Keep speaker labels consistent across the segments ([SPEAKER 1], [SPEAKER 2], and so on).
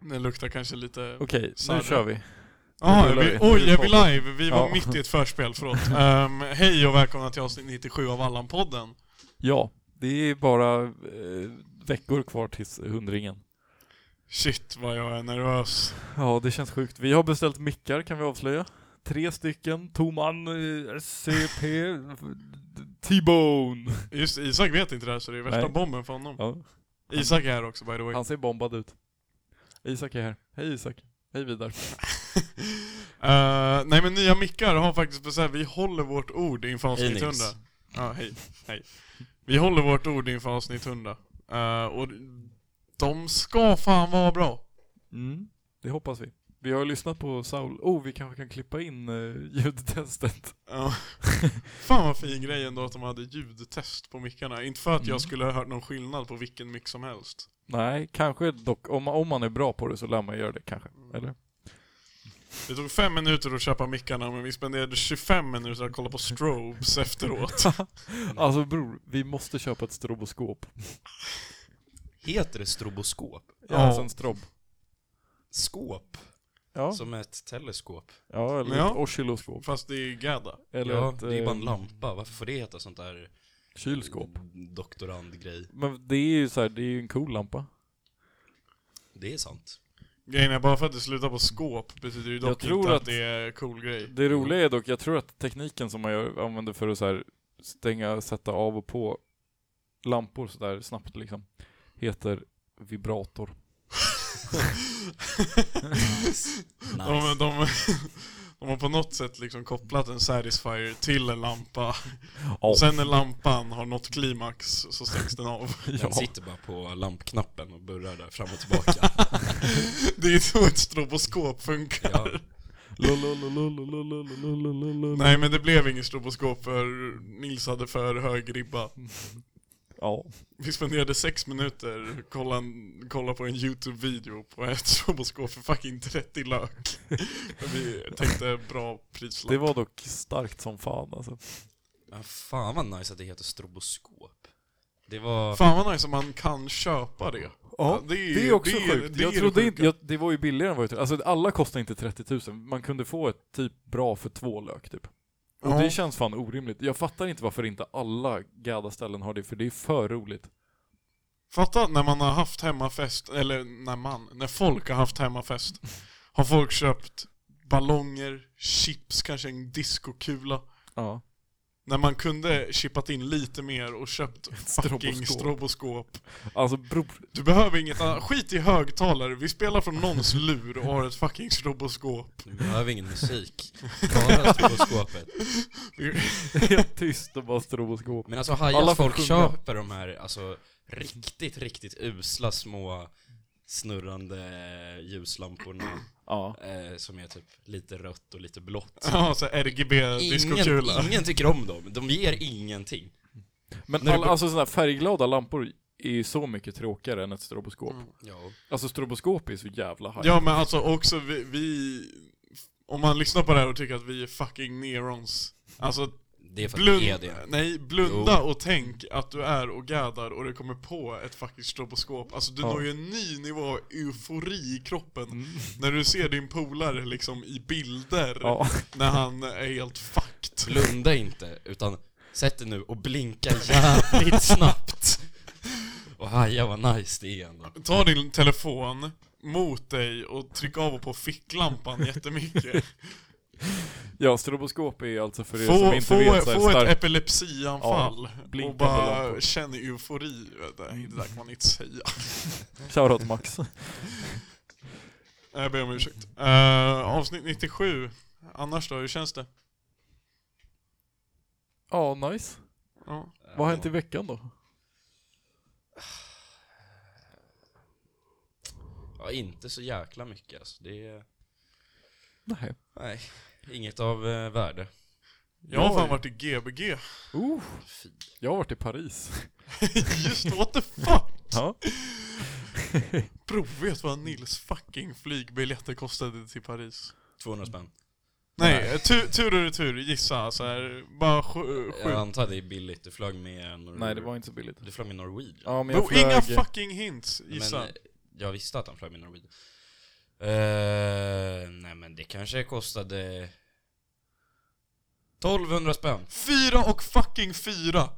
[SPEAKER 1] Den luktar kanske lite...
[SPEAKER 2] Okej, nu
[SPEAKER 1] Sarre.
[SPEAKER 2] kör vi.
[SPEAKER 1] Jaha,
[SPEAKER 2] rullar
[SPEAKER 1] vi,
[SPEAKER 2] vi.
[SPEAKER 1] Ah, oj, är vi live? Vi var
[SPEAKER 2] Ja.
[SPEAKER 1] mitt i ett förspel, förlåt. Ehm, hej och välkomna till avsnitt 97 av Allan-podden.
[SPEAKER 2] Ja, det är bara eh, veckor kvar tills hundringen.
[SPEAKER 1] Shit vad jag är nervös.
[SPEAKER 2] Ja, det känns sjukt. Vi har beställt mickar kan vi avslöja. Tre stycken, Toman, eh, SCP, T-Bone.
[SPEAKER 1] Just det, Isak vet inte det här så det är värsta
[SPEAKER 2] Nej.
[SPEAKER 1] bomben för honom.
[SPEAKER 2] Ja,
[SPEAKER 1] Isak är här också by the way.
[SPEAKER 2] han ser bombad ut. Isak är här. Hej Isak. Hej Vidar.
[SPEAKER 1] Eh, nej men nya mickar har faktiskt beställt, vi håller vårt ord inför avsnitt
[SPEAKER 2] Hej,
[SPEAKER 1] 100.
[SPEAKER 2] Nils.
[SPEAKER 1] Ja, hej. hej. Vi håller vårt ord inför avsnitt 100. Eh, och de ska fan vara bra.
[SPEAKER 2] Mm, det hoppas vi. Vi har lyssnat på Saul. Oh, vi kanske kan klippa in eh, ljudtestet.
[SPEAKER 1] Ja. Fan vad fin grej ändå att de hade ljudtest på mickarna. Inte för att
[SPEAKER 2] Mm.
[SPEAKER 1] jag skulle ha hört någon skillnad på vilken mick som helst.
[SPEAKER 2] Nej, kanske dock. Om, om man är bra på det så lär man göra det kanske. Eller?
[SPEAKER 1] Det tog fem minuter att köpa mickarna men vi spenderade 25 minuter att kolla på strobes efteråt.
[SPEAKER 2] Alltså bror, vi måste köpa ett stroboskop.
[SPEAKER 3] Heter det stroboskop?
[SPEAKER 1] Ja.
[SPEAKER 2] Alltså en strob.
[SPEAKER 3] Skåp?
[SPEAKER 2] Ja,
[SPEAKER 3] Som ett teleskop?
[SPEAKER 2] ja eller
[SPEAKER 1] Ja.
[SPEAKER 2] ett oscilloskop.
[SPEAKER 1] Fast det är gadda.
[SPEAKER 2] Eller
[SPEAKER 3] ja,
[SPEAKER 2] ett
[SPEAKER 3] det är ju bara en
[SPEAKER 2] eh,
[SPEAKER 3] lampa. Varför får det heta sånt där
[SPEAKER 2] kylskåp.
[SPEAKER 3] doktorandgrej?
[SPEAKER 2] Men det är ju så här, det är ju en cool lampa.
[SPEAKER 3] Det är sant.
[SPEAKER 1] Grejen är bara för att det slutar på skåp betyder ju dock
[SPEAKER 2] Jag tror
[SPEAKER 1] inte att...
[SPEAKER 2] att-
[SPEAKER 1] det är cool grej.
[SPEAKER 2] Det roliga är dock, jag tror att tekniken som man gör, använder för att så här stänga, sätta av och på lampor så där snabbt liksom, heter vibrator.
[SPEAKER 1] De, de, de har på något sätt liksom kopplat en Satisfyer till en lampa.
[SPEAKER 2] Ja.
[SPEAKER 1] Sen när lampan har nått klimax så stängs den av.
[SPEAKER 3] Den sitter bara på lampknappen och burrar där fram och tillbaka.
[SPEAKER 1] Det är ju så ett stroboskop funkar.
[SPEAKER 3] ja.
[SPEAKER 1] Nej men det blev inget stroboskop för Nils hade för hög ribba.
[SPEAKER 2] Ja.
[SPEAKER 1] Vi spenderade sex minuter kolla, en, kolla på en YouTube-video på ett stroboskop för fucking 30 lök. Men Vi tänkte bra prislapp.
[SPEAKER 2] Det var dock starkt som fan alltså.
[SPEAKER 3] ja, fan vad nice att det heter stroboskop. Det var...
[SPEAKER 1] Fan vad nice om man kan köpa det. Ja, det är-
[SPEAKER 2] det är också
[SPEAKER 1] det är-
[SPEAKER 2] sjukt.
[SPEAKER 1] det
[SPEAKER 2] jag
[SPEAKER 1] är
[SPEAKER 2] trodde
[SPEAKER 1] det
[SPEAKER 2] inte,
[SPEAKER 1] sjuka.
[SPEAKER 2] jag, det var ju billigare än vad jag trodde. Alltså alla kostar inte 30 000. Man kunde få ett typ bra för två lök typ. Och
[SPEAKER 1] Ja.
[SPEAKER 2] det känns fan orimligt. Jag fattar inte varför inte alla gadda ställen har det, för det är för roligt.
[SPEAKER 1] Fatta när man har haft hemmafest, eller när man, när folk har haft hemmafest. Har folk köpt ballonger, chips, kanske en diskokula.
[SPEAKER 2] Ja.
[SPEAKER 1] När man kunde chippat in lite mer och köpt fucking
[SPEAKER 2] stroboskop.
[SPEAKER 1] stroboskop.
[SPEAKER 2] Alltså bror,
[SPEAKER 1] Du behöver inget annat, skit i högtalare, vi spelar från någons lur och har ett fucking stroboskop.
[SPEAKER 3] Vi behöver ingen musik. Bara stroboskopet.
[SPEAKER 2] helt tyst och bara stroboskop.
[SPEAKER 3] Men alltså hajar
[SPEAKER 2] Alla
[SPEAKER 3] Alla
[SPEAKER 2] får
[SPEAKER 3] folk
[SPEAKER 2] sjunga.
[SPEAKER 3] köper de här alltså riktigt, riktigt usla små snurrande ljuslamporna
[SPEAKER 2] Ja.
[SPEAKER 3] eh, som är typ lite rött och lite blått.
[SPEAKER 1] Ja, så RGB-diskokula.
[SPEAKER 3] Ingen, ingen tycker om dem, de ger ingenting.
[SPEAKER 2] Men
[SPEAKER 3] När det
[SPEAKER 2] alla,
[SPEAKER 3] bör-
[SPEAKER 2] alltså sådana här färgglada lampor är ju så mycket tråkigare än ett stroboskop.
[SPEAKER 3] Ja.
[SPEAKER 2] Alltså stroboskop är så jävla high.
[SPEAKER 1] Ja men alltså också vi, vi om man lyssnar på det här och tycker att vi är fucking neurons. Alltså
[SPEAKER 3] Det är för att det är
[SPEAKER 1] blund,
[SPEAKER 3] det.
[SPEAKER 1] nej, blunda och tänk att du är och gaddar och det kommer på ett fucking stroboskop. Alltså du
[SPEAKER 2] Ja. Mm.
[SPEAKER 1] når ju en ny nivå av eufori i kroppen när du ser din polare liksom i bilder
[SPEAKER 2] Ja.
[SPEAKER 1] när han är helt fucked.
[SPEAKER 3] Blunda inte, utan sätt dig nu och blinka jävligt snabbt. Och haja vad nice det är ändå.
[SPEAKER 1] Ta din telefon mot dig och tryck av och på ficklampan jättemycket.
[SPEAKER 2] ja, stroboskop är alltså för er som
[SPEAKER 1] Få,
[SPEAKER 2] inte
[SPEAKER 1] få,
[SPEAKER 2] vet så här
[SPEAKER 1] få ett
[SPEAKER 2] starkt.
[SPEAKER 1] epilepsianfall och
[SPEAKER 2] blinkande
[SPEAKER 1] bara
[SPEAKER 2] lampor.
[SPEAKER 1] känn eufori. Nej, det där kan man inte säga.
[SPEAKER 2] Shoutout Max.
[SPEAKER 1] Jag ber om ursäkt. Eh, avsnitt 97. Annars då, hur känns det?
[SPEAKER 2] Ja, nice.
[SPEAKER 1] Ja.
[SPEAKER 2] Vad har hänt i veckan då?
[SPEAKER 3] Ja, inte så jäkla mycket alltså. Det är...
[SPEAKER 2] Nej.
[SPEAKER 3] Nej, inget av eh, värde.
[SPEAKER 1] Jag har fan
[SPEAKER 2] Oj.
[SPEAKER 1] varit i Gbg.
[SPEAKER 2] Uh,
[SPEAKER 3] Fy.
[SPEAKER 2] jag har varit i Paris.
[SPEAKER 1] Just what the fuck!
[SPEAKER 2] Ja.
[SPEAKER 1] Bro, vet vad Nils fucking flygbiljetter kostade till Paris?
[SPEAKER 3] 200 spänn.
[SPEAKER 1] Nej, eh, tu, tur och retur, gissa. Så här, bara sju... sju.
[SPEAKER 3] Jag antar att det är billigt, du flög med Nor-
[SPEAKER 2] Nej, det var inte så billigt.
[SPEAKER 3] Du flög med Norwegian?
[SPEAKER 2] Ja, men
[SPEAKER 1] Bro,
[SPEAKER 2] jag flög...
[SPEAKER 1] inga fucking hints,
[SPEAKER 3] Men
[SPEAKER 1] gissa.
[SPEAKER 3] eh, jag visste att han flög med Norwegian Eh, nej men det kanske kostade 1200 spänn.
[SPEAKER 1] Fyra och fucking fyra!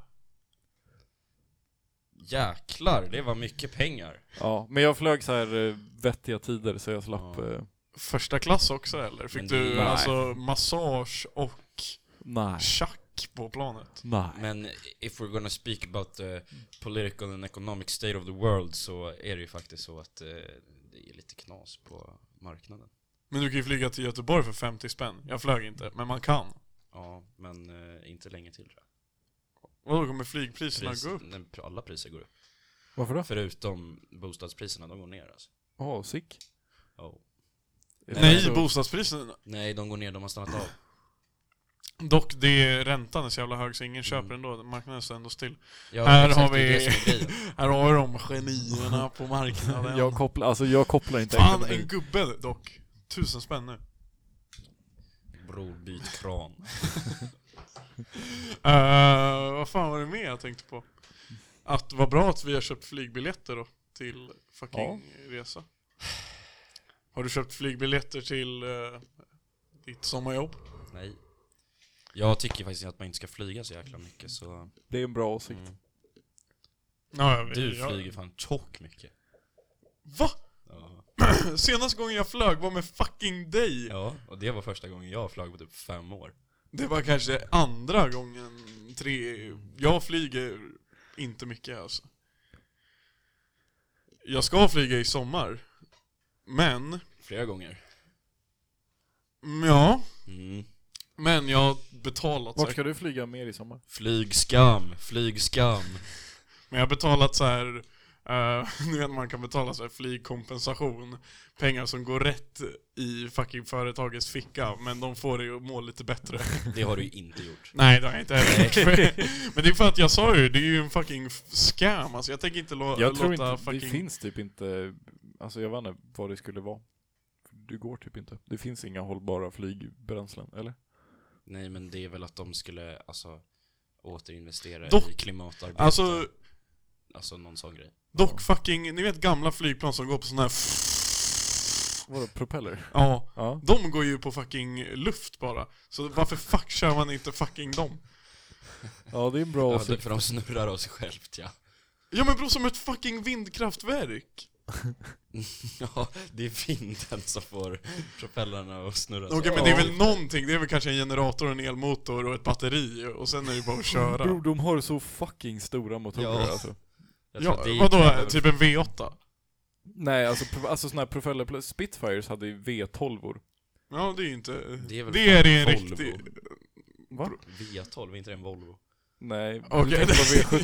[SPEAKER 3] Jäklar, det var mycket pengar.
[SPEAKER 2] Ja, men jag flög så här eh, vettiga tider så jag slapp...
[SPEAKER 3] Ja.
[SPEAKER 2] eh,
[SPEAKER 1] Första klass också eller? Fick
[SPEAKER 3] Men
[SPEAKER 1] du
[SPEAKER 3] nej.
[SPEAKER 1] alltså massage och
[SPEAKER 2] Nej.
[SPEAKER 1] tjack på planet?
[SPEAKER 2] Nej.
[SPEAKER 3] Men if we're gonna speak about the political and economic state of the world så är det ju faktiskt så att eh, det är lite knas på marknaden.
[SPEAKER 1] Men du kan ju flyga till Göteborg för 50 spänn. Jag flög inte, men man kan.
[SPEAKER 3] Ja, men eh, inte länge till. tror jag.
[SPEAKER 1] Och då kommer flygpriserna
[SPEAKER 3] Pris-
[SPEAKER 1] gå upp?
[SPEAKER 3] nej, pr- alla priser går upp.
[SPEAKER 2] Varför då?
[SPEAKER 3] Förutom bostadspriserna, de går ner alltså.
[SPEAKER 2] Åh, sick.
[SPEAKER 3] Oh.
[SPEAKER 2] Är det
[SPEAKER 1] Nej,
[SPEAKER 2] så-
[SPEAKER 1] bostadspriserna.
[SPEAKER 3] Nej, de går ner, de har stannat av.
[SPEAKER 1] Dock, det är räntan är så jävla hög så ingen köper ändå. Marknaden står ändå still.
[SPEAKER 3] Ja,
[SPEAKER 1] Här
[SPEAKER 3] exakt,
[SPEAKER 1] har
[SPEAKER 3] det är
[SPEAKER 1] vi-
[SPEAKER 3] det som är grejen.
[SPEAKER 1] Här har vi de genierna på marknaden.
[SPEAKER 2] Jag kopplar, alltså jag kopplar inte
[SPEAKER 1] Fan,
[SPEAKER 2] ekonomi.
[SPEAKER 1] en gubbe dock. Tusen spänn nu.
[SPEAKER 3] Bror, byt kran.
[SPEAKER 1] Eh, vad fan var det mer jag tänkte på? Att vad bra att vi har köpt flygbiljetter då till fucking resa. Har du köpt flygbiljetter till eh, ditt sommarjobb?
[SPEAKER 3] Nej. Jag tycker faktiskt att man inte ska flyga så jäkla mycket så...
[SPEAKER 2] Det är en bra åsikt.
[SPEAKER 3] Mm.
[SPEAKER 1] Ja, jag vet.
[SPEAKER 3] Du
[SPEAKER 1] Jag-
[SPEAKER 3] flyger fan tok mycket.
[SPEAKER 1] Va?
[SPEAKER 3] Ja.
[SPEAKER 1] Senaste gången jag flög var med fucking dig!
[SPEAKER 3] ja, och det var första gången jag flög på typ fem år.
[SPEAKER 1] Det var kanske andra gången, tre... Jag flyger inte mycket alltså. Jag ska flyga i sommar, men...
[SPEAKER 3] Flera gånger.
[SPEAKER 1] mm, Ja,
[SPEAKER 3] Mm.
[SPEAKER 1] men jag har betalat så
[SPEAKER 2] Vart
[SPEAKER 1] här,
[SPEAKER 2] ska du flyga mer i sommar?
[SPEAKER 3] Flygskam, flygskam.
[SPEAKER 1] Men jag har betalat så här... eh, nu vet man kan betala så här flygkompensation, pengar som går rätt i fucking företagets ficka, men de får det ju att må lite bättre.
[SPEAKER 3] Det har du ju inte gjort.
[SPEAKER 1] Nej, det har jag inte heller gjort. För- Men det är för att jag sa ju, det är ju en fucking f- scam. Alltså, jag tänker inte lo-
[SPEAKER 2] Jag tror
[SPEAKER 1] låta
[SPEAKER 2] inte,
[SPEAKER 1] fucking...
[SPEAKER 2] det finns typ inte, alltså jag vet inte vad det skulle vara. Du går typ inte. Det finns inga hållbara flygbränslen, eller?
[SPEAKER 3] Nej, men det är väl att de skulle, alltså, återinvestera
[SPEAKER 1] Dock-
[SPEAKER 3] i klimatarbete.
[SPEAKER 1] Alltså,
[SPEAKER 3] alltså någon sån grej.
[SPEAKER 1] dock fucking, ni vet gamla flygplan som går på sådana här...
[SPEAKER 2] Vadå, propeller?
[SPEAKER 1] Ja,
[SPEAKER 2] Ja.
[SPEAKER 1] de går ju på fucking luft bara. Så varför fuck kör man inte fucking dem?
[SPEAKER 2] Ja, det är en bra
[SPEAKER 3] Ja, det,
[SPEAKER 2] åsikt.
[SPEAKER 3] för de snurrar av sig självt, ja.
[SPEAKER 1] Ja men bror, som ett fucking vindkraftverk!
[SPEAKER 3] Ja, det är vinden som får propellrarna att snurra.
[SPEAKER 1] Okej
[SPEAKER 3] sig.
[SPEAKER 1] men det är väl någonting, det är väl kanske en generator, en elmotor och ett batteri och sen är det bara att
[SPEAKER 2] Bror,
[SPEAKER 1] köra.
[SPEAKER 2] de har så fucking stora motorer
[SPEAKER 3] Ja.
[SPEAKER 2] alltså.
[SPEAKER 3] Jag tror
[SPEAKER 1] Ja,
[SPEAKER 3] att det är-
[SPEAKER 1] vadå, typ en V8?
[SPEAKER 2] Nej, alltså, pro- alltså såna här propeller, Spitfires hade ju V12-or.
[SPEAKER 1] Ja det är ju inte...
[SPEAKER 3] Det är väl
[SPEAKER 1] Det är en
[SPEAKER 3] Volvo.
[SPEAKER 1] riktig...
[SPEAKER 2] Va?
[SPEAKER 3] V12, är inte det en Volvo?
[SPEAKER 2] Nej, okay.
[SPEAKER 1] Okej.
[SPEAKER 2] du tänkte på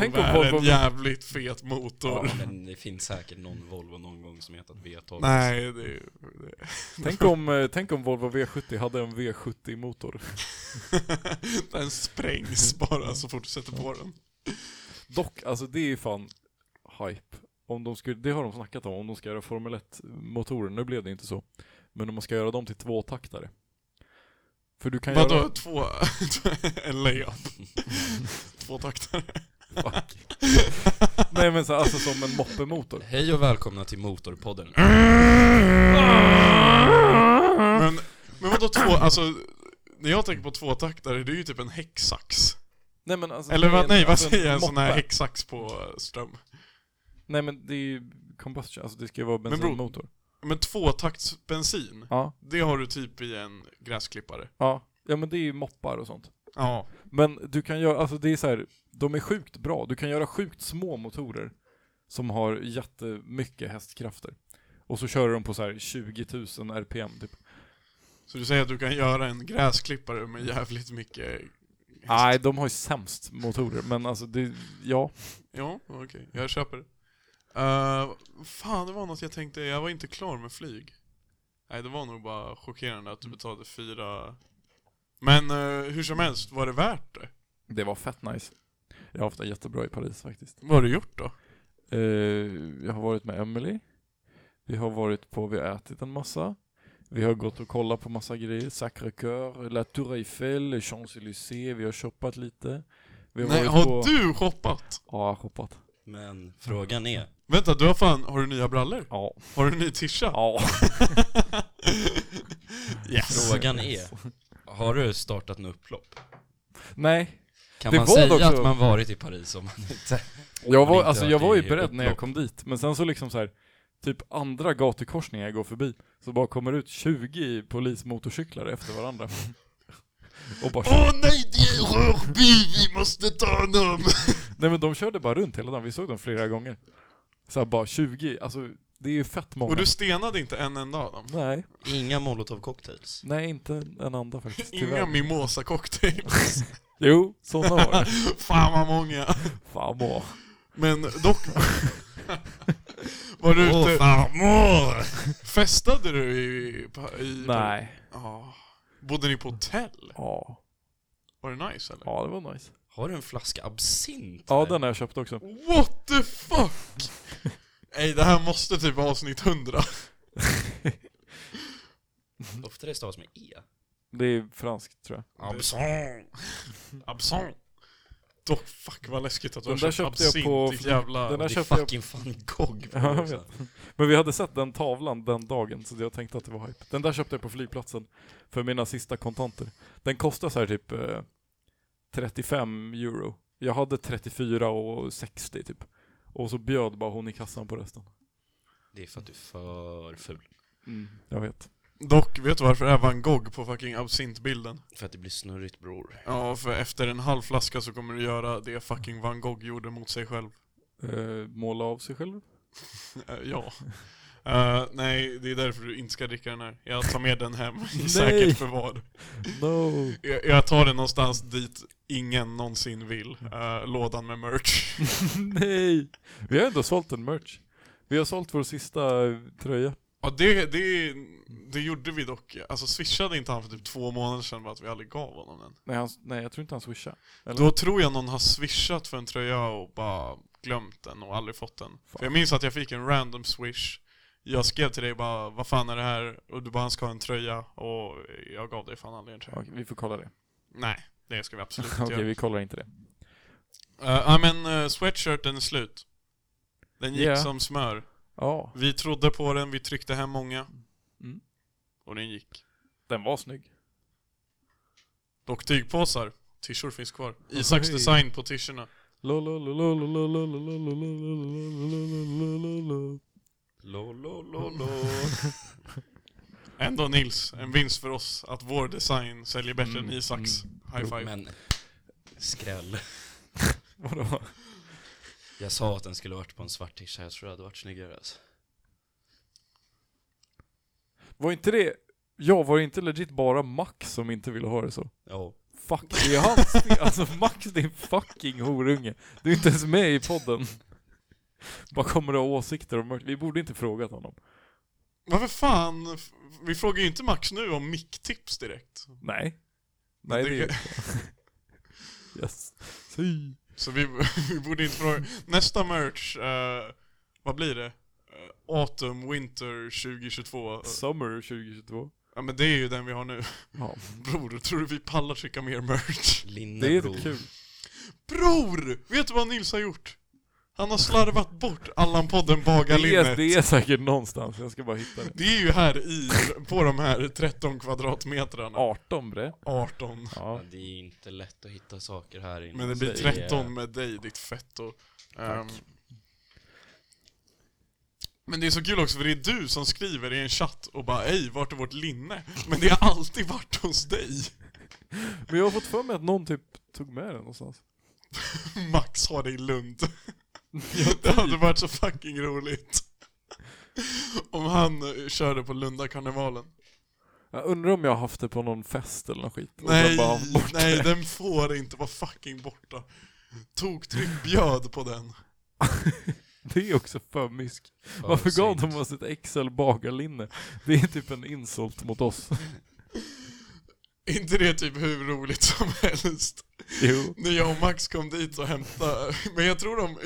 [SPEAKER 1] V12
[SPEAKER 2] Tänk om
[SPEAKER 1] är
[SPEAKER 2] Volvo-
[SPEAKER 1] en jävligt fet motor.
[SPEAKER 3] Ja, men det finns säkert någon Volvo någon gång som hetat V12.
[SPEAKER 1] Nej, det är...
[SPEAKER 2] tänk, om, eh, tänk om Volvo V70 hade en V70-motor.
[SPEAKER 1] Den sprängs bara så fort du sätter på den.
[SPEAKER 2] Dock, alltså det är ju fan hype. Om de skulle, det har de snackat om, om de ska göra Formel 1-motorer. Nu blev det inte så. Men om man ska göra dem till tvåtaktare. För du kan
[SPEAKER 1] Vadå,
[SPEAKER 2] göra...
[SPEAKER 1] två... en layup? två takter?
[SPEAKER 2] Fuck. Nej men så, alltså som en moppemotor.
[SPEAKER 3] Hej och välkomna till Motorpodden.
[SPEAKER 1] Men, men vadå två... Alltså, när jag tänker på två takter, det är ju typ en häcksax.
[SPEAKER 2] Nej men alltså...
[SPEAKER 1] Eller
[SPEAKER 2] det är
[SPEAKER 1] vad,
[SPEAKER 2] en-
[SPEAKER 1] nej, vad
[SPEAKER 2] alltså,
[SPEAKER 1] säger jag? En sån här
[SPEAKER 2] moppe.
[SPEAKER 1] häcksax på eh, ström.
[SPEAKER 2] Nej men det är ju combustion, alltså det ska ju vara
[SPEAKER 1] bro-
[SPEAKER 2] bensinmotor.
[SPEAKER 1] Men tvåtaktsbensin,
[SPEAKER 2] Ja,
[SPEAKER 1] det har du typ i en gräsklippare.
[SPEAKER 2] ja. Ja men det är ju moppar och sånt.
[SPEAKER 1] Ja.
[SPEAKER 2] Men du kan göra, alltså det är så här, de är sjukt bra. Du kan göra sjukt små motorer som har jättemycket hästkrafter. Och så kör de på så här 20 000 RPM typ.
[SPEAKER 1] Så du säger att du kan göra en gräsklippare med jävligt mycket...
[SPEAKER 2] Nej, de har ju sämst motorer, men alltså det, ja.
[SPEAKER 1] Ja, okej. Jag köper det. Eh, fan, det var något jag tänkte. Jag var inte klar med flyg. Nej, det var nog bara chockerande att du betalade fyra... Men eh, hur som helst, var det värt det?
[SPEAKER 2] Det var fett nice. Jag har haft det jättebra i Paris faktiskt.
[SPEAKER 1] Vad har du gjort då?
[SPEAKER 2] Eh, jag har varit med Emily. Vi har varit på, vi har ätit en massa. Vi har gått och kollat på massa grejer. Sacré-Cœur, La Tour Eiffel, Champs-Élysées. Vi har shoppat lite. Vi
[SPEAKER 1] Nej,
[SPEAKER 2] varit
[SPEAKER 1] har
[SPEAKER 2] på-
[SPEAKER 1] du shoppat?
[SPEAKER 2] Ja, jag har shoppat.
[SPEAKER 3] Men frågan är,
[SPEAKER 1] Vänta, du har fan, har du nya brallor?
[SPEAKER 2] Ja.
[SPEAKER 1] Har du en ny tisha?
[SPEAKER 2] Ja.
[SPEAKER 1] Yes.
[SPEAKER 3] Frågan är, har du startat något upplopp?
[SPEAKER 2] Nej.
[SPEAKER 3] Kan
[SPEAKER 2] Det
[SPEAKER 3] man
[SPEAKER 2] var
[SPEAKER 3] säga
[SPEAKER 2] dock så-
[SPEAKER 3] att man varit i Paris om man inte...
[SPEAKER 2] Jag
[SPEAKER 3] Men
[SPEAKER 2] var,
[SPEAKER 3] inte
[SPEAKER 2] alltså,
[SPEAKER 3] att
[SPEAKER 2] jag
[SPEAKER 3] det
[SPEAKER 2] var ju
[SPEAKER 3] är
[SPEAKER 2] beredd när jag
[SPEAKER 3] upplopp.
[SPEAKER 2] kom dit, men sen så liksom så här typ andra gatukorsningar jag går förbi, så bara kommer ut 20 polismotorcyklar efter varandra. Och bara kör.
[SPEAKER 1] nej, det är en rörbil, vi måste ta honom!
[SPEAKER 2] Nej men de körde bara runt hela dagen, vi såg dem flera gånger. Så här, bara 20, alltså det är ju fett många.
[SPEAKER 1] Och du stenade inte en enda av dem?
[SPEAKER 2] Nej,
[SPEAKER 3] Inga molotovcocktails.
[SPEAKER 2] nej inte en anda faktiskt,
[SPEAKER 1] Inga
[SPEAKER 2] tyvärr.
[SPEAKER 1] mimosa-cocktails?
[SPEAKER 2] Jo, sådana var det.
[SPEAKER 1] fan vad många!
[SPEAKER 2] Fan vad.
[SPEAKER 1] Men dock... Var du
[SPEAKER 3] Åh
[SPEAKER 1] ute...
[SPEAKER 3] farmor!
[SPEAKER 1] Festade du i... i
[SPEAKER 2] Nej,
[SPEAKER 1] Ja. Bodde ni på hotell?
[SPEAKER 2] ja,
[SPEAKER 1] Var det nice eller?
[SPEAKER 2] ja det var nice.
[SPEAKER 3] Har du en flaska absint?
[SPEAKER 2] Ja
[SPEAKER 3] där?
[SPEAKER 2] den har jag köpt också.
[SPEAKER 1] What the fuck? Nej, det här måste typ vara avsnitt 100.
[SPEAKER 3] Ofta det stavas med E.
[SPEAKER 2] Det är franskt tror jag.
[SPEAKER 3] Absint!
[SPEAKER 1] Absent. Dock, fuck vad läskigt att du
[SPEAKER 2] Den
[SPEAKER 1] har
[SPEAKER 2] där
[SPEAKER 1] köpt
[SPEAKER 2] köpte jag
[SPEAKER 1] absint,
[SPEAKER 2] på-
[SPEAKER 1] ditt jävla...
[SPEAKER 2] den
[SPEAKER 3] Det
[SPEAKER 2] där-
[SPEAKER 3] är
[SPEAKER 2] köpte jag-
[SPEAKER 3] fucking fan Gogh på
[SPEAKER 2] Ja, jag
[SPEAKER 3] det också.
[SPEAKER 2] Men vi hade sett den tavlan den dagen, så jag tänkte att det var hype. Den där köpte jag på flygplatsen för mina sista kontanter. Den kostar så här typ eh, 35 euro. Jag hade 34 och 60 typ. Och så bjöd bara hon i kassan på resten.
[SPEAKER 3] Det är för att du är för ful.
[SPEAKER 2] Jag vet.
[SPEAKER 1] Dock, vet du varför det är van Gogh på fucking absintbilden?
[SPEAKER 3] För att det blir snurrigt bror.
[SPEAKER 1] Ja, för efter en halv flaska så kommer du göra det fucking van Gogh gjorde mot sig själv.
[SPEAKER 2] Eh, måla av sig själv?
[SPEAKER 1] Eh, ja. Eh, nej, det är därför du inte ska dricka den här. Jag tar med den hem i
[SPEAKER 2] Nej.
[SPEAKER 1] säkert förvar.
[SPEAKER 2] No!
[SPEAKER 1] Jag, jag tar den någonstans dit ingen någonsin vill.
[SPEAKER 2] Mm.
[SPEAKER 1] Eh, lådan med merch.
[SPEAKER 2] Nej! Vi har ändå sålt en merch. Vi har sålt vår sista eh, tröja.
[SPEAKER 1] Ja, det, det, det gjorde vi dock. Alltså swishade inte han för typ två månader sedan bara att vi aldrig gav honom den.
[SPEAKER 2] Nej, han, nej jag tror inte han swishade. Eller?
[SPEAKER 1] Då tror jag någon har swishat för en tröja och bara glömt den och aldrig fått den. För jag minns att jag fick en random swish. Jag skrev till dig bara 'Vad fan är det här?' och du bara 'Han ska ha en tröja' och jag gav dig fan aldrig en tröja.
[SPEAKER 2] Okej, vi får kolla det.
[SPEAKER 1] Nej, det ska vi absolut inte
[SPEAKER 2] Okej,
[SPEAKER 1] göra.
[SPEAKER 2] vi kollar inte det.
[SPEAKER 1] Eh, Ja men uh, sweatshirten är slut. Den gick
[SPEAKER 2] Ja.
[SPEAKER 1] som smör.
[SPEAKER 2] Ja,
[SPEAKER 1] Vi trodde på den, vi tryckte hem många.
[SPEAKER 2] Mm.
[SPEAKER 1] Och den gick.
[SPEAKER 2] den var snygg.
[SPEAKER 1] Dock tygpåsar. Tishor finns kvar. Isaks
[SPEAKER 2] Oj.
[SPEAKER 1] design på tishorna.
[SPEAKER 3] Lo, lo, lo, lo.
[SPEAKER 1] Ändå Nils, en vinst för oss att vår design säljer bättre
[SPEAKER 2] Mm,
[SPEAKER 1] än Isaks. High five.
[SPEAKER 3] Men, skräll.
[SPEAKER 2] Vadå?
[SPEAKER 3] Jag sa att den skulle varit på en svart tisha, jag tror det hade varit snyggare alltså.
[SPEAKER 2] Var inte det, ja var det inte legit bara Max som inte ville ha det så?
[SPEAKER 3] Ja.
[SPEAKER 2] Fuck, det är hans fel. Alltså Max din fucking horunge. Du är inte ens med i podden. Bara kommer du ha åsikter om mörkt? Vi borde inte frågat honom.
[SPEAKER 1] Varför fan? F- Vi frågar ju inte Max nu om micktips direkt.
[SPEAKER 2] Nej. Nej det är inte. Yes. Si.
[SPEAKER 1] Så vi, vi borde inte fråga. Nästa merch, eh, vad blir det? Eh, Autumn, Winter 2022. Eh,
[SPEAKER 2] Summer 2022.
[SPEAKER 1] Ja men det är ju den vi har nu.
[SPEAKER 2] Ja,
[SPEAKER 1] Bror, tror du vi pallar skicka mer merch?
[SPEAKER 2] det är
[SPEAKER 3] Linnebro.
[SPEAKER 2] typ kul.
[SPEAKER 1] Bror! Vet du vad Nils har gjort? Han har slarvat bort Allan-podden
[SPEAKER 2] Det är,
[SPEAKER 1] Bagarlinnet.
[SPEAKER 2] det är säkert någonstans, jag ska bara hitta det.
[SPEAKER 1] Det är ju här i, på de här 13 kvadratmetrarna.
[SPEAKER 2] 18 bre.
[SPEAKER 1] 18.
[SPEAKER 2] Ja.
[SPEAKER 3] Ja, det är inte lätt att hitta saker här inne.
[SPEAKER 1] Men det blir
[SPEAKER 3] Så är-
[SPEAKER 1] 13 med dig, ditt fetto. Ehm,
[SPEAKER 2] eh, Tack.
[SPEAKER 1] men det är så kul också för det är du som skriver i en chatt och bara ej, vart är vårt linne?” Men det har alltid varit hos dig.
[SPEAKER 2] Men jag har fått för mig att någon typ tog med den någonstans.
[SPEAKER 1] Max har det i Lund. det hade
[SPEAKER 2] typ.
[SPEAKER 1] varit så fucking roligt. Om han eh, körde på Lundakarnevalen.
[SPEAKER 2] Jag undrar om jag har haft det på någon fest eller någon skit. Och sen
[SPEAKER 1] Nej,
[SPEAKER 2] bara haft bort
[SPEAKER 1] nej
[SPEAKER 2] det.
[SPEAKER 1] den får inte vara fucking borta. Toktryck bjöd på den.
[SPEAKER 2] det är också för mysk.
[SPEAKER 3] För
[SPEAKER 2] Varför gav
[SPEAKER 3] sent.
[SPEAKER 2] de oss ett XL bagarlinne? Det är typ en insult mot oss.
[SPEAKER 1] Är inte det typ hur roligt som helst?
[SPEAKER 2] Jo.
[SPEAKER 1] När jag och Max kom dit och hämtade, men jag tror de,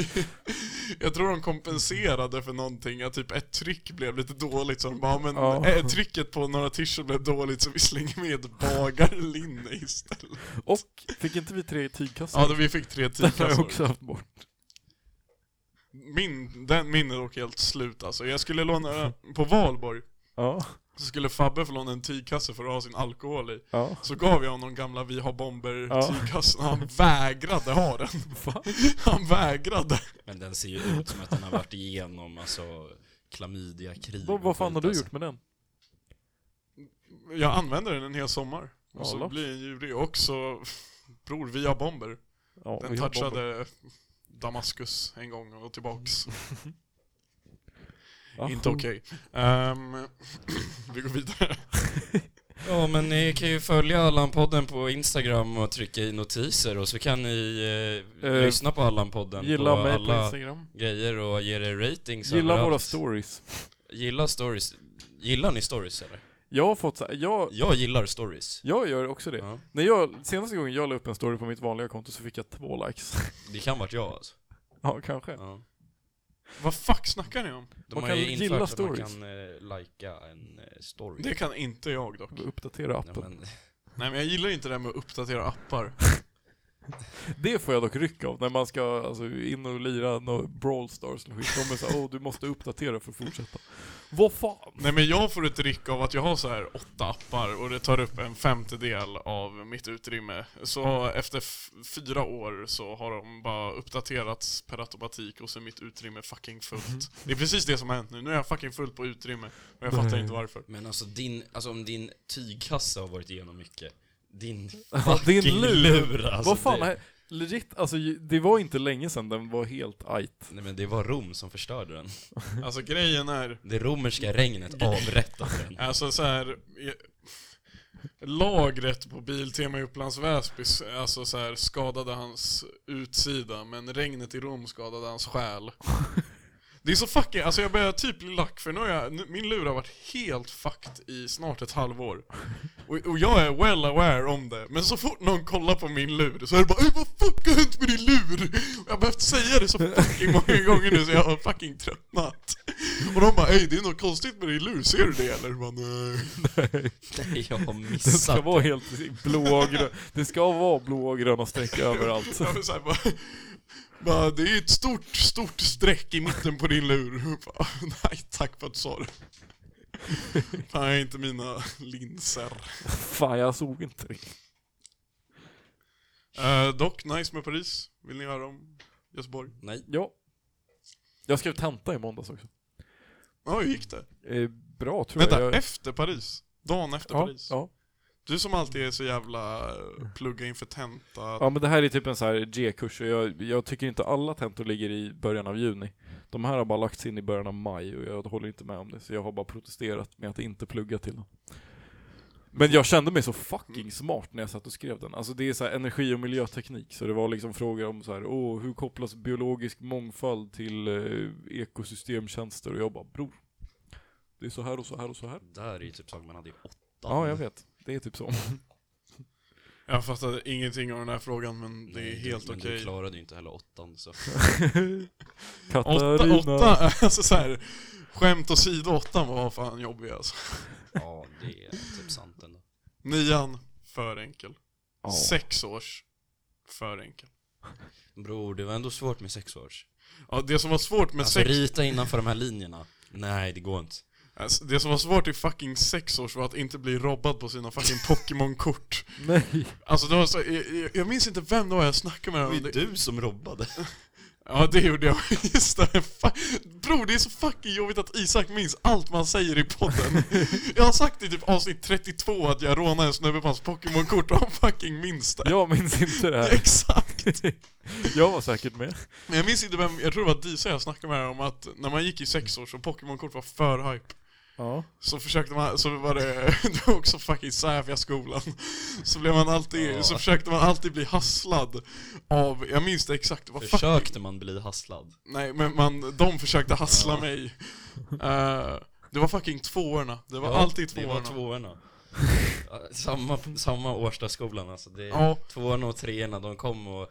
[SPEAKER 1] jag tror de kompenserade för någonting, att typ ett tryck blev lite dåligt så de bara, men
[SPEAKER 2] Ja.
[SPEAKER 1] eh, trycket på några t blev dåligt så vi slänger med ett bagarlinne istället.
[SPEAKER 2] Och fick inte vi tre tygkassar?
[SPEAKER 1] Ja, då vi fick tre alltså.
[SPEAKER 2] den har jag
[SPEAKER 1] tygkassar.
[SPEAKER 2] också haft bort.
[SPEAKER 1] Min, den, min är dock helt slut alltså. Jag skulle låna, på valborg,
[SPEAKER 2] Ja,
[SPEAKER 1] så skulle Fabbe få låna en tygkasse för att ha sin alkohol i.
[SPEAKER 2] ja.
[SPEAKER 1] Så gav jag honom gamla Vi har bomber
[SPEAKER 2] Ja.
[SPEAKER 1] tygkassen och han vägrade ha den. Han vägrade.
[SPEAKER 3] Men den ser ju ut som att den har varit igenom alltså klamydiakrig.
[SPEAKER 2] Vad, vad fan har
[SPEAKER 3] och alltså.
[SPEAKER 2] du gjort
[SPEAKER 3] skit,
[SPEAKER 2] med den?
[SPEAKER 1] Jag använde den en hel sommar. Och så
[SPEAKER 2] Jalla.
[SPEAKER 1] blir den djurig. Och så, bror, Vi har bomber.
[SPEAKER 2] Ja,
[SPEAKER 1] Den
[SPEAKER 2] vi har bomber.
[SPEAKER 1] touchade Damaskus en gång och tillbaks.
[SPEAKER 2] Ah,
[SPEAKER 1] Inte okej. Ehm, vi går vidare.
[SPEAKER 3] alltså. Ja men ni kan ju följa Allan-podden på Instagram och trycka i notiser och så kan ni eh,
[SPEAKER 2] Eh,
[SPEAKER 3] lyssna på Allan-podden
[SPEAKER 2] Gilla
[SPEAKER 3] på
[SPEAKER 2] mig på
[SPEAKER 3] alla
[SPEAKER 2] Instagram.
[SPEAKER 3] grejer och ge er ratings
[SPEAKER 2] Gilla
[SPEAKER 3] överallt.
[SPEAKER 2] våra stories.
[SPEAKER 3] Gilla stories. Gillar ni stories eller?
[SPEAKER 2] Jag har fått så här, jag,
[SPEAKER 3] Jag gillar stories.
[SPEAKER 2] jag gör också det.
[SPEAKER 3] Ja.
[SPEAKER 2] När jag, senaste gången jag la upp en story på mitt vanliga konto så fick jag två likes.
[SPEAKER 3] Det kan varit jag alltså.
[SPEAKER 2] ja, kanske.
[SPEAKER 3] Ja.
[SPEAKER 1] Vad fuck snackar ni om?
[SPEAKER 3] De
[SPEAKER 2] Man
[SPEAKER 3] har
[SPEAKER 2] kan
[SPEAKER 3] ju infört
[SPEAKER 2] gilla
[SPEAKER 3] att man
[SPEAKER 2] stories.
[SPEAKER 3] kan eh, lika en eh, story.
[SPEAKER 1] Det kan inte jag dock.
[SPEAKER 2] Uppdatera
[SPEAKER 3] Ja,
[SPEAKER 2] appen.
[SPEAKER 3] men,
[SPEAKER 1] Nej men jag gillar inte det här med att uppdatera appar.
[SPEAKER 2] Det får jag dock ryck av när man ska alltså, in och lira no, Brawl Stars eller skit. De är såhär, åh du måste uppdatera för att fortsätta. Vad fan?
[SPEAKER 1] Nej men jag får ett ryck av att jag har så här åtta appar och det tar upp en femtedel av mitt utrymme. Så efter f- fyra år så har de bara uppdaterats per automatik och så är mitt utrymme fucking fullt. Det är precis det som har hänt nu. Nu är jag fucking fullt på utrymme och jag fattar
[SPEAKER 2] Nej.
[SPEAKER 1] inte varför.
[SPEAKER 3] men alltså, din, alltså om din tygkassa har varit igenom mycket. Din
[SPEAKER 2] Ja,
[SPEAKER 3] fucking
[SPEAKER 2] din
[SPEAKER 3] lur.
[SPEAKER 2] lur.
[SPEAKER 3] alltså,
[SPEAKER 2] Vad fan?
[SPEAKER 3] det,
[SPEAKER 2] Det... Legit, alltså ju- det var inte länge sedan den var helt ajt.
[SPEAKER 3] Nej men det var Rom som förstörde den.
[SPEAKER 1] Alltså grejen är,
[SPEAKER 3] Det romerska regnet avrättade den.
[SPEAKER 1] alltså så här... eh, Lagret på Biltema i Upplands Väsby alltså så här, skadade hans utsida, men regnet i Rom skadade hans själ. Det är så fucking, alltså jag börjar typ bli lack för nu har jag, nu, min lur har varit helt fucked i snart ett halvår. Och, och jag är well aware om det, men så fort någon kollar på min lur så är det bara "Ey, vad fuck har hänt med din lur?” och Jag har behövt säga det så fucking många gånger nu så jag har fucking tröttnat. Och de bara ”Ey, det är något konstigt med din lur, ser du det eller?” Man,
[SPEAKER 3] Nej, jag har
[SPEAKER 2] Den ska
[SPEAKER 3] missat.
[SPEAKER 2] vara helt i blå och grön. Det ska vara blå och gröna streck överallt.
[SPEAKER 1] Ja, men så här, bara, bara, det är ett stort, stort streck i mitten på din lur. Bara, Nej, tack för att du sa det. Fan, jag har inte mina linser.
[SPEAKER 2] Fan, jag såg inte det.
[SPEAKER 1] Eh, dock, nice med Paris. Vill ni höra om Göteborg?
[SPEAKER 3] Nej.
[SPEAKER 2] Ja. Jag skrev tenta i måndags också.
[SPEAKER 1] Ja, hur gick det?
[SPEAKER 2] Eh, bra tror
[SPEAKER 1] Vänta,
[SPEAKER 2] jag. jag...
[SPEAKER 1] efter Paris? Dagen efter
[SPEAKER 2] ja,
[SPEAKER 1] Paris?
[SPEAKER 2] ja.
[SPEAKER 1] Du som alltid är så jävla eh, plugga inför tenta.
[SPEAKER 2] ja, men det här är typ en så här G-kurs och jag, jag tycker inte alla tentor ligger i början av juni. De här har bara lagts in i början av maj och jag håller inte med om det, så jag har bara protesterat med att inte plugga till dem. Men jag kände mig så fucking smart när jag satt och skrev den. Alltså det är så här energi och miljöteknik, så det var liksom frågor om så här, åh, hur kopplas biologisk mångfald till eh, ekosystemtjänster? Och jag bara, bror, det är så här och så här och så här.
[SPEAKER 3] Där är ju typ saker man hade i åttan.
[SPEAKER 2] Ja, jag vet. Det är typ så.
[SPEAKER 1] Jag fattade ingenting av den här frågan, men det är
[SPEAKER 3] Nej,
[SPEAKER 1] helt
[SPEAKER 3] men
[SPEAKER 1] okej.
[SPEAKER 3] du klarade ju inte heller åttan så.
[SPEAKER 1] Åtta, åtta, alltså så här, skämt åsido, åttan var fan jobbig alltså.
[SPEAKER 3] Ja, det är typ sant ändå.
[SPEAKER 1] Nian, för enkel.
[SPEAKER 2] Ja.
[SPEAKER 1] Sex års, för enkel.
[SPEAKER 3] Bror, det var ändå svårt med sexårs.
[SPEAKER 1] Ja, det som var svårt med
[SPEAKER 3] Alltså
[SPEAKER 1] sex...
[SPEAKER 3] rita innanför de här linjerna. Nej, det går inte.
[SPEAKER 1] Alltså, det som var svårt i fucking sex års var att inte bli robbad på sina fucking Pokémon-kort.
[SPEAKER 2] Nej.
[SPEAKER 1] Alltså det var så, jag, jag- jag minns inte vem det var jag snackade med.
[SPEAKER 3] Det
[SPEAKER 1] om
[SPEAKER 3] var
[SPEAKER 1] det-
[SPEAKER 3] ju du som robbade.
[SPEAKER 1] Ja, det gjorde jag. Just det. Fa- Bror, det är så fucking jobbigt att Isak minns allt man säger i podden. Jag har sagt i typ avsnitt 32 att jag rånade en snubbe på hans Pokémon-kort och han fucking minns det.
[SPEAKER 2] Jag minns inte det här.
[SPEAKER 1] Exakt.
[SPEAKER 2] Jag var säkert med.
[SPEAKER 1] Men jag minns inte vem, jag tror det var Disa jag snackade med om att när man gick i sex år så Pokémon-kort var för hype.
[SPEAKER 2] Ja.
[SPEAKER 1] Så försökte man, så var det, det var också fucking sävja skolan. Så blev man alltid,
[SPEAKER 3] Ja.
[SPEAKER 1] så försökte man alltid bli hasslad av, jag minns det exakt, det var fucking
[SPEAKER 3] Försökte man bli hasslad?
[SPEAKER 1] Nej men man, de försökte hassla
[SPEAKER 3] Ja.
[SPEAKER 1] mig. Eh, det var fucking tvåorna. Det var
[SPEAKER 3] Ja,
[SPEAKER 1] alltid
[SPEAKER 3] Det
[SPEAKER 1] tvåorna.
[SPEAKER 3] var tvåorna. Ja, samma, samma Årstaskolan alltså. Det,
[SPEAKER 1] Ja.
[SPEAKER 3] Tvåorna och treorna, de kom och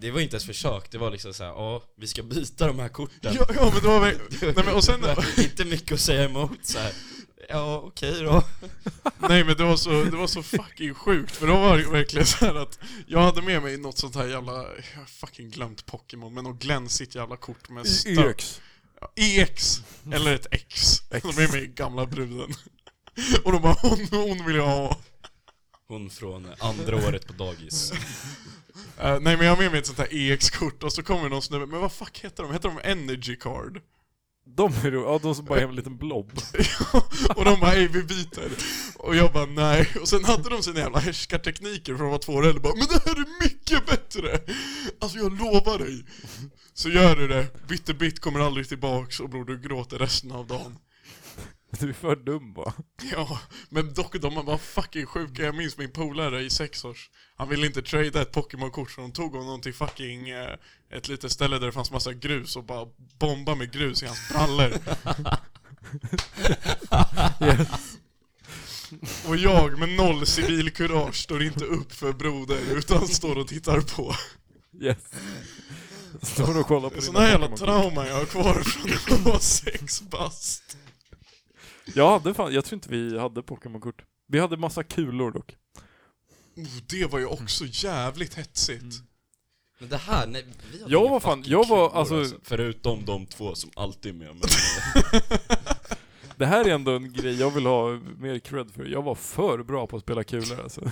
[SPEAKER 3] det var inte ens försök, det var liksom såhär, ja, vi ska byta de här korten.
[SPEAKER 1] Ja, ja men det var väl...
[SPEAKER 3] Det var-
[SPEAKER 1] Nej men och sen...
[SPEAKER 3] det var inte mycket att säga emot så här. ja okej då.
[SPEAKER 1] Nej men det var, så, det var så fucking sjukt, för då var det verkligen så här att jag hade med mig något sånt här jävla, jag har fucking glömt Pokémon, men något glänsigt jävla kort med stöp.
[SPEAKER 2] EX.
[SPEAKER 1] Ja, EX! Eller ett X.
[SPEAKER 2] X.
[SPEAKER 1] De är med gamla bruden. Och de bara hon, hon vill jag ha.
[SPEAKER 3] Hon från andra året på dagis.
[SPEAKER 1] Eh, nej men jag har med mig ett sånt här EX-kort och så kommer någon snubbe, men vad fuck heter de? Heter de Energy Card?
[SPEAKER 2] De är ro- ja, de som bara är en liten blob.
[SPEAKER 1] och de bara ey vi byter. Och jag bara nej. Och sen hade de sina jävla härskartekniker för de var två år äldre bara men det här är mycket bättre! Alltså jag lovar dig. Så gör du det, bytte bit kommer aldrig tillbaks och bror du gråter resten av dagen.
[SPEAKER 2] Du är för dum va?
[SPEAKER 1] Ja, men dock de var fucking sjuka. Jag minns min polare i sex års. Han ville inte trada ett Pokémon-kort så de tog honom till fucking eh, ett litet ställe där det fanns massa grus och bara bomba med grus i hans brallor. Och jag med noll civilkurage står inte upp för broder utan står och tittar på.
[SPEAKER 2] Yes. Står och kollar på dina
[SPEAKER 1] Sådana här jävla
[SPEAKER 2] Pokémon-kort.
[SPEAKER 1] trauman jag har kvar från när jag var sex bast.
[SPEAKER 2] Jag hade fan, jag tror inte vi hade Pokémon-kort. Vi hade massa kulor dock.
[SPEAKER 1] Oh, det var ju också jävligt hetsigt.
[SPEAKER 3] Men det här, nej, vi hade
[SPEAKER 2] Jag
[SPEAKER 3] ingen
[SPEAKER 2] var fan-
[SPEAKER 3] fucking
[SPEAKER 2] jag var,
[SPEAKER 3] kulor,
[SPEAKER 2] alltså-
[SPEAKER 3] Förutom de två som alltid är med. Men,
[SPEAKER 2] Det här är ändå en grej jag vill ha mer cred för. Jag var för bra på att spela kulor alltså.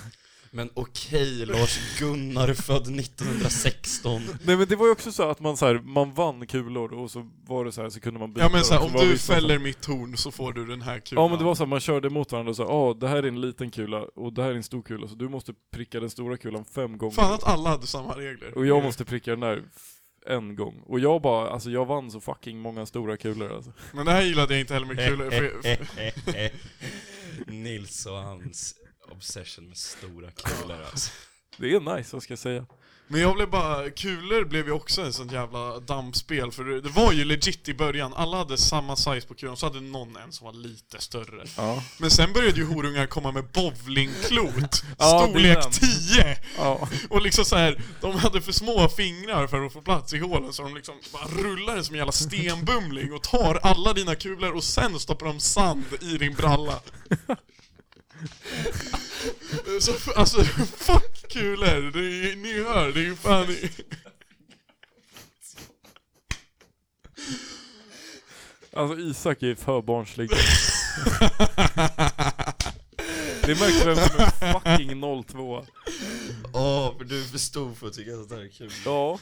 [SPEAKER 3] men okej Lars-Gunnar född 1916.
[SPEAKER 2] Nej men det var ju också så att man så här, man vann kulor och så var det så här så kunde man byta.
[SPEAKER 1] Ja men såhär,
[SPEAKER 2] och
[SPEAKER 1] om
[SPEAKER 2] var
[SPEAKER 1] du
[SPEAKER 2] vissa som-
[SPEAKER 1] fäller mitt horn så får du den här kulan.
[SPEAKER 2] Ja men det var så här, man körde mot varandra och sa ja det här är en liten kula och det här är en stor kula så du måste pricka den stora kulan fem gånger.
[SPEAKER 1] Fan att alla hade samma regler.
[SPEAKER 2] Och jag måste pricka den där f- en gång. Och jag bara, alltså jag vann så fucking många stora kulor alltså.
[SPEAKER 1] Men det här gillade jag inte heller med kulor. För,
[SPEAKER 2] Eh,
[SPEAKER 1] för,
[SPEAKER 3] Nils och hans obsession med stora kulor alltså.
[SPEAKER 2] Det är nice, vad ska jag säga?
[SPEAKER 1] men jag blev bara, kulor blev ju också en sånt jävla dammspel. För det, det var ju legit i början, alla hade samma size på kulan, så hade någon en som var lite större.
[SPEAKER 2] Ja.
[SPEAKER 1] Men sen började ju horungar komma med bowlingklot,
[SPEAKER 2] Ja,
[SPEAKER 1] storlek
[SPEAKER 2] det är den.
[SPEAKER 1] 10!
[SPEAKER 2] ja.
[SPEAKER 1] Och liksom så här, de hade för små fingrar för att få plats i hålen så de liksom bara rullar det som en jävla stenbumling och tar alla dina kulor och sen stoppar de sand i din bralla. Så, alltså, fuck kulor! Det är, ni hör, det är ju fan...
[SPEAKER 2] Alltså Isak är för barnslig. Det märks vem som är fucking 02.
[SPEAKER 3] Åh, men du är för stor för att tycka sånt här är kul.
[SPEAKER 2] Ja.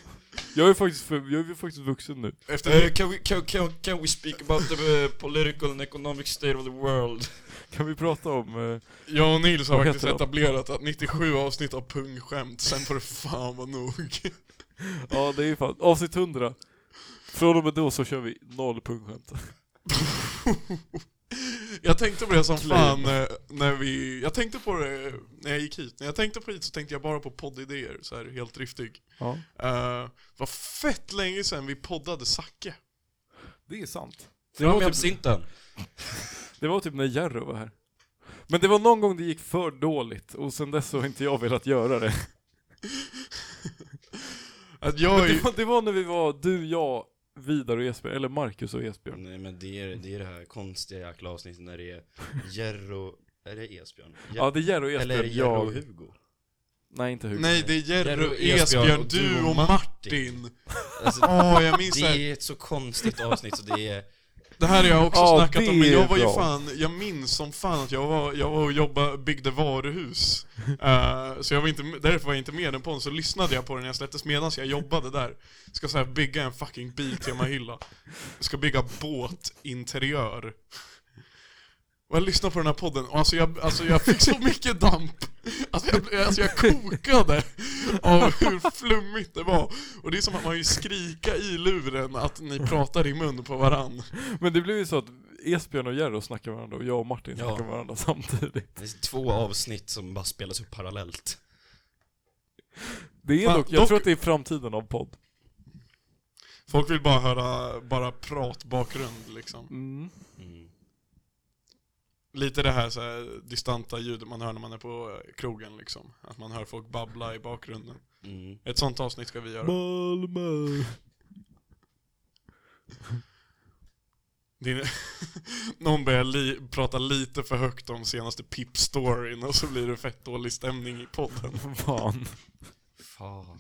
[SPEAKER 2] Jag är faktiskt, för, jag är ju faktiskt vuxen nu.
[SPEAKER 1] Efter,
[SPEAKER 3] Eh, can, we, can, can, can we speak about the eh, political and economic state of the world?
[SPEAKER 2] Kan vi prata om... eh,
[SPEAKER 1] jag och Nils har
[SPEAKER 2] Vad
[SPEAKER 1] faktiskt
[SPEAKER 2] heter de?
[SPEAKER 1] etablerat att 97 avsnitt av pungskämt, sen får det fan vara nog.
[SPEAKER 2] ja det är fan, avsnitt 100. Från och med då så kör vi noll punktskämt.
[SPEAKER 1] Jag tänkte på det som
[SPEAKER 2] Claim.
[SPEAKER 1] fan eh, när vi... Jag tänkte på det när jag gick hit. När jag tänkte på hit så tänkte jag bara på poddidéer, så här helt driftig.
[SPEAKER 2] Ja.
[SPEAKER 1] Uh, var fett länge sedan vi poddade Zacke.
[SPEAKER 2] Det är sant. Det
[SPEAKER 3] Fram
[SPEAKER 2] var
[SPEAKER 3] med
[SPEAKER 2] typ
[SPEAKER 3] absinten!
[SPEAKER 2] Det var typ när Jerry var här. Men det var någon gång det gick för dåligt och sen dess så har inte jag velat göra det.
[SPEAKER 1] Att jag är
[SPEAKER 2] Det var, det var när vi var du, jag, Vidar och Esbjörn, eller Marcus och Esbjörn.
[SPEAKER 3] Nej men det är det, är det här konstiga jäkla avsnittet när det är Jerro, är det Esbjörn? Jer-
[SPEAKER 2] Ja, det är Jerry och Esbjörn,
[SPEAKER 3] eller är det Jerro och
[SPEAKER 2] jag...
[SPEAKER 3] Hugo?
[SPEAKER 2] Nej, inte Hugo.
[SPEAKER 1] Nej, det är
[SPEAKER 3] Jerry och
[SPEAKER 1] Jerry,
[SPEAKER 3] Esbjörn
[SPEAKER 1] Esbjörn,
[SPEAKER 3] och
[SPEAKER 1] du och Martin.
[SPEAKER 3] Alltså,
[SPEAKER 1] Åh, jag minns det.
[SPEAKER 3] det
[SPEAKER 1] här.
[SPEAKER 3] är ett så konstigt avsnitt så det är
[SPEAKER 1] Det här har jag också
[SPEAKER 2] Ja,
[SPEAKER 1] snackat
[SPEAKER 2] det
[SPEAKER 1] om, men
[SPEAKER 2] är
[SPEAKER 1] jag var ju
[SPEAKER 2] bra.
[SPEAKER 1] fan, jag minns som fan att jag var, jag var och jobbade, byggde varuhus. Eh, så jag var inte, därför var jag inte med i den podden, så lyssnade jag på den när jag släpptes medan jag jobbade där. Ska så här bygga en fucking Biltema-hylla. Ska bygga båtinteriör. Och jag lyssnade på den här podden och alltså jag, alltså jag fick så mycket damp. Alltså jag, blev- alltså jag kokade av hur flummigt det var. Och det är som att man ju skrika i luren att ni pratar i mun på varann.
[SPEAKER 2] Men det blev ju så att Esbjörn och Jerry snackade med varandra och jag och Martin
[SPEAKER 3] Ja.
[SPEAKER 2] snackade med varandra samtidigt.
[SPEAKER 3] Det är två avsnitt som bara spelas upp parallellt.
[SPEAKER 2] Det är
[SPEAKER 1] Fan,
[SPEAKER 2] dock, jag
[SPEAKER 1] dock-
[SPEAKER 2] tror att det är framtiden av podd.
[SPEAKER 1] Folk vill bara höra bara pratbakgrund liksom.
[SPEAKER 2] Mm.
[SPEAKER 1] Lite det här, så här distanta ljudet man hör när man är på eh, krogen liksom. Att man hör folk babbla i bakgrunden.
[SPEAKER 3] Mm.
[SPEAKER 1] Ett sånt avsnitt ska vi göra.
[SPEAKER 2] Malmö.
[SPEAKER 1] Din, någon börjar li, prata lite för högt om senaste Pip-storyn och så blir det fett dålig stämning i podden.
[SPEAKER 2] Fan.
[SPEAKER 3] Fan.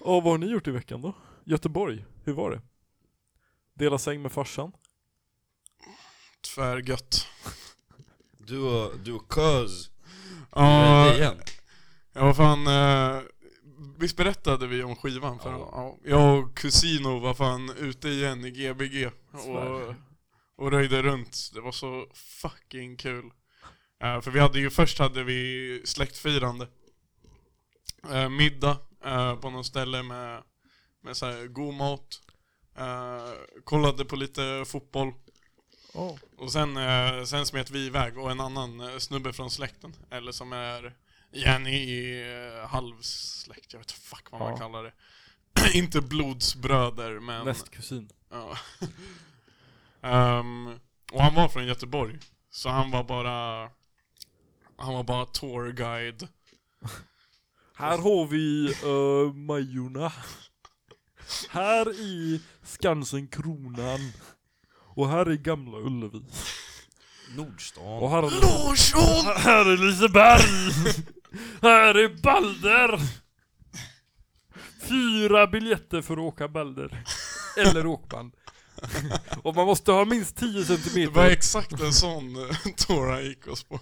[SPEAKER 2] Och vad har ni gjort i veckan då? Göteborg, hur var det? Dela säng med farsan?
[SPEAKER 1] Tvärgött.
[SPEAKER 3] Du och, du och Köz.
[SPEAKER 1] Ja,
[SPEAKER 3] igen.
[SPEAKER 1] ja vad fan. Eh, visst berättade vi om skivan för
[SPEAKER 3] Ja.
[SPEAKER 1] ja. Jag och Kusino var fan ute igen i Gbg och,
[SPEAKER 2] Sverige.
[SPEAKER 1] och röjde runt. Det var så fucking kul. Eh, för vi hade ju, först hade vi släktfirande. Eh, middag eh, på något ställe med, med så här god mat. Eh, kollade på lite fotboll.
[SPEAKER 2] Ja.
[SPEAKER 1] Och sen, eh, sen smet vi iväg och en annan eh, snubbe från släkten, eller som är Jenny i eh, halvsläkt, jag vet fuck vad man
[SPEAKER 2] Ja.
[SPEAKER 1] kallar det. Inte blodsbröder men...
[SPEAKER 2] Nästkusin.
[SPEAKER 1] Ja. Ehm, och han var från Göteborg, så han var bara... Han var bara tourguide.
[SPEAKER 2] Här har vi uh, Majorna. Här i Skansen Kronan. Och här är Gamla Ullevi.
[SPEAKER 3] Nordstan.
[SPEAKER 2] Och här är,
[SPEAKER 1] Larsson!
[SPEAKER 2] här är Liseberg. Här är Balder. Fyra biljetter för att åka Balder. Eller åkband. Och man måste ha minst 10
[SPEAKER 1] Det var
[SPEAKER 2] centimeter.
[SPEAKER 1] exakt en sån eh, tour han gick oss på.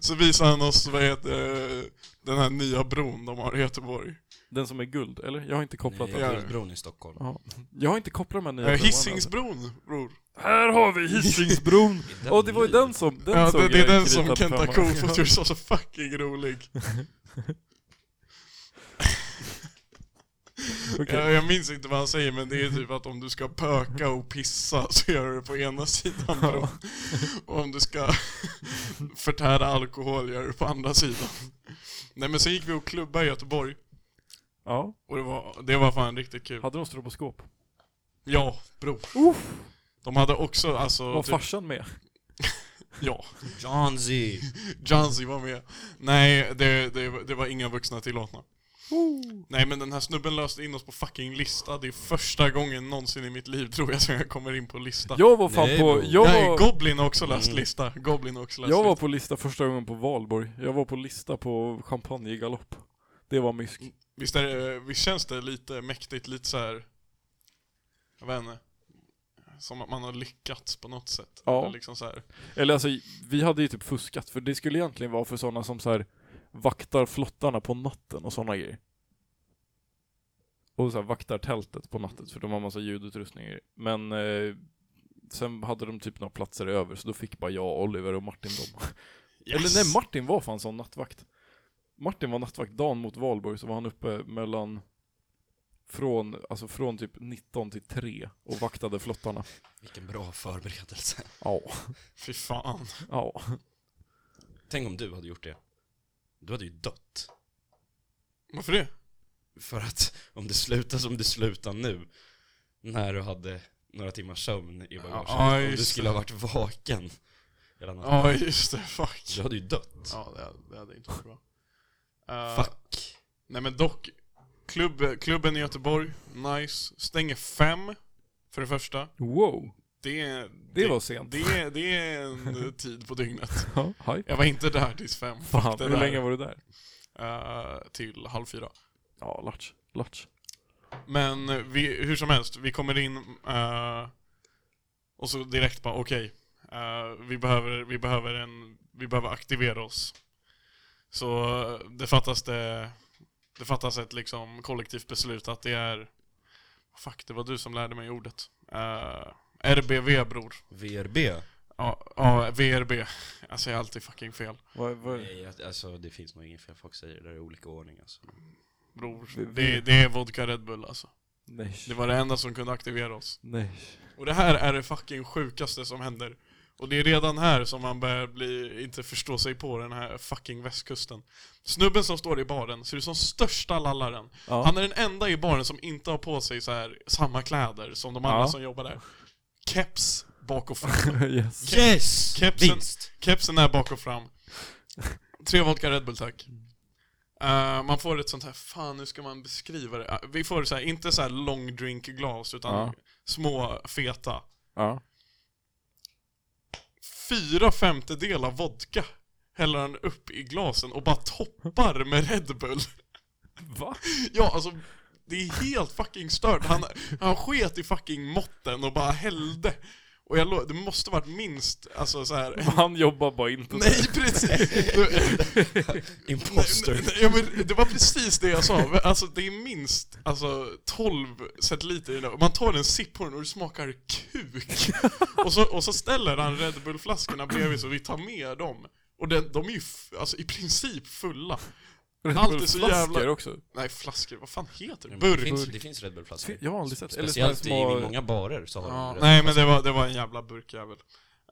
[SPEAKER 1] Så visade han oss, vad heter eh, den här nya bron de har i Göteborg.
[SPEAKER 2] Den som är guld, eller? Jag har inte kopplat
[SPEAKER 3] Nej,
[SPEAKER 2] den.
[SPEAKER 1] Ja.
[SPEAKER 3] Guldbron i Stockholm.
[SPEAKER 2] Ja. Jag har inte kopplat de här nya
[SPEAKER 1] Eh,
[SPEAKER 2] broarna.
[SPEAKER 1] Hisingsbron, bror.
[SPEAKER 2] Här har vi Hisingsbron!
[SPEAKER 3] Är den
[SPEAKER 2] Och det var ju
[SPEAKER 3] ny?
[SPEAKER 2] den som, den
[SPEAKER 1] ja,
[SPEAKER 2] såg
[SPEAKER 1] det, det
[SPEAKER 2] jag
[SPEAKER 1] är den
[SPEAKER 2] kritad
[SPEAKER 1] som
[SPEAKER 2] på
[SPEAKER 1] Kenta
[SPEAKER 2] femman.
[SPEAKER 1] Kofot gjorde så, så fucking rolig.
[SPEAKER 2] Okej.
[SPEAKER 1] Jag, jag minns inte vad han säger men det är typ att om du ska pöka och pissa så gör du det på ena sidan bron. Och om du ska förtära alkohol gör du det på andra sidan. Nej men sen gick vi och klubbade i Göteborg.
[SPEAKER 2] Ja,
[SPEAKER 1] Och det var, det var fan riktigt kul.
[SPEAKER 2] hade de stroboskop?
[SPEAKER 1] Ja, bror.
[SPEAKER 2] Uff,
[SPEAKER 1] De hade också alltså...
[SPEAKER 2] var
[SPEAKER 1] Typ,
[SPEAKER 2] farsan med?
[SPEAKER 1] ja.
[SPEAKER 3] John Z.
[SPEAKER 1] Johnzy var med. Nej, det, det, det var inga vuxna tillåtna. Nej men den här snubben löste in oss på fucking lista, det är första gången någonsin i mitt liv tror jag som jag kommer in på lista.
[SPEAKER 2] Jag var fan
[SPEAKER 3] Nej,
[SPEAKER 2] på,
[SPEAKER 3] bro.
[SPEAKER 2] jag
[SPEAKER 1] Nej,
[SPEAKER 2] var,
[SPEAKER 1] Goblin har också läst
[SPEAKER 3] Mm.
[SPEAKER 1] lista. Goblin har också läst
[SPEAKER 2] jag var
[SPEAKER 1] lista.
[SPEAKER 2] på lista första gången på valborg. Jag var på lista på champagnegalopp. Det var mysk.
[SPEAKER 1] Visst, är det, eh, visst känns det lite mäktigt, lite så här. jag vet inte. Som att man har lyckats på något sätt.
[SPEAKER 2] Ja.
[SPEAKER 1] Eller Liksom så här.
[SPEAKER 2] Eller alltså, vi hade ju typ fuskat för det skulle egentligen vara för sådana som så här vaktar flottarna på natten och sådana grejer. Och så här, vaktar tältet på natten för de har massa ljudutrustningar. Men eh, sen hade de typ några platser över så då fick bara jag, Oliver och Martin dem.
[SPEAKER 1] Yes.
[SPEAKER 2] Eller nej, Martin var fan sån nattvakt. Martin var nattvakt dagen mot valborg så var han uppe mellan från, alltså från typ 19 till 3 och vaktade flottarna.
[SPEAKER 3] Vilken bra förberedelse.
[SPEAKER 2] Ja.
[SPEAKER 1] Fy fan.
[SPEAKER 2] Ja.
[SPEAKER 3] Tänk om du hade gjort det. Du hade ju dött.
[SPEAKER 1] Varför det?
[SPEAKER 3] För att om det slutar som det slutar nu, när du hade några timmars sömn i bagaget,
[SPEAKER 1] Ja,
[SPEAKER 3] om du
[SPEAKER 1] just
[SPEAKER 3] skulle
[SPEAKER 1] det.
[SPEAKER 3] ha varit vaken hela natten,
[SPEAKER 1] Ja, just det. Fuck.
[SPEAKER 3] du hade ju dött.
[SPEAKER 1] Ja, det, hade- det hade inte varit bra. Eh,
[SPEAKER 3] Fuck.
[SPEAKER 1] Nej men dock, klubb, klubben i Göteborg, nice. Stänger fem, för det första.
[SPEAKER 2] Wow.
[SPEAKER 1] Det, är-
[SPEAKER 2] Det var sent.
[SPEAKER 1] Det, det är en tid på dygnet.
[SPEAKER 2] Ja, hej.
[SPEAKER 1] Jag var inte där tills fem.
[SPEAKER 2] Fan,
[SPEAKER 1] det
[SPEAKER 2] hur
[SPEAKER 1] där.
[SPEAKER 2] länge var du där?
[SPEAKER 1] eh, till halv fyra.
[SPEAKER 2] Ja, latch. Latch.
[SPEAKER 1] Men eh, vi, hur som helst, vi kommer in eh, och så direkt bara okej, eh, vi, behöver, vi, behöver en, vi behöver aktivera oss. Så eh, det fattas, det, det fattas ett liksom kollektivt beslut att det är, fuck det var du som lärde mig ordet. Eh, RBV bror.
[SPEAKER 3] VRB?
[SPEAKER 1] Ja, ja, VRB. Jag säger alltid fucking fel.
[SPEAKER 2] Vad, vad,
[SPEAKER 3] Nej, alltså det finns nog ingen fel. Folk säger det i olika ordning alltså.
[SPEAKER 1] Bror,
[SPEAKER 2] V- V-
[SPEAKER 1] det, det är vodka Red Bull alltså.
[SPEAKER 2] nej.
[SPEAKER 1] Det var det enda som kunde aktivera oss.
[SPEAKER 2] Nej.
[SPEAKER 1] Och det här är det fucking sjukaste som händer. Och det är redan här som man börjar bli, inte förstå sig på den här fucking västkusten. Snubben som står i baren ser ut som största lallaren.
[SPEAKER 2] Ja.
[SPEAKER 1] Han är den enda i baren som inte har på sig så här samma kläder som de andra
[SPEAKER 2] Ja.
[SPEAKER 1] som jobbar där. Keps bak och fram.
[SPEAKER 2] yes.
[SPEAKER 3] Yes!
[SPEAKER 1] Kepsen-
[SPEAKER 3] Vinst!
[SPEAKER 1] Kepsen är bak och fram. Tre vodka Red Bull tack. Eh, man får ett sånt här, fan hur ska man beskriva det? Eh, Vi får så här, inte så här long drink glas utan
[SPEAKER 2] Ja.
[SPEAKER 1] små feta.
[SPEAKER 2] Ja.
[SPEAKER 1] Fyra femtedelar vodka häller han upp i glasen och bara toppar med Red Bull.
[SPEAKER 2] Va?
[SPEAKER 1] Ja, alltså det är helt fucking stört. Han, han sket i fucking måtten och bara hällde. Och jag lo- det måste varit minst, alltså så här.
[SPEAKER 2] Han jobbar bara inte så.
[SPEAKER 1] Nej precis! Du, Nej,
[SPEAKER 3] Imposter.
[SPEAKER 1] nej, Ja, men det var precis det jag sa. Alltså, det är minst alltså, 12 centiliter i det. Man tar en sipp på den och det smakar kuk. Och så, och så ställer han Red Bull-flaskorna bredvid så vi tar med dem. Och den, de är ju f- alltså, i princip fulla. allt är så jävla-
[SPEAKER 2] Flaskor också.
[SPEAKER 1] Nej, flaskor. Vad fan heter det?
[SPEAKER 3] Det finns,
[SPEAKER 1] Burk.
[SPEAKER 3] det finns Red Bull-flaskor.
[SPEAKER 2] Jag har aldrig sett. Eller såna här
[SPEAKER 3] Speciellt i
[SPEAKER 2] små...
[SPEAKER 3] många barer så har
[SPEAKER 1] Ja,
[SPEAKER 3] de Red
[SPEAKER 1] nej, men det var, det var en jävla burkjävel.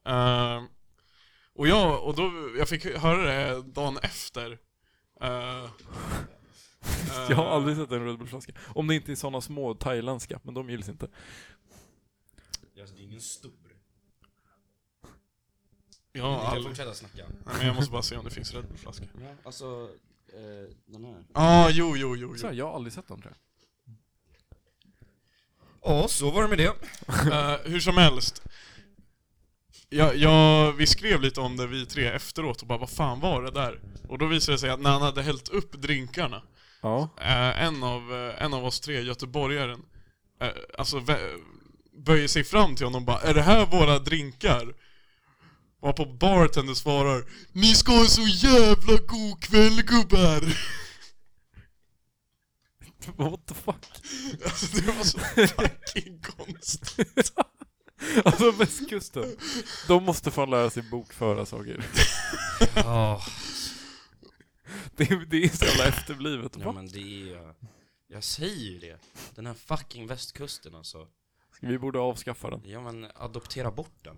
[SPEAKER 1] Ehm, och jag, och då, jag fick höra det dagen efter. Eh,
[SPEAKER 2] Jag har
[SPEAKER 1] eh,
[SPEAKER 2] aldrig sett en Red Bull-flaska. Om det inte är såna små thailändska, men de gills inte.
[SPEAKER 3] Bull. Alltså, det är ingen stor.
[SPEAKER 1] ehm, Jag har
[SPEAKER 3] Ni kan
[SPEAKER 1] aldrig...
[SPEAKER 3] fortsätta snacka.
[SPEAKER 1] Nej, men jag måste bara se om det finns Red Bull-flaska. Ja,
[SPEAKER 3] Ja, alltså, eh, den här.
[SPEAKER 1] ah, jo, jo, jo.
[SPEAKER 2] Så
[SPEAKER 1] jo.
[SPEAKER 2] här, jag har aldrig sett dem tror jag.
[SPEAKER 3] Ja, så var det med det.
[SPEAKER 1] Eh, hur som helst. Jag, jag, vi skrev lite om det vi tre efteråt och bara vad fan var det där? Och då visade det sig att när han hade hällt upp drinkarna,
[SPEAKER 2] Ja.
[SPEAKER 1] eh, en, av, eh, en av oss tre, göteborgaren, eh, alltså vä- böjer sig fram till honom och bara Är det här våra drinkar? Och på bartender svarar Ni ska ha en så jävla god kväll gubbar!
[SPEAKER 2] What the fuck?
[SPEAKER 1] Alltså det var så fucking konstigt.
[SPEAKER 2] Alltså västkusten. De måste fan lära sig bokföra saker.
[SPEAKER 3] Ja,
[SPEAKER 2] Det, är- det är så jävla efterblivet.
[SPEAKER 3] ja,
[SPEAKER 2] Va?
[SPEAKER 3] men det är... Jag säger ju det. Den här fucking västkusten alltså.
[SPEAKER 2] Vi borde avskaffa den.
[SPEAKER 3] Ja men adoptera bort den.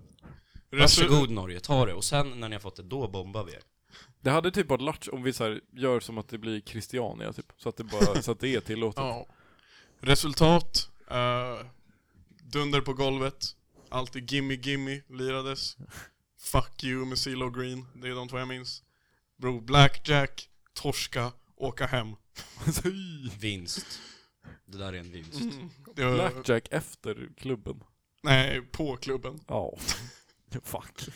[SPEAKER 1] Resu-
[SPEAKER 3] Varsågod Norge, ta det. Och sen när ni har fått det, då bombar vi er.
[SPEAKER 2] Det hade typ varit latch om vi så här, gör som att det blir Christiania typ. Så att det, bara, så att det är tillåtet.
[SPEAKER 1] Ja. Resultat. eh, dunder på golvet. Alltid Gimme Gimme lirades. Fuck you med CeeLo Green. Det är de två jag minns. Bro, Blackjack, torska, åka hem.
[SPEAKER 2] Alltså, i.
[SPEAKER 3] Vinst. Det där är en vinst.
[SPEAKER 1] Det var,
[SPEAKER 2] Blackjack efter klubben.
[SPEAKER 1] Nej, på klubben.
[SPEAKER 2] Ja. Fuck.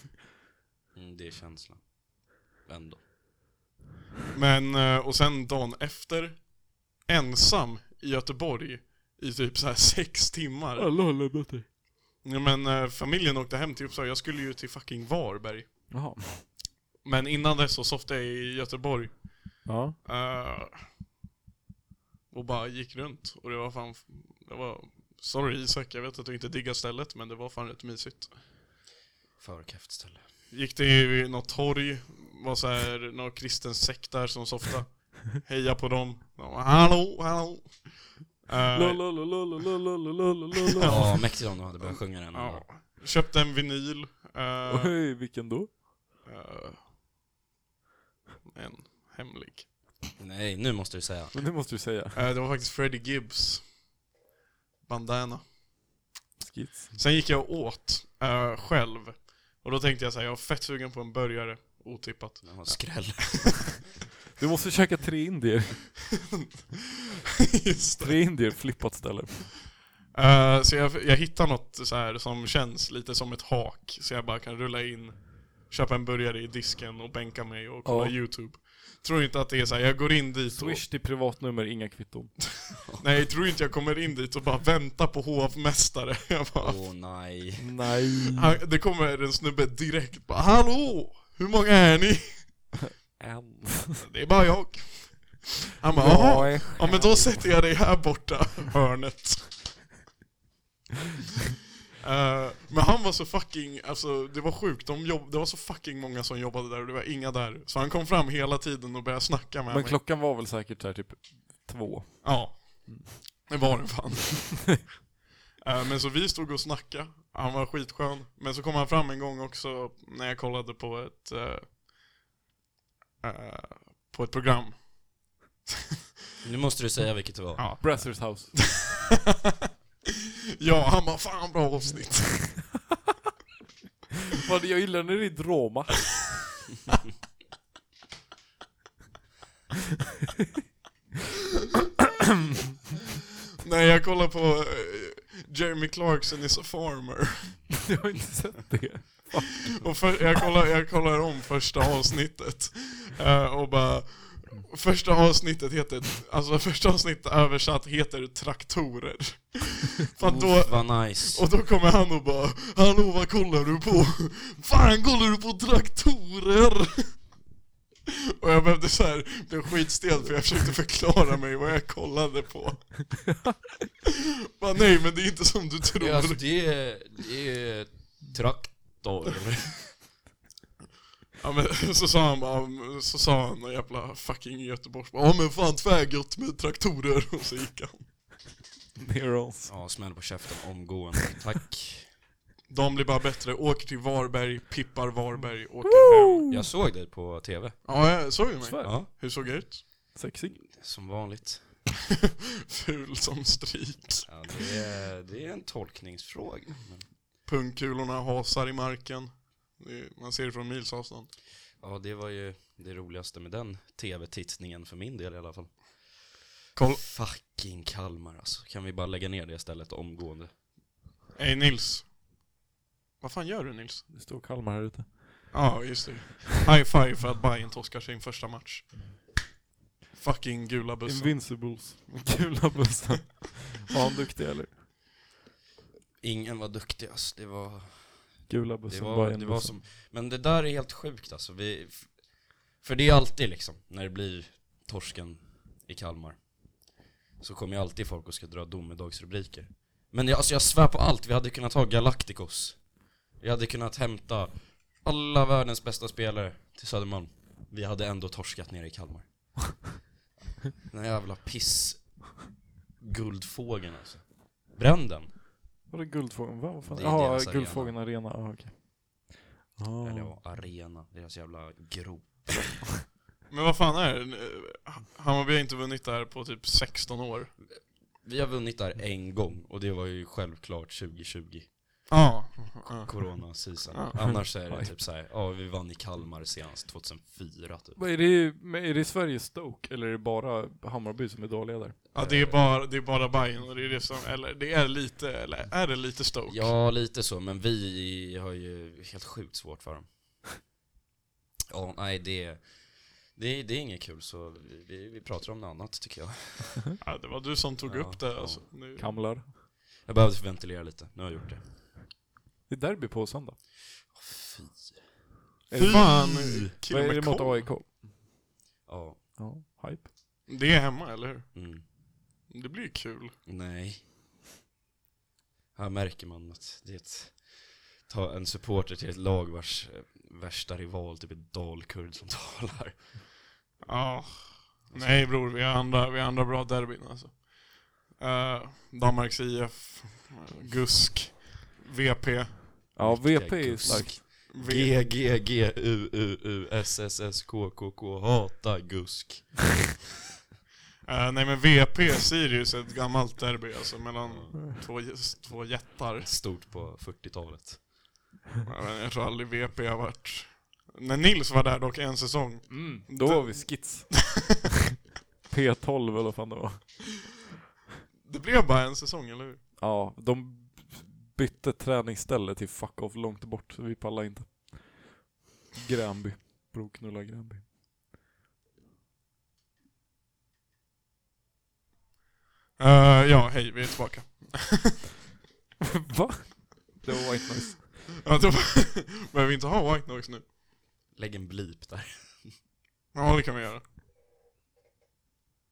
[SPEAKER 3] Mm, det är känslan. Ändå.
[SPEAKER 1] Men, eh, och sen dagen efter, ensam i Göteborg i typ så här sex timmar.
[SPEAKER 2] Alla har lämnat dig.
[SPEAKER 1] Ja, men eh, familjen åkte hem till Uppsala. Jag skulle ju till fucking Varberg.
[SPEAKER 2] Jaha.
[SPEAKER 1] Men innan dess så softade jag i Göteborg.
[SPEAKER 2] Ja.
[SPEAKER 1] Eh, och bara gick runt. Och det var fan... Det var, sorry Isak, jag vet att du inte diggar stället, men det var fan rätt mysigt.
[SPEAKER 3] För kefft ställe.
[SPEAKER 1] Gick till något torg, var så här, någon kristen sekt där som softa. Heja på dem. De bara, hallå, hallå. Eh,
[SPEAKER 2] Lalalalalalalalalala.
[SPEAKER 3] Ja, mäktigt om de hade börjat sjunga den.
[SPEAKER 1] ja. Köpte en vinyl. eh,
[SPEAKER 2] Oj, vilken då?
[SPEAKER 1] eh, en hemlig.
[SPEAKER 3] Nej, nu måste du säga.
[SPEAKER 2] Men det måste du säga.
[SPEAKER 1] Eh, det var faktiskt Freddie Gibbs. Bandana.
[SPEAKER 2] Skits.
[SPEAKER 1] Sen gick jag och åt eh, själv. Och då tänkte jag så här, jag var fett sugen på en burgare. Otippat.
[SPEAKER 3] Den var skräll.
[SPEAKER 2] Du måste käka tre indier.
[SPEAKER 1] Just det.
[SPEAKER 2] Tre indier, flippat ställe.
[SPEAKER 1] Eh, så jag, jag hittar något så här som känns lite som ett hak. Så jag bara kan rulla in, köpa en burgare i disken och bänka mig och kolla
[SPEAKER 2] Ja.
[SPEAKER 1] YouTube. Tror inte att det är så här, jag går in dit och...
[SPEAKER 2] Swish till privatnummer, inga kvitton.
[SPEAKER 1] Nej, jag tror inte jag kommer in dit och bara vänta på hovmästare. Jag bara,
[SPEAKER 3] Åh nej.
[SPEAKER 2] Nej.
[SPEAKER 1] han, det kommer en snubbe direkt bara, Hallå! Hur många är ni?
[SPEAKER 2] En.
[SPEAKER 1] Det är bara jag. Han bara, jaha. Ja men då sätter jag dig här borta, hörnet. Eh, men han var så fucking, alltså det var sjukt, De jobb, det var så fucking många som jobbade där och det var inga där. Så han kom fram hela tiden och började snacka med
[SPEAKER 2] Men
[SPEAKER 1] mig.
[SPEAKER 2] klockan var väl säkert där typ två.
[SPEAKER 1] Ja, det var den fan. Eh, men så vi stod och snackade, han var skitskön. Men så kom han fram en gång också när jag kollade på ett, eh, eh, på ett program.
[SPEAKER 3] Nu måste du säga vilket det var.
[SPEAKER 1] Ja.
[SPEAKER 2] Brassers house.
[SPEAKER 1] ja, han bara 'Fan bra avsnitt'
[SPEAKER 2] Fan, jag gillar när det är drama.
[SPEAKER 1] Nej, jag kollar på eh, Jeremy Clarkson is a farmer.
[SPEAKER 2] jag har inte sett det.
[SPEAKER 1] Och för, jag, kollar, jag kollar om första avsnittet. Eh, och bara... Första avsnittet heter, alltså första avsnittet översatt heter traktorer. För att då,
[SPEAKER 3] Uff, vad nice.
[SPEAKER 1] och då kommer han och bara Hallå vad kollar du på? Fan kollar du på traktorer? Och jag behövde så här, blev skitstel för jag försökte förklara mig vad jag kollade på. Bara nej men det är inte som du tror.
[SPEAKER 3] Ja, alltså, det är, det är traktor.
[SPEAKER 1] Ja men så sa han bara, så sa han en jävla fucking Göteborgs bara, ja men fan tvärgött med traktorer och så gick han.
[SPEAKER 2] Neurons.
[SPEAKER 3] ja, smäll på käften omgående. Tack.
[SPEAKER 1] De blir bara bättre, åker till Varberg, pippar Varberg, åker hem.
[SPEAKER 3] Jag såg dig på TV.
[SPEAKER 1] Ja, jag såg du mig?
[SPEAKER 2] Svär.
[SPEAKER 3] Ja,
[SPEAKER 1] Hur såg jag ut?
[SPEAKER 2] Sexig.
[SPEAKER 3] som vanligt.
[SPEAKER 1] Ful som strik.
[SPEAKER 3] Ja, det, är, det är en tolkningsfråga. Men,
[SPEAKER 1] Pungkulorna hasar i marken. Det är- Man ser det från mils avstånd.
[SPEAKER 3] ja, det var ju det roligaste med den TV-tittningen för min del i alla fall.
[SPEAKER 1] Koll.
[SPEAKER 3] Fucking Kalmar alltså. Kan vi bara lägga ner det istället omgående?
[SPEAKER 1] Hej Nils. Vad fan gör du Nils?
[SPEAKER 2] Det står Kalmar här ute.
[SPEAKER 1] Ja, just det. High five för att Bayern torskar sin första match. Fucking gula bussen.
[SPEAKER 2] Invincibles. Gula bussen. Var han duktig eller?
[SPEAKER 3] Ingen var duktig alltså. Det var,
[SPEAKER 2] Gula
[SPEAKER 3] det
[SPEAKER 2] bussen,
[SPEAKER 3] var,
[SPEAKER 2] Bayern
[SPEAKER 3] det var
[SPEAKER 2] bussen.
[SPEAKER 3] som, men det där är helt sjukt alltså. Vi, f- för det är alltid liksom, när det blir torsken i Kalmar. Så kommer ju alltid folk och ska dra domedagsrubriker. Men jag, alltså jag svär på allt, vi hade kunnat ha Galacticos. Vi hade kunnat hämta alla världens bästa spelare till Södermalm. Vi hade ändå torskat nere i Kalmar. Den här jävla piss guldfågeln alltså. Bränn den.
[SPEAKER 2] Var det Guldfågeln? Va? Vad fan?
[SPEAKER 3] Det är
[SPEAKER 2] Jaha,
[SPEAKER 3] deras arena.
[SPEAKER 2] Guldfågeln Arena. Ah, okej. Ah.
[SPEAKER 3] Eller ja, arena. Deras jävla grop.
[SPEAKER 1] Men vad fan är det? Eh, Hammarby har inte vunnit det här på typ 16 år.
[SPEAKER 3] Vi har vunnit där en gång och det var ju självklart 2020.
[SPEAKER 1] Ja.
[SPEAKER 3] corona season
[SPEAKER 1] Ja.
[SPEAKER 3] Annars så är det typ såhär, ja vi vann i Kalmar senast 2004 typ.
[SPEAKER 2] Vad Är det, men är det Sverige Stoke eller är det bara Hammarby som är dåliga där?
[SPEAKER 1] Ja, det är bara, det är bara Bayern och det är det som, eller det är lite, eller är det lite Stoke?
[SPEAKER 3] Ja, lite så, men vi har ju helt sjukt svårt för dem. Ja, nej det, det, det är inget kul så vi, vi, vi pratar om något annat tycker jag.
[SPEAKER 1] Ja, det var du som tog
[SPEAKER 3] Ja,
[SPEAKER 1] upp det
[SPEAKER 3] ja.
[SPEAKER 1] alltså. Nu.
[SPEAKER 2] Kamlar.
[SPEAKER 3] Jag behövde ventilera lite, nu har jag gjort det.
[SPEAKER 2] Det är derby på söndag.
[SPEAKER 3] Åh, Fy.
[SPEAKER 1] Fy fan,
[SPEAKER 2] Vad
[SPEAKER 1] kille
[SPEAKER 2] är det
[SPEAKER 1] med
[SPEAKER 2] mot
[SPEAKER 1] koll.
[SPEAKER 2] AIK?
[SPEAKER 3] Ja,
[SPEAKER 2] Ja, hype.
[SPEAKER 1] Det är hemma, eller hur?
[SPEAKER 3] mm,
[SPEAKER 1] Det blir ju kul.
[SPEAKER 3] nej. Här märker man att det är ett, ta en supporter till ett lag vars eh, värsta rival typ är dalkurd som talar.
[SPEAKER 1] Ja. Nej bror, vi har andra, vi har andra bra derbyn alltså. Eh, Danmarks IF, GUSK, VP,
[SPEAKER 2] Ja,
[SPEAKER 3] Riktiga
[SPEAKER 2] VP är
[SPEAKER 3] gusk.
[SPEAKER 2] starkt.
[SPEAKER 1] v-
[SPEAKER 3] G, G, G, U, U, U, S, S, S, K, K, K, hata gusk.
[SPEAKER 1] eh, nej men VP, Sirius, är ett gammalt derby alltså mellan två, j- två jättar.
[SPEAKER 3] Stort på 40-talet.
[SPEAKER 1] Ja, men Jag tror aldrig VP har varit... När Nils var där dock en säsong,
[SPEAKER 3] Mm.
[SPEAKER 2] Då var vi skits. P12 eller vad fan det var.
[SPEAKER 1] det blev bara en säsong, eller hur?
[SPEAKER 2] Ja, de bytte träningsställe till fuck off långt bort, så vi pallar inte. Gränby. Broknulla Gränby.
[SPEAKER 1] Eh, ja, hej, vi är tillbaka.
[SPEAKER 2] Va? Det var white noise.
[SPEAKER 1] Ja, då behöver vi inte ha White Noise nu.
[SPEAKER 3] Lägg en blip där.
[SPEAKER 1] Ja, det kan vi göra.
[SPEAKER 3] Vad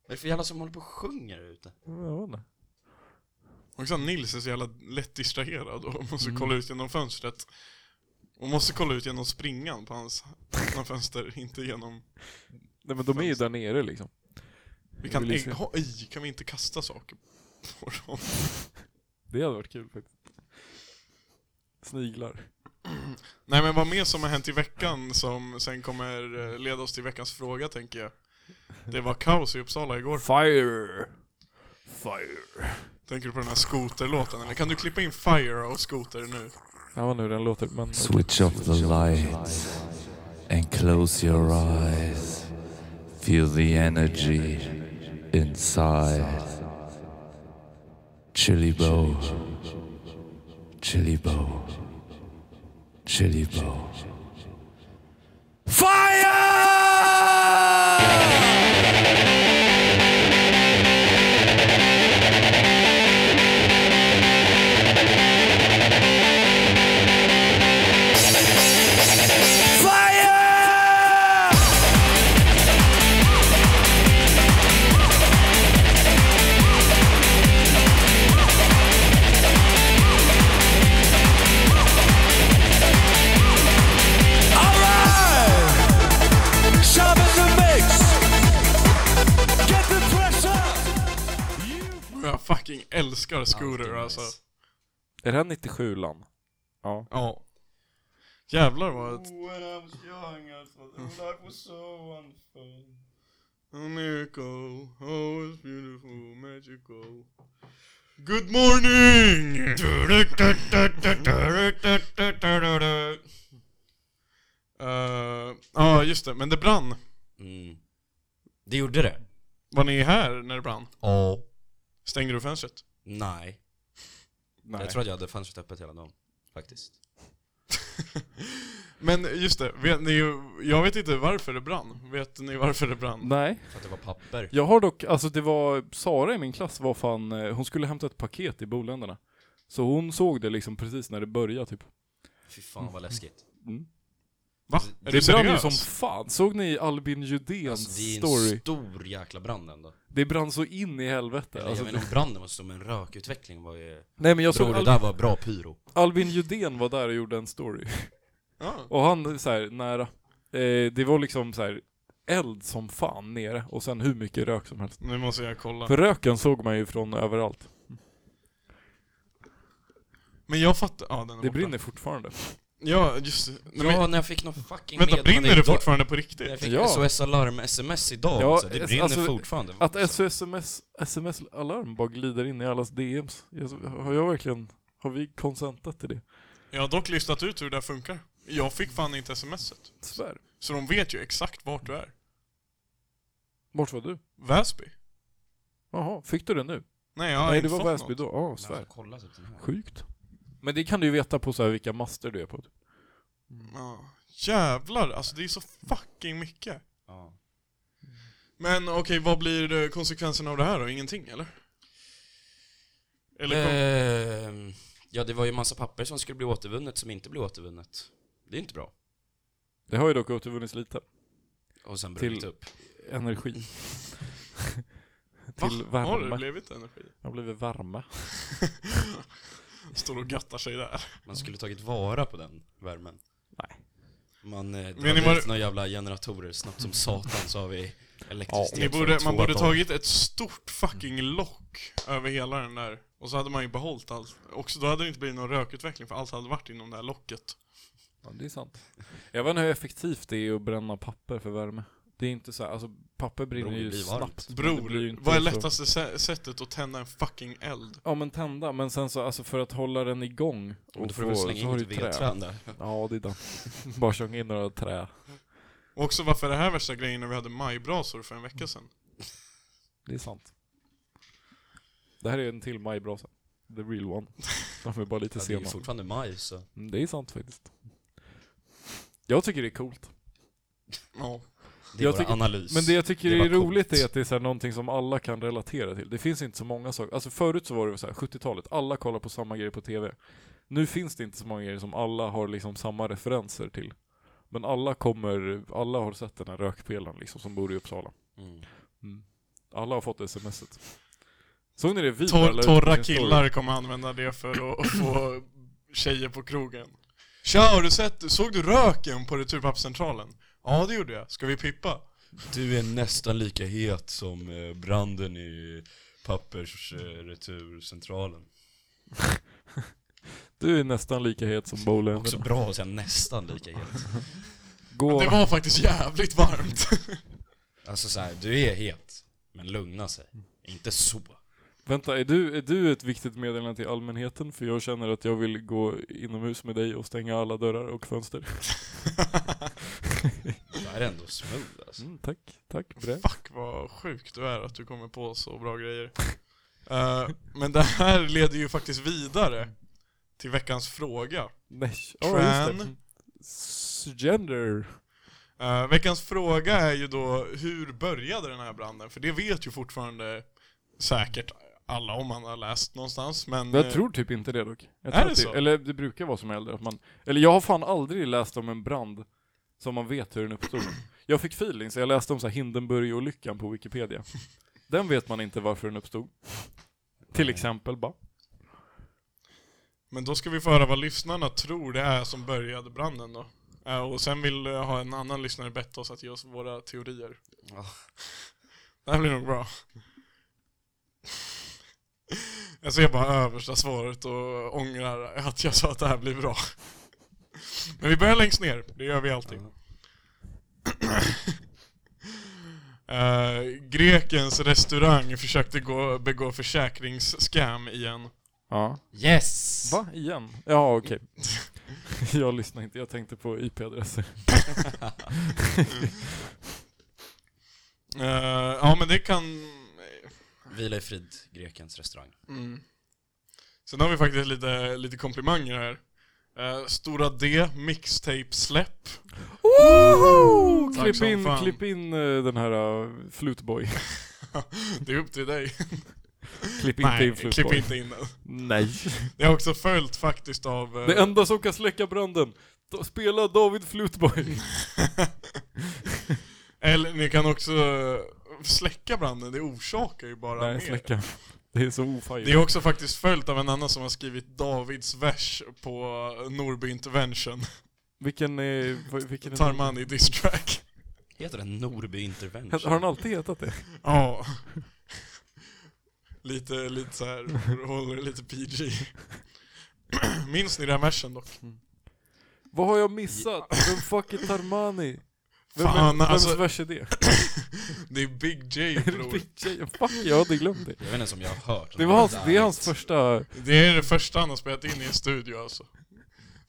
[SPEAKER 3] är det för jävla som håller på och sjunger här ute?
[SPEAKER 2] Jag vet inte.
[SPEAKER 1] Också Nils är så jävla lätt distraherad och måste
[SPEAKER 2] Mm.
[SPEAKER 1] kolla ut genom fönstret. Och måste kolla ut genom springan på hans öppna fönster, inte genom...
[SPEAKER 2] Nej men de är ju där nere liksom.
[SPEAKER 1] Vi
[SPEAKER 2] Jag
[SPEAKER 1] kan,
[SPEAKER 2] vill ju se.
[SPEAKER 1] ej, ha, ej, kan vi inte kasta saker på dem?
[SPEAKER 2] Det hade varit kul faktiskt. Sniglar.
[SPEAKER 1] Nej men vad mer som har hänt i veckan som sen kommer eh, leda oss till veckans fråga tänker jag. Det var kaos i Uppsala igår.
[SPEAKER 2] Fire! Fire.
[SPEAKER 1] Tänker du på den här skoterlåten eller? Kan du klippa in Fire och Skoter nu?
[SPEAKER 2] Jag vet inte hur den låter men...
[SPEAKER 4] Switch off the lights and close your eyes. Feel the energy inside. Chili bow. Chili bow. Chili bow. Fire! Fire! Alright! Shut up in the mix! Get the pressure!
[SPEAKER 1] Jag fucking älskar Scooter
[SPEAKER 3] Alltid
[SPEAKER 1] alltså.
[SPEAKER 3] nice.
[SPEAKER 2] Är det här 97 lan? Ja.
[SPEAKER 1] Ja. Jävlar vad... Ett...
[SPEAKER 3] When I was young I thought life was so wonderful
[SPEAKER 1] A miracle, oh it's beautiful, magical. Good morning! Eh, Ja, just det. Men det brann.
[SPEAKER 3] mm. Det gjorde det?
[SPEAKER 1] Var ni här när det brann?
[SPEAKER 3] Ja
[SPEAKER 1] Stängde du fönstret?
[SPEAKER 3] Nej.
[SPEAKER 2] Nej.
[SPEAKER 3] Jag tror att jag hade fönstret öppet hela dagen, faktiskt.
[SPEAKER 1] Men just det, vet ni, jag vet inte varför det brann. Vet ni varför det brann?
[SPEAKER 2] Nej.
[SPEAKER 3] För att det var papper.
[SPEAKER 2] Jag har dock, alltså det var, Sara i min klass var fan, eh, hon skulle hämta ett paket i Boländerna. Så hon såg det liksom precis när det började typ.
[SPEAKER 3] Fy fan vad läskigt.
[SPEAKER 2] Mm.
[SPEAKER 1] Va? Är du
[SPEAKER 2] Det brann ju
[SPEAKER 1] seriös?
[SPEAKER 2] som fan. Såg ni Albin Judéns
[SPEAKER 3] Alltså, det är en
[SPEAKER 2] story?
[SPEAKER 3] stor jäkla brand ändå.
[SPEAKER 2] Det brann så in i helvete.
[SPEAKER 3] Eller,
[SPEAKER 2] Alltså,
[SPEAKER 3] jag menar om branden var som en rökutveckling var ju...
[SPEAKER 2] nej men jag såg
[SPEAKER 3] Bror det
[SPEAKER 2] Al-
[SPEAKER 3] där var bra pyro.
[SPEAKER 2] Albin Judén var där och gjorde en story.
[SPEAKER 1] Ja.
[SPEAKER 2] Och han så här nära. Eh, det var liksom så här eld som fan nere och sen hur mycket rök som helst.
[SPEAKER 1] Nu måste jag kolla.
[SPEAKER 2] För röken såg man ju från överallt.
[SPEAKER 1] Men jag fattar... Ja, den är
[SPEAKER 2] Det
[SPEAKER 1] borta.
[SPEAKER 2] brinner fortfarande.
[SPEAKER 1] Ja, just det. Nej, men-
[SPEAKER 3] Ja, när jag fick någon fucking
[SPEAKER 1] Vänta,
[SPEAKER 3] meddelande
[SPEAKER 1] brinner det
[SPEAKER 3] idag-
[SPEAKER 1] fortfarande på
[SPEAKER 3] När Jag
[SPEAKER 1] riktigt?
[SPEAKER 3] fick
[SPEAKER 2] Ja.
[SPEAKER 3] SOS Alarm-sms idag
[SPEAKER 2] Ja,
[SPEAKER 3] också. Det
[SPEAKER 2] alltså,
[SPEAKER 3] brinner
[SPEAKER 2] alltså,
[SPEAKER 3] fortfarande.
[SPEAKER 2] Att SOS sms alarm bara glider in i allas DMs. Jag, har jag verkligen, har vi konsentat till det?
[SPEAKER 1] Jag har dock listat ut hur det där funkar. Jag fick fan inte smset.
[SPEAKER 2] Svär.
[SPEAKER 1] Så de vet ju exakt vart du är.
[SPEAKER 2] Vart var du?
[SPEAKER 1] Väsby?
[SPEAKER 2] Jaha, fick du det nu?
[SPEAKER 1] Nej, jag har
[SPEAKER 2] Nej,
[SPEAKER 1] inte
[SPEAKER 2] det var
[SPEAKER 1] fått
[SPEAKER 2] Väsby
[SPEAKER 1] något.
[SPEAKER 2] då. Ja,
[SPEAKER 3] Jag får
[SPEAKER 2] svär.
[SPEAKER 3] kolla typ den här.
[SPEAKER 2] Sjukt. Men det kan du ju veta på så här vilka master du är på.
[SPEAKER 1] Ja. Jävlar, alltså det är så fucking mycket.
[SPEAKER 3] Ja.
[SPEAKER 1] Men okej, vad blir eh, konsekvenserna av det här då? Ingenting eller? Eller
[SPEAKER 2] Eh,
[SPEAKER 1] kom...
[SPEAKER 3] Ehm, ja, det var ju massa papper som skulle bli återvunnet som inte blev återvunnet. Det är inte bra.
[SPEAKER 2] Det har ju dock återvunnits lite.
[SPEAKER 3] Och sen
[SPEAKER 2] Till-
[SPEAKER 3] brunnit upp.
[SPEAKER 2] Energi.
[SPEAKER 1] Va?
[SPEAKER 2] Till
[SPEAKER 1] Har det
[SPEAKER 2] värme.
[SPEAKER 1] blivit energi?
[SPEAKER 2] Jag har blivit varma.
[SPEAKER 1] Står och gattar sig där.
[SPEAKER 3] Man skulle tagit vara på den värmen.
[SPEAKER 2] Nej.
[SPEAKER 3] Man eh,
[SPEAKER 1] ni
[SPEAKER 3] drar dit
[SPEAKER 1] var-
[SPEAKER 3] några jävla generatorer snabbt som satan så har vi elektricitet
[SPEAKER 1] Ni
[SPEAKER 3] för
[SPEAKER 1] borde,
[SPEAKER 3] två
[SPEAKER 1] man borde
[SPEAKER 3] dagar.
[SPEAKER 1] tagit ett stort fucking lock över hela den där. Och så hade man ju behållit allt. Också då hade det inte blivit någon rökutveckling för allt hade varit inom det här locket.
[SPEAKER 2] Ja, det är sant. Jag vet inte hur effektivt det är att bränna papper för värme. Det är inte så här, alltså papper brinner
[SPEAKER 3] Bror, det
[SPEAKER 2] ju
[SPEAKER 3] blir varmt.
[SPEAKER 2] snabbt. men det blir ju
[SPEAKER 1] Bror,
[SPEAKER 2] inte
[SPEAKER 1] vad är
[SPEAKER 2] så-
[SPEAKER 1] lättaste sä- sättet att tända en fucking eld?
[SPEAKER 2] Ja men tända, men sen så alltså för att hålla den igång
[SPEAKER 3] Men då
[SPEAKER 2] och
[SPEAKER 3] får du väl
[SPEAKER 2] få-
[SPEAKER 3] slänga
[SPEAKER 2] så
[SPEAKER 3] in
[SPEAKER 2] har du
[SPEAKER 3] lite
[SPEAKER 2] ju trä.
[SPEAKER 3] vedträn där.
[SPEAKER 2] Ja det är damm. Bara tjonga in några trä.
[SPEAKER 1] Och också varför det här värsta grejen när vi hade majbrasor för en vecka sedan.
[SPEAKER 2] Det är sant. Det här är en till majbrasa. The real one. De är bara lite
[SPEAKER 3] Ja, det är ju
[SPEAKER 2] sena.
[SPEAKER 3] fortfarande maj så...
[SPEAKER 2] Mm, Det är sant faktiskt. Jag tycker det är coolt.
[SPEAKER 1] Ja.
[SPEAKER 3] Det är
[SPEAKER 2] Jag
[SPEAKER 3] vår
[SPEAKER 2] tycker-
[SPEAKER 3] analys.
[SPEAKER 2] Men det jag tycker
[SPEAKER 3] Det
[SPEAKER 2] är
[SPEAKER 3] var coolt.
[SPEAKER 2] roligt är att det är så här någonting som alla kan relatera till. Det finns inte så många saker. Alltså förut så var det så här 70-talet, alla kollar på samma grejer på TV. Nu finns det inte så många grejer som alla har liksom samma referenser till. Men alla kommer, alla har sett den här rökpelaren liksom som bor i Uppsala.
[SPEAKER 3] Mm.
[SPEAKER 2] Alla har fått smset. Såg ni det vi la
[SPEAKER 1] Tor-
[SPEAKER 2] ut
[SPEAKER 1] torra
[SPEAKER 2] på sin story?
[SPEAKER 1] killar kommer använda det för att få tjejer på krogen. Tja, har du sett, såg du röken på returpappscentralen? Ja, det gjorde jag. Ska vi pippa?
[SPEAKER 3] Du är nästan lika het som eh, branden i pappersreturcentralen.
[SPEAKER 2] Du är nästan lika het som bowlen.
[SPEAKER 3] Också bra att säga nästan lika het.
[SPEAKER 2] Gå,
[SPEAKER 1] Det var faktiskt jävligt varmt.
[SPEAKER 3] Alltså så här, du är het, men lugna sig. Inte så.
[SPEAKER 2] Vänta, är du, är du ett viktigt meddelande till allmänheten? För jag känner att jag vill Mm. gå inomhus med dig och stänga alla dörrar och fönster.
[SPEAKER 3] Va? här är ändå smooth alltså.
[SPEAKER 2] Mm, tack, tack för det.
[SPEAKER 1] Fuck vad sjuk du är att du kommer på så bra grejer. Eh, men det här leder ju faktiskt vidare till veckans fråga.
[SPEAKER 2] Nej, ja just
[SPEAKER 1] Tran.
[SPEAKER 2] det. Mm. S- Gender.
[SPEAKER 1] Eh, veckans fråga är ju då, hur började den här branden? För det vet ju fortfarande säkert alla om man har läst någonstans, men...
[SPEAKER 2] Jag
[SPEAKER 1] eh,
[SPEAKER 2] tror typ inte det dock. Jag
[SPEAKER 1] Är
[SPEAKER 2] tror
[SPEAKER 1] det
[SPEAKER 2] att
[SPEAKER 1] så?
[SPEAKER 2] Eller det brukar vara som äldre att man... Eller jag har fan aldrig läst om en brand som man vet hur den uppstod. Jag fick feeling så jag läste om så här Hindenburg-olyckan på Wikipedia. Den vet man inte varför den uppstod. Till exempel bara.
[SPEAKER 1] eh, Men då ska vi få höra vad lyssnarna tror det är som började branden då. Eh, och sen vill eh, ha en annan lyssnare bett oss att ge oss våra teorier.
[SPEAKER 3] Ja.
[SPEAKER 1] Det här blir nog bra. Jag ser bara översta svaret och ångrar att jag sa att det här blir bra. Men vi börjar längst ner, det gör vi alltid. Eh, Grekens restaurang försökte gå, begå försäkringsscam igen.
[SPEAKER 2] Ja.
[SPEAKER 3] Yes!
[SPEAKER 2] Va? Igen? Ja, okej. Jag lyssnar inte, jag tänkte på IP-adresser.
[SPEAKER 1] Eh, ja men det kan
[SPEAKER 3] Vila i frid, Grekens restaurang.
[SPEAKER 1] Mm. Sen har vi faktiskt lite, lite komplimanger här. Eh, Stora D, mixtape-släpp.
[SPEAKER 2] Woho!
[SPEAKER 1] Tack
[SPEAKER 2] Klipp
[SPEAKER 1] som
[SPEAKER 2] in,
[SPEAKER 1] fan.
[SPEAKER 2] klipp in eh, den här uh, Flutboy.
[SPEAKER 1] Det är upp till dig.
[SPEAKER 2] Klipp inte in
[SPEAKER 1] Nej, klipp
[SPEAKER 2] Flutboy.
[SPEAKER 1] inte in den.
[SPEAKER 2] Nej.
[SPEAKER 1] Det är också följt faktiskt av... eh,
[SPEAKER 2] Det enda som kan släcka branden, da- spela David Flutboy.
[SPEAKER 1] Eller ni kan också eh, släcka branden, det orsakar ju bara
[SPEAKER 2] Nej,
[SPEAKER 1] mer.
[SPEAKER 2] släcka. Det är så ofajt.
[SPEAKER 1] Det är också faktiskt följt av en annan som har skrivit Davids vers på eh, Norby Intervention.
[SPEAKER 2] Vilken är... vad- Vilken är
[SPEAKER 1] Tar man i diss track.
[SPEAKER 3] Heter den Norby Intervention?
[SPEAKER 2] Har han alltid hetat det?
[SPEAKER 1] Ja. Lite, lite så här, håller det lite PG. Minns ni den versen dock?
[SPEAKER 2] Vad har jag missat? Vem fuck är Tarmani? Vem,
[SPEAKER 1] Fan,
[SPEAKER 2] vems
[SPEAKER 1] alltså-
[SPEAKER 2] vers är det?
[SPEAKER 1] Det är Big J
[SPEAKER 2] Är det
[SPEAKER 1] bror.
[SPEAKER 2] Big J? Fuck, jag hade glömt det.
[SPEAKER 3] Jag vet inte ens om jag har hört
[SPEAKER 2] Det,
[SPEAKER 3] den.
[SPEAKER 2] var hans, det är
[SPEAKER 3] Där.
[SPEAKER 2] hans första...
[SPEAKER 1] Det är det första han har spelat in i en studio alltså.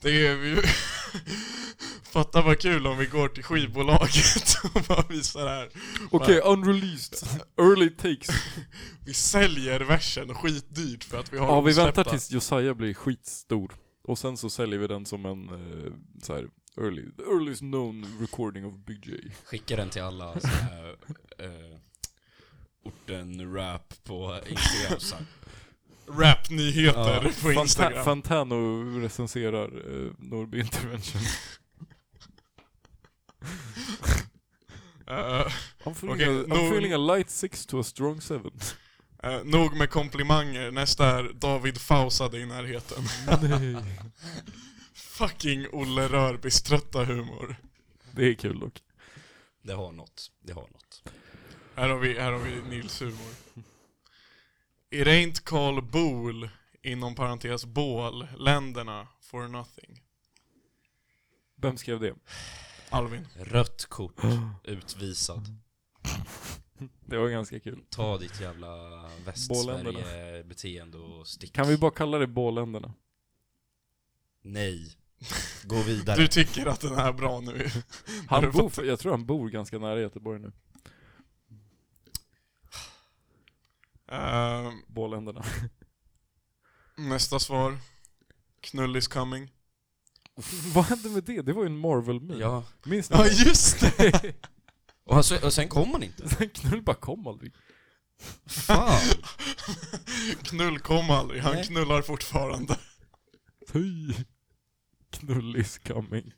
[SPEAKER 1] Det är vi... Fatta vad kul om vi går till skivbolaget och bara visar det här.
[SPEAKER 2] Okej, unreleased. Early takes.
[SPEAKER 1] Vi säljer versen skitdyrt för att vi har
[SPEAKER 2] Ja,
[SPEAKER 1] dem
[SPEAKER 2] vi väntar
[SPEAKER 1] släppta.
[SPEAKER 2] tills Josiah blir skitstor. Och sen så säljer vi den som en eh, så här, early, the earliest known recording of Big J.
[SPEAKER 3] Skicka den till alla såna här, eh, orten-rap på Instagram. Så. här.
[SPEAKER 1] Rap-nyheter
[SPEAKER 3] Ja,
[SPEAKER 1] på Instagram.
[SPEAKER 2] Fanta- Fantano recenserar eh, Norby Intervention.
[SPEAKER 1] Eh,
[SPEAKER 2] I'm feeling,
[SPEAKER 1] Okej,
[SPEAKER 2] a, I'm
[SPEAKER 1] nog-
[SPEAKER 2] feeling a light six to a strong seven.
[SPEAKER 1] eh, nog med komplimanger, nästa är David Fausade i närheten.
[SPEAKER 2] Nej.
[SPEAKER 1] Fucking Olle Rörbys trötta humor.
[SPEAKER 2] Det är kul dock.
[SPEAKER 3] Det har något. Det har något.
[SPEAKER 1] Här har vi, här har vi Nils humor. It ain't Carl Bool, inom parentes bål, länderna for nothing.
[SPEAKER 2] Vem skrev det?
[SPEAKER 1] Alvin.
[SPEAKER 3] Rött kort. Utvisad.
[SPEAKER 2] Det var ganska kul.
[SPEAKER 3] Ta ditt jävla Västsverige-beteende och stick.
[SPEAKER 2] Kan vi bara kalla det Båländerna?
[SPEAKER 3] Nej. Gå vidare.
[SPEAKER 1] Du tycker att den här är bra nu?
[SPEAKER 2] Han bor, jag tror han bor ganska nära Göteborg nu.
[SPEAKER 1] Ehm,
[SPEAKER 2] Båländerna.
[SPEAKER 1] nästa svar. Knull is coming.
[SPEAKER 2] Vad hände med det? Det var ju en Marvel-meme.
[SPEAKER 3] Ja.
[SPEAKER 2] Minns ni?
[SPEAKER 1] Ja just det!
[SPEAKER 3] Och, alltså, och sen kom han inte.
[SPEAKER 2] Den knull bara kom aldrig.
[SPEAKER 3] Fan.
[SPEAKER 1] Knull kom aldrig, han
[SPEAKER 3] Nej.
[SPEAKER 1] knullar fortfarande.
[SPEAKER 2] Fy. Knull is coming.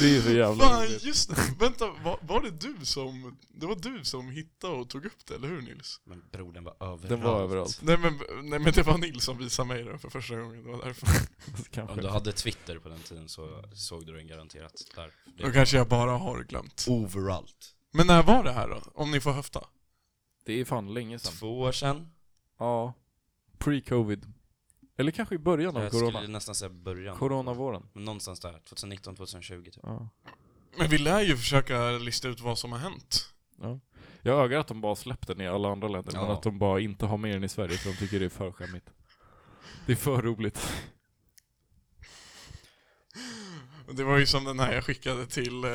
[SPEAKER 2] Det är så jävla
[SPEAKER 1] Fan
[SPEAKER 2] roligt.
[SPEAKER 1] just det! Vänta, var, var det du som... Det var du som hittade och tog upp det, eller hur Nils?
[SPEAKER 3] Men bror, den var överallt.
[SPEAKER 2] Den var överallt.
[SPEAKER 1] Nej men, nej, men det var Nils som visade mig den för första gången, det var därför.
[SPEAKER 3] Om du
[SPEAKER 2] Alltså, Kanske.
[SPEAKER 3] hade Twitter på den tiden så såg du den garanterat där. Det-
[SPEAKER 1] Då kanske jag bara har glömt.
[SPEAKER 3] Overallt.
[SPEAKER 1] Men när var det här då? Om ni får höfta?
[SPEAKER 2] Det är fan länge sedan.
[SPEAKER 3] Två år sedan.
[SPEAKER 2] Ja. Pre-covid. Eller kanske i början av
[SPEAKER 3] Jag
[SPEAKER 2] corona.
[SPEAKER 3] skulle nästan säga början.
[SPEAKER 2] Coronavåren.
[SPEAKER 3] Men någonstans där. 2019, 2020 typ.
[SPEAKER 2] Ja.
[SPEAKER 1] Men vi lär ju försöka lista ut vad som har hänt.
[SPEAKER 2] Jag ögar att de bara släppt den i alla andra länder, men
[SPEAKER 3] Ja.
[SPEAKER 2] att de bara inte har med den i Sverige för de tycker det är för skämmigt. Det är för roligt.
[SPEAKER 1] Och Det var ju som den här jag skickade till, eh,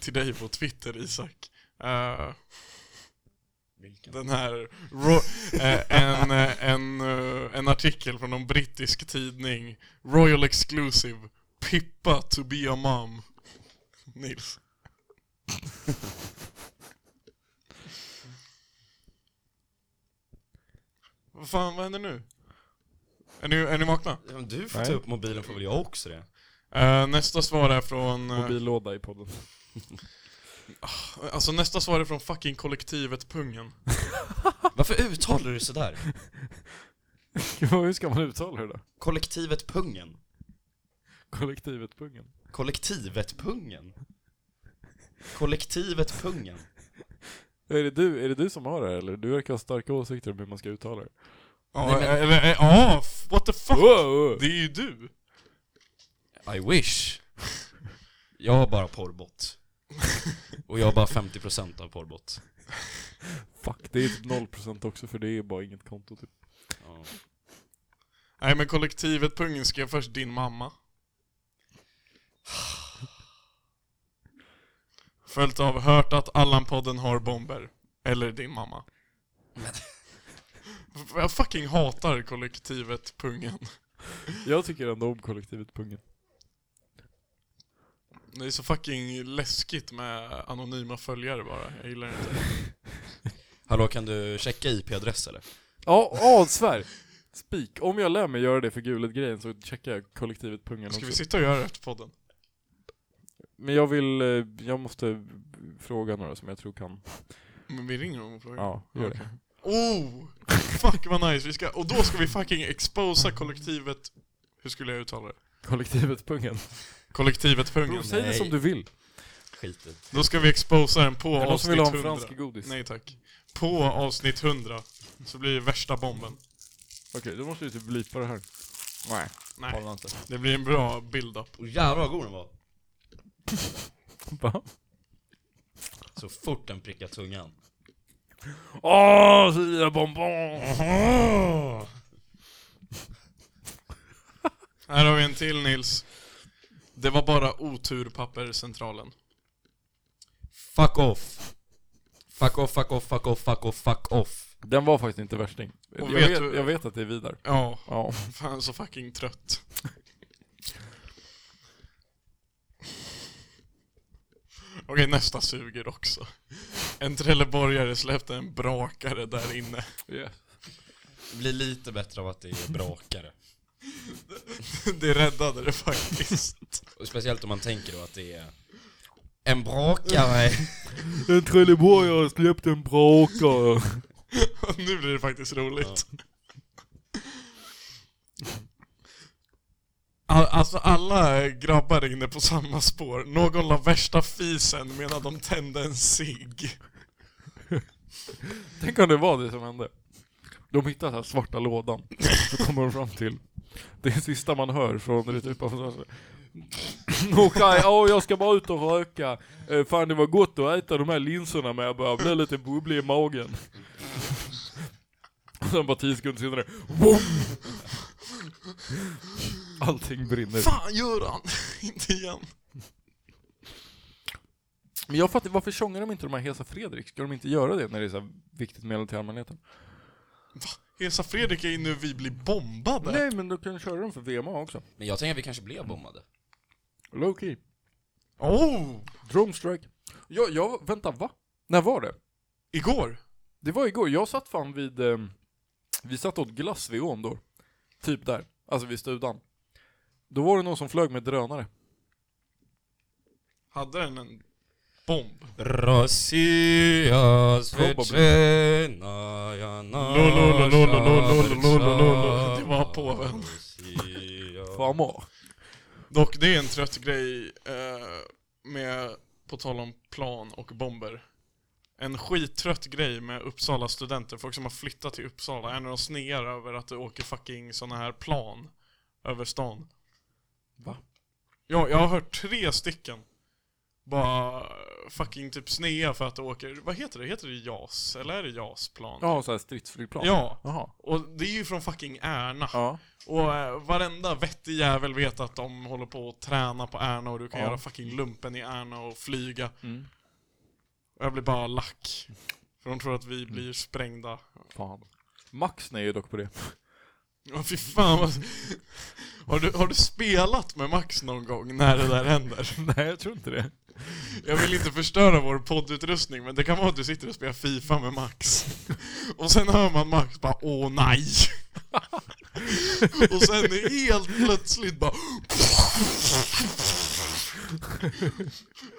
[SPEAKER 1] till dig på Twitter, Isak. Eh,
[SPEAKER 3] Vilken?
[SPEAKER 1] den här, Ro- eh, en, eh, en, eh, en artikel från någon brittisk tidning, Royal Exclusive, Pippa to be a mom. Nils. Vad fan, vad händer nu? Är ni, är ni vakna?
[SPEAKER 3] Ja, men du får
[SPEAKER 2] Nej.
[SPEAKER 3] ta upp mobilen får väl jag också det?
[SPEAKER 1] Eh, nästa svar är från... eh,
[SPEAKER 2] Mobillåda i podden.
[SPEAKER 1] Alltså nästa svar är från fucking kollektivet Pungen.
[SPEAKER 3] Varför uttalar du sådär?
[SPEAKER 2] Hur ska man uttala det då?
[SPEAKER 3] Kollektivet Pungen?
[SPEAKER 2] Kollektivet Pungen.
[SPEAKER 3] Kollektivet Pungen? Kollektivet Pungen?
[SPEAKER 2] Är det, du, är det du som har det här, eller? Du verkar ha starka åsikter om hur man ska uttala det.
[SPEAKER 1] Ja,
[SPEAKER 3] Nej, men-
[SPEAKER 1] eller, eh, ja, f- what the fuck?
[SPEAKER 2] Wow!
[SPEAKER 1] Det är ju du.
[SPEAKER 3] I wish. Jag har bara porrbot. Och jag har bara 50% av porrbot.
[SPEAKER 2] Fuck, det är typ 0% också för det är bara inget konto typ.
[SPEAKER 3] Ja.
[SPEAKER 1] Nej men kollektivet Pungen skrev först din mamma. Följt av hört att Allan-podden har bomber. Eller din mamma. F- Jag fucking hatar kollektivet Pungen.
[SPEAKER 2] Jag tycker ändå om kollektivet Pungen.
[SPEAKER 1] Det är så fucking läskigt med anonyma följare bara. Jag gillar det inte.
[SPEAKER 3] Hallå, kan du checka IP-adress eller?
[SPEAKER 2] Ja, oh, svär! Spik. Om jag lär mig göra det för gulet-grejen så checkar jag kollektivet Pungen
[SPEAKER 1] Ska
[SPEAKER 2] också.
[SPEAKER 1] vi sitta och göra det efter podden?
[SPEAKER 2] Men jag vill, eh, jag måste fråga några som jag tror kan.
[SPEAKER 1] Men vi ringer dem och frågar.
[SPEAKER 2] Ja, gör
[SPEAKER 1] Okej.
[SPEAKER 2] det.
[SPEAKER 1] Oh! Fuck vad nice, vi ska, och då ska vi fucking exposa kollektivet Hur skulle jag uttala det?
[SPEAKER 2] Kollektivet Pungen.
[SPEAKER 1] Kollektivet
[SPEAKER 2] Bror,
[SPEAKER 1] Pungen
[SPEAKER 2] säg det
[SPEAKER 3] Nej.
[SPEAKER 2] som du vill.
[SPEAKER 3] Skit i det.
[SPEAKER 1] Då ska vi exposa den på
[SPEAKER 2] Är det någon som
[SPEAKER 1] avsnitt
[SPEAKER 2] vill ha
[SPEAKER 1] 100
[SPEAKER 2] en fransk godis?
[SPEAKER 1] Nej tack På avsnitt 100 Så blir det värsta bomben
[SPEAKER 2] Okej, då måste vi typ blipa det här. Nej.
[SPEAKER 1] Nej,
[SPEAKER 2] Håller inte.
[SPEAKER 1] det blir en bra build-up
[SPEAKER 3] Och jävlar vad god den var.
[SPEAKER 2] Va?
[SPEAKER 3] Så fort den prickar tungan.
[SPEAKER 2] Åh, så lilla bonbon!
[SPEAKER 1] Här har vi en till Nils Det var bara oturpappercentralen
[SPEAKER 3] Fuck off. Fuck off, fuck off, fuck off, fuck off, fuck off.
[SPEAKER 2] Den var faktiskt inte värsting. Jag
[SPEAKER 1] Och
[SPEAKER 2] vet,
[SPEAKER 1] vet du-
[SPEAKER 2] jag vet att det är Vidar.
[SPEAKER 1] Ja,
[SPEAKER 2] Ja.
[SPEAKER 1] fan så fucking trött Okej, nästa suger också. En trelleborgare släppte en brakare där inne.
[SPEAKER 3] Blir lite bättre av att det är brakare.
[SPEAKER 1] Det räddade det faktiskt.
[SPEAKER 3] Och speciellt om man tänker då att det är en brakare.
[SPEAKER 2] En trelleborgare släppte en brakare.
[SPEAKER 1] Nu blir det faktiskt roligt. Al- Alltså alla grabbar är inne på samma spår. Någon la värsta fisen medan de tände en cigg.
[SPEAKER 2] Tänk om det var det som hände. De hittar den här svarta lådan. Så kommer de fram till. Det är det sista man hör från typ ute utanför. Okej, ja jag ska bara ut och röka. Eh, Fan det var gott att äta de här linserna men jag börjar bli lite bubblig i magen. Och sen bara tio sekunder senare, boom! Allting brinner.
[SPEAKER 1] Fan Göran! Inte igen.
[SPEAKER 2] Men jag fattar, varför sjunger de inte de här Hesa Fredrik? Ska de inte göra det när det är så här viktigt meddelande till allmänheten?
[SPEAKER 1] Hesa Fredrik är inne och vi blir bombade.
[SPEAKER 2] Nej men du kan köra dem för VMA också.
[SPEAKER 3] Men jag tänker att vi kanske blev bombade.
[SPEAKER 2] Low key.
[SPEAKER 1] Oh!
[SPEAKER 2] Drone strike. Jag, jag, vänta va? När var det?
[SPEAKER 1] Igår?
[SPEAKER 2] Det var igår, jag satt fan vid, eh, vi satt och åt glass vid ån då. Typ där, alltså vid studan. Då var det någon som flög med drönare.
[SPEAKER 1] Hade den en bomb?
[SPEAKER 3] Rasias
[SPEAKER 2] Probably.
[SPEAKER 3] försvinna jag
[SPEAKER 1] Lolololololololololololololololololololololololololololololololololololololololololol. Det var påven.
[SPEAKER 3] Rasias.
[SPEAKER 2] Fama.
[SPEAKER 1] Dock, det är en trött grej eh, med, på tal om plan och bomber. En skittrött grej med Uppsala studenter, folk som har flyttat till Uppsala, är när de snear över att det åker fucking såna här plan över stan.
[SPEAKER 2] Va?
[SPEAKER 1] Ja, jag har hört tre stycken bara fucking typ snea för att det åker, vad heter det? Heter det JAS? Eller är det JAS-plan?
[SPEAKER 2] Ja, så här stridsflygplan.
[SPEAKER 1] Ja.
[SPEAKER 2] Jaha.
[SPEAKER 1] Och det är ju från fucking Ärna.
[SPEAKER 2] Ja.
[SPEAKER 1] Och eh, varenda vettig jävel vet att de håller på att träna på Ärna och du kan
[SPEAKER 2] Ja.
[SPEAKER 1] göra fucking lumpen i Ärna och flyga.
[SPEAKER 2] Mm.
[SPEAKER 1] Och jag blir bara lack. För de tror att
[SPEAKER 2] Mm.
[SPEAKER 1] vi blir sprängda.
[SPEAKER 2] Fan. Max nej dock på det.
[SPEAKER 1] Ja, fy fan vad... Har du, har du spelat med Max någon gång när det där händer?
[SPEAKER 2] nej, jag tror inte det.
[SPEAKER 1] Jag vill inte förstöra vår poddutrustning, men det kan vara att du sitter och spelar FIFA med Max. Och sen hör man Max bara åh nej. Och sen är helt plötsligt bara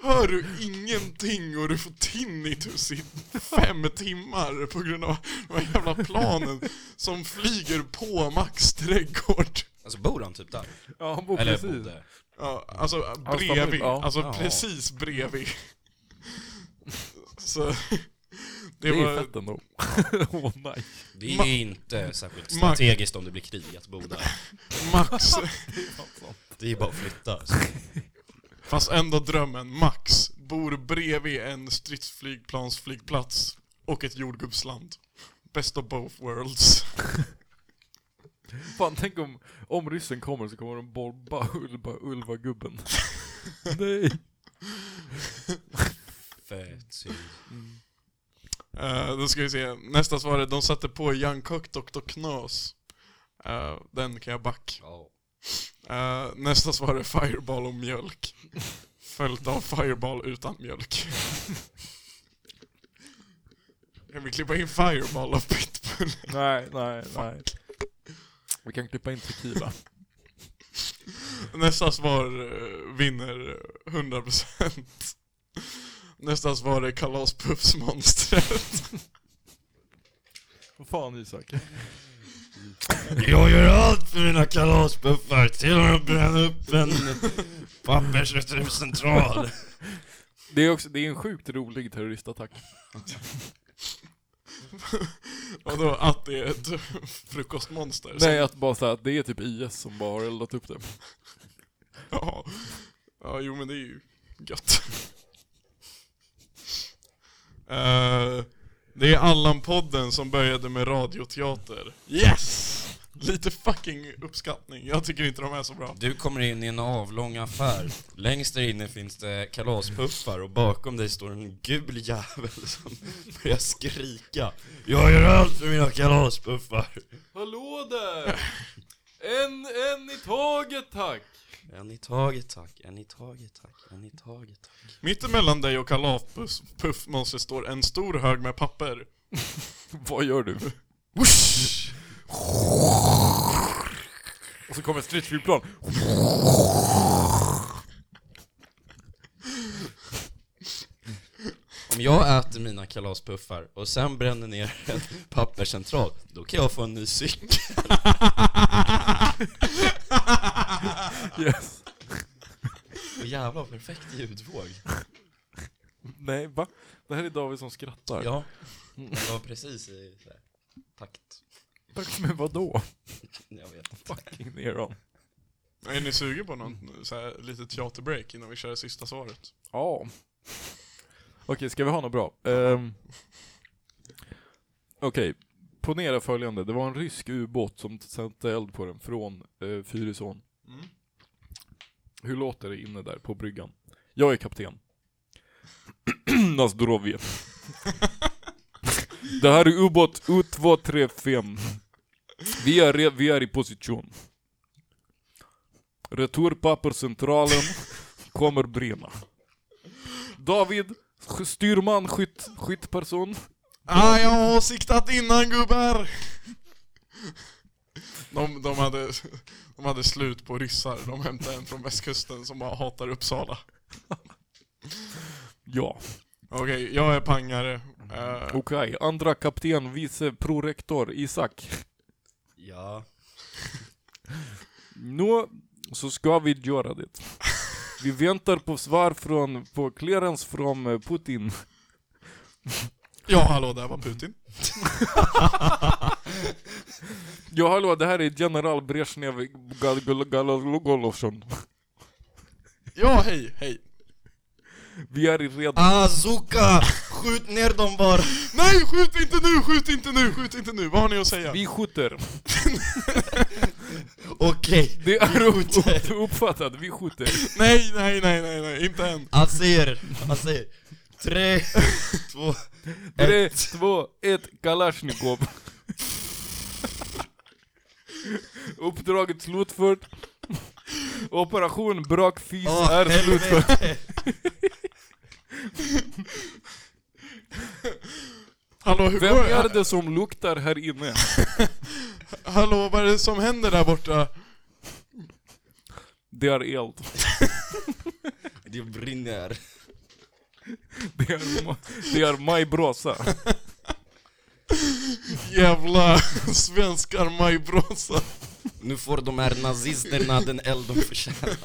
[SPEAKER 1] Hör du ingenting och du får tinnitus i fem timmar på grund av de här jävla planen som flyger på Max trädgård.
[SPEAKER 3] Alltså bor han typ där?
[SPEAKER 2] Ja, han bor
[SPEAKER 3] Eller
[SPEAKER 2] Oh, precis.
[SPEAKER 3] bodde?
[SPEAKER 1] Ja, alltså
[SPEAKER 2] Hans
[SPEAKER 1] bredvid.
[SPEAKER 2] familj, ja.
[SPEAKER 1] Alltså
[SPEAKER 3] Ja.
[SPEAKER 1] precis bredvid. Så...
[SPEAKER 2] Det
[SPEAKER 1] Det
[SPEAKER 2] är
[SPEAKER 1] var...
[SPEAKER 2] fett ändå. Åh nej.
[SPEAKER 3] Det är
[SPEAKER 1] Ma-
[SPEAKER 3] ju inte särskilt
[SPEAKER 1] Ma-
[SPEAKER 3] strategiskt om det blir krig att bo där.
[SPEAKER 1] Max.
[SPEAKER 3] Det är ju bara att flytta. Alltså,
[SPEAKER 1] Fast ändå drömmen. Max bor bredvid en stridsflygplansflygplats och ett jordgubbsland. Best of both worlds.
[SPEAKER 2] Fan, tänk om, om ryssen kommer så kommer de bomba Ulva, Ulva-gubben. nej.
[SPEAKER 3] Fett synd.
[SPEAKER 2] Mm.
[SPEAKER 1] Uh, då ska vi se. Nästa svar är de satte på Youngcock Dr. Knas. Eh, den kan jag back.
[SPEAKER 3] Ja.
[SPEAKER 1] Eh, nästa svar är Fireball och mjölk. Följt av Fireball utan mjölk. Kan vi klippa in Fireball av Pitbull?
[SPEAKER 2] Nej, nej, nej. Vi kan klippa in tequila.
[SPEAKER 1] Nästa svar eh, vinner 100%. Nästa svar är Kalaspuffsmonstret.
[SPEAKER 2] Vad fan Isak?
[SPEAKER 3] Jag gör allt för mina kalaspuffar, till och med att bränna upp en pappersreturscentral.
[SPEAKER 2] Det är, också, det är en sjukt rolig terroristattack.
[SPEAKER 1] Och då att det är ett frukostmonster.
[SPEAKER 2] Nej, att bara säga att det är typ IS som bara har eldat upp det.
[SPEAKER 1] Ja. ja, jo men det är ju gött. Eh, det är Allan-podden som började med radioteater. Yes! Lite fucking uppskattning. Jag tycker inte de är så bra.
[SPEAKER 3] Du kommer in i en avlång affär. Längst där inne finns det kalaspuffar och bakom dig står en gul jävel som börjar skrika. Jag gör allt för mina kalaspuffar.
[SPEAKER 2] Hallå där! En, en i taget tack!
[SPEAKER 3] En i taget tack, en i taget tack, en i taget tack.
[SPEAKER 1] Mitt emellan dig och Kalafpuff-monster står en stor hög med papper.
[SPEAKER 2] Vad gör du? Och så kommer ett stridsflygplan.
[SPEAKER 3] Om jag äter mina kalaspuffar och sen bränner ner en papperscentral, då kan jag få en ny cykel.
[SPEAKER 2] Yes.
[SPEAKER 3] Och jävla perfekt ljudvåg.
[SPEAKER 2] Nej, va? Det här är David som skrattar.
[SPEAKER 3] Ja, det var precis i så här, takt.
[SPEAKER 2] Tack, men vadå?
[SPEAKER 3] Jag vet inte.
[SPEAKER 2] Fucking neron.
[SPEAKER 1] Är ni sugen på någon så här, litet teaterbreak innan vi kör sista svaret?
[SPEAKER 2] Ja. Okej, ska vi ha något bra? Ehm. Okej, ponera följande. Det var en rysk ubåt som satte eld på den från eh, Fyrisån.
[SPEAKER 1] Mm.
[SPEAKER 2] Hur låter det inne där på bryggan? Jag är kapten. Nazdrovje. det här är ubåt U235. Vi är, re- vi är i position. Returpapperscentralen kommer brinna. David, sk- styrman, skytt, skyttperson.
[SPEAKER 1] Ah, jag har siktat innan gubbar! De, de, hade, de hade slut på ryssar, de hämtade en från västkusten som bara hatar Uppsala.
[SPEAKER 2] Ja,
[SPEAKER 1] Okej, jag är pangare. Eh,
[SPEAKER 2] okej. Andra kapten, vice prorektor Isak.
[SPEAKER 3] Ja.
[SPEAKER 2] Nu så ska vi göra det. Vi väntar på svar från, på clearance från eh, Putin.
[SPEAKER 1] ja, hallå, där var Putin.
[SPEAKER 2] Ja hallå, det här är general Brezhnev Gal- Gal- Gal- Gologolovsson.
[SPEAKER 1] Ja, hej, hej.
[SPEAKER 2] Vi är redan...
[SPEAKER 3] Azuka! Skjut ner dem bara!
[SPEAKER 1] Nej, skjut inte nu, skjut inte nu, skjut inte nu! Vad har ni att säga?
[SPEAKER 2] Vi skjuter!
[SPEAKER 3] Okej,
[SPEAKER 2] Det är
[SPEAKER 3] skjuter.
[SPEAKER 2] upp- uppfattat, vi skjuter.
[SPEAKER 1] Nej, nej, nej, nej, nej, inte än.
[SPEAKER 3] han säger, han säger Tre, två,
[SPEAKER 2] Tre, två, ett, Kalashnikov. Uppdraget slutfört. Operation brakfis
[SPEAKER 3] åh
[SPEAKER 2] är slutförd.
[SPEAKER 3] helvete!
[SPEAKER 1] Hallå, hur
[SPEAKER 2] Vem
[SPEAKER 1] går
[SPEAKER 2] är
[SPEAKER 1] det?
[SPEAKER 2] det som luktar här inne?
[SPEAKER 1] Hallå, vad är det som händer där borta?
[SPEAKER 2] Det är eld.
[SPEAKER 3] Det brinner.
[SPEAKER 2] Det är, ma- det är majbrasa.
[SPEAKER 1] Jävla svenskar majbrasa.
[SPEAKER 3] Nu får de här nazisterna den eld de förtjänar.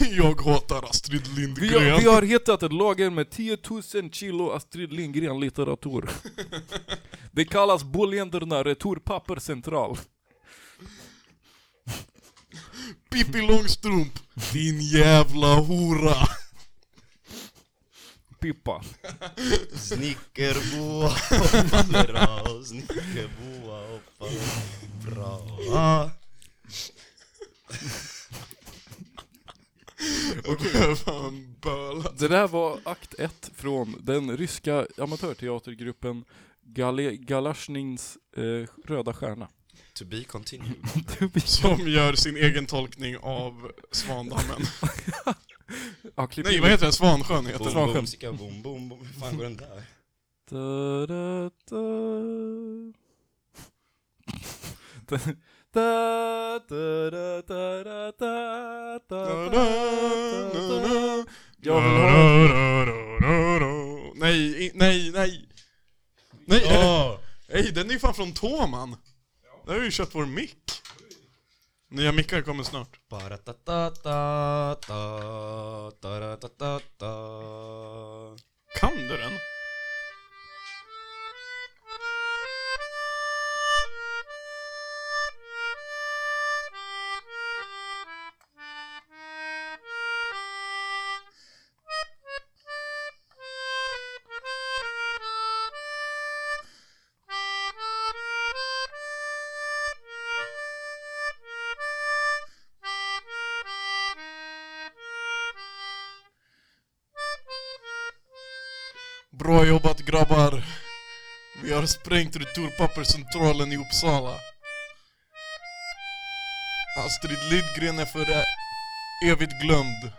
[SPEAKER 1] Jag hatar Astrid Lindgren.
[SPEAKER 2] Vi har, vi har hittat ett lager med 10 000 kilo Astrid Lindgren-litteratur. Det kallas Boländerna Returpapperscentral.
[SPEAKER 1] Pippi Långstrump, din jävla hora.
[SPEAKER 2] Pippa.
[SPEAKER 3] Snickerboa hoppar bra, snickerboa hoppar bra.
[SPEAKER 1] Okej, fan böla.
[SPEAKER 2] Det där var akt 1 från den ryska amatörteatergruppen Gale- Galashnins eh, Röda Stjärna.
[SPEAKER 3] To be continued.
[SPEAKER 1] Som gör sin egen tolkning av Svandammen.
[SPEAKER 2] Ja, klipp
[SPEAKER 1] Nej,
[SPEAKER 2] in.
[SPEAKER 1] vad heter den? Svansjön heter
[SPEAKER 3] Boom,
[SPEAKER 1] den.
[SPEAKER 3] boom, sicka, boom, boom, boom. Hur fan går den där?
[SPEAKER 2] Da, da, da. Da, da, da, da, da, da, da, da, da, da. Jag vill ha...
[SPEAKER 1] Nej, i- nej, nej. Nej, är det- nej, den är ju fan från Toman. Där har vi ju köpt vår mick. Nya mickar kommer snart.
[SPEAKER 3] Bara ta ta ta ta ta ra ta ta ta
[SPEAKER 1] Kan du den? Bra jobbat grabbar. Vi har sprängt returpapperscentralen i Uppsala. Astrid Lindgren är för ä- evigt glömd.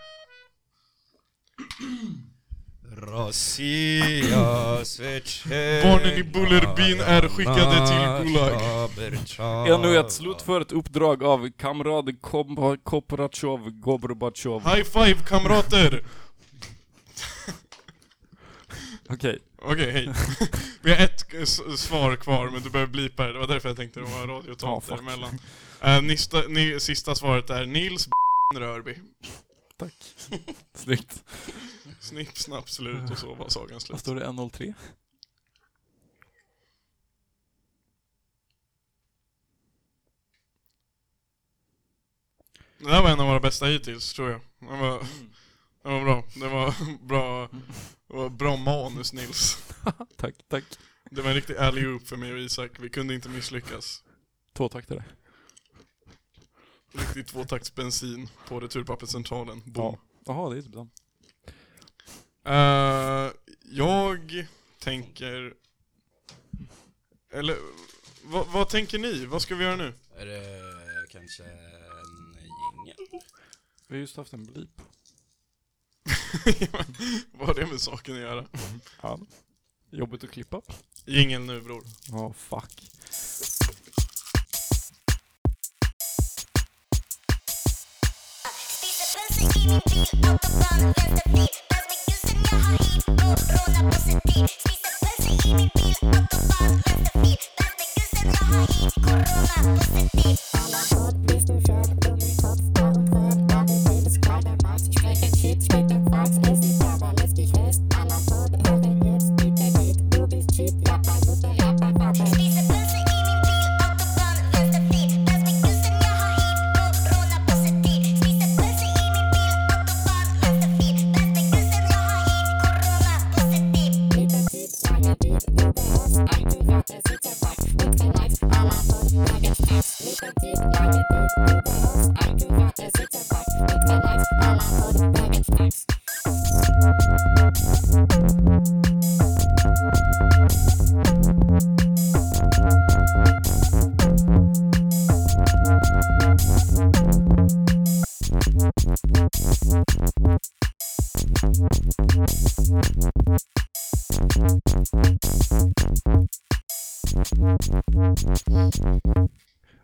[SPEAKER 3] Rosia svetsche
[SPEAKER 1] Barnen i Bullerbyn är skickade
[SPEAKER 5] Ah,
[SPEAKER 1] till Gulag.
[SPEAKER 2] Ännu ett slutfört uppdrag av kamrad Kom- Kopratjov Gorbatjov.
[SPEAKER 1] High five kamrater!
[SPEAKER 2] Okej,
[SPEAKER 1] Okej, hej. Vi har ett eh, s- svar kvar, men du behöver blipa det. Det var därför jag tänkte det var
[SPEAKER 2] Ja,
[SPEAKER 1] radiotomt
[SPEAKER 2] fuck.
[SPEAKER 1] däremellan. Eh, nista, ni, sista svaret är Nils Rörby.
[SPEAKER 2] tack. Snyggt.
[SPEAKER 1] Snipp, snapp, slut och så var sagan
[SPEAKER 2] Vad
[SPEAKER 1] slut.
[SPEAKER 2] står det? 103?
[SPEAKER 1] Det här var en av våra bästa hittills, tror jag. Det var, det var bra. Det var bra, det var bra manus, Nils.
[SPEAKER 2] Tack, tack.
[SPEAKER 1] Det var en riktig alley-oop för mig och Isak. Vi kunde inte misslyckas.
[SPEAKER 2] Tvåtaktare.
[SPEAKER 1] Riktigt tvåtakts bensin på returpapperscentralen. Boom.
[SPEAKER 2] Ja. Jaha, det är typ den.
[SPEAKER 1] Eh, jag tänker... Eller, vad, vad tänker ni? Vad ska vi göra nu?
[SPEAKER 3] Är det kanske en jingel?
[SPEAKER 2] Vi har just haft en blip.
[SPEAKER 1] vad har det med saken att göra?
[SPEAKER 2] Ja. Jobbigt att klippa.
[SPEAKER 1] Jingel nu bror.
[SPEAKER 2] Ja, fuck.
[SPEAKER 6] Spiser pölse i min bil, autobahn, lastbil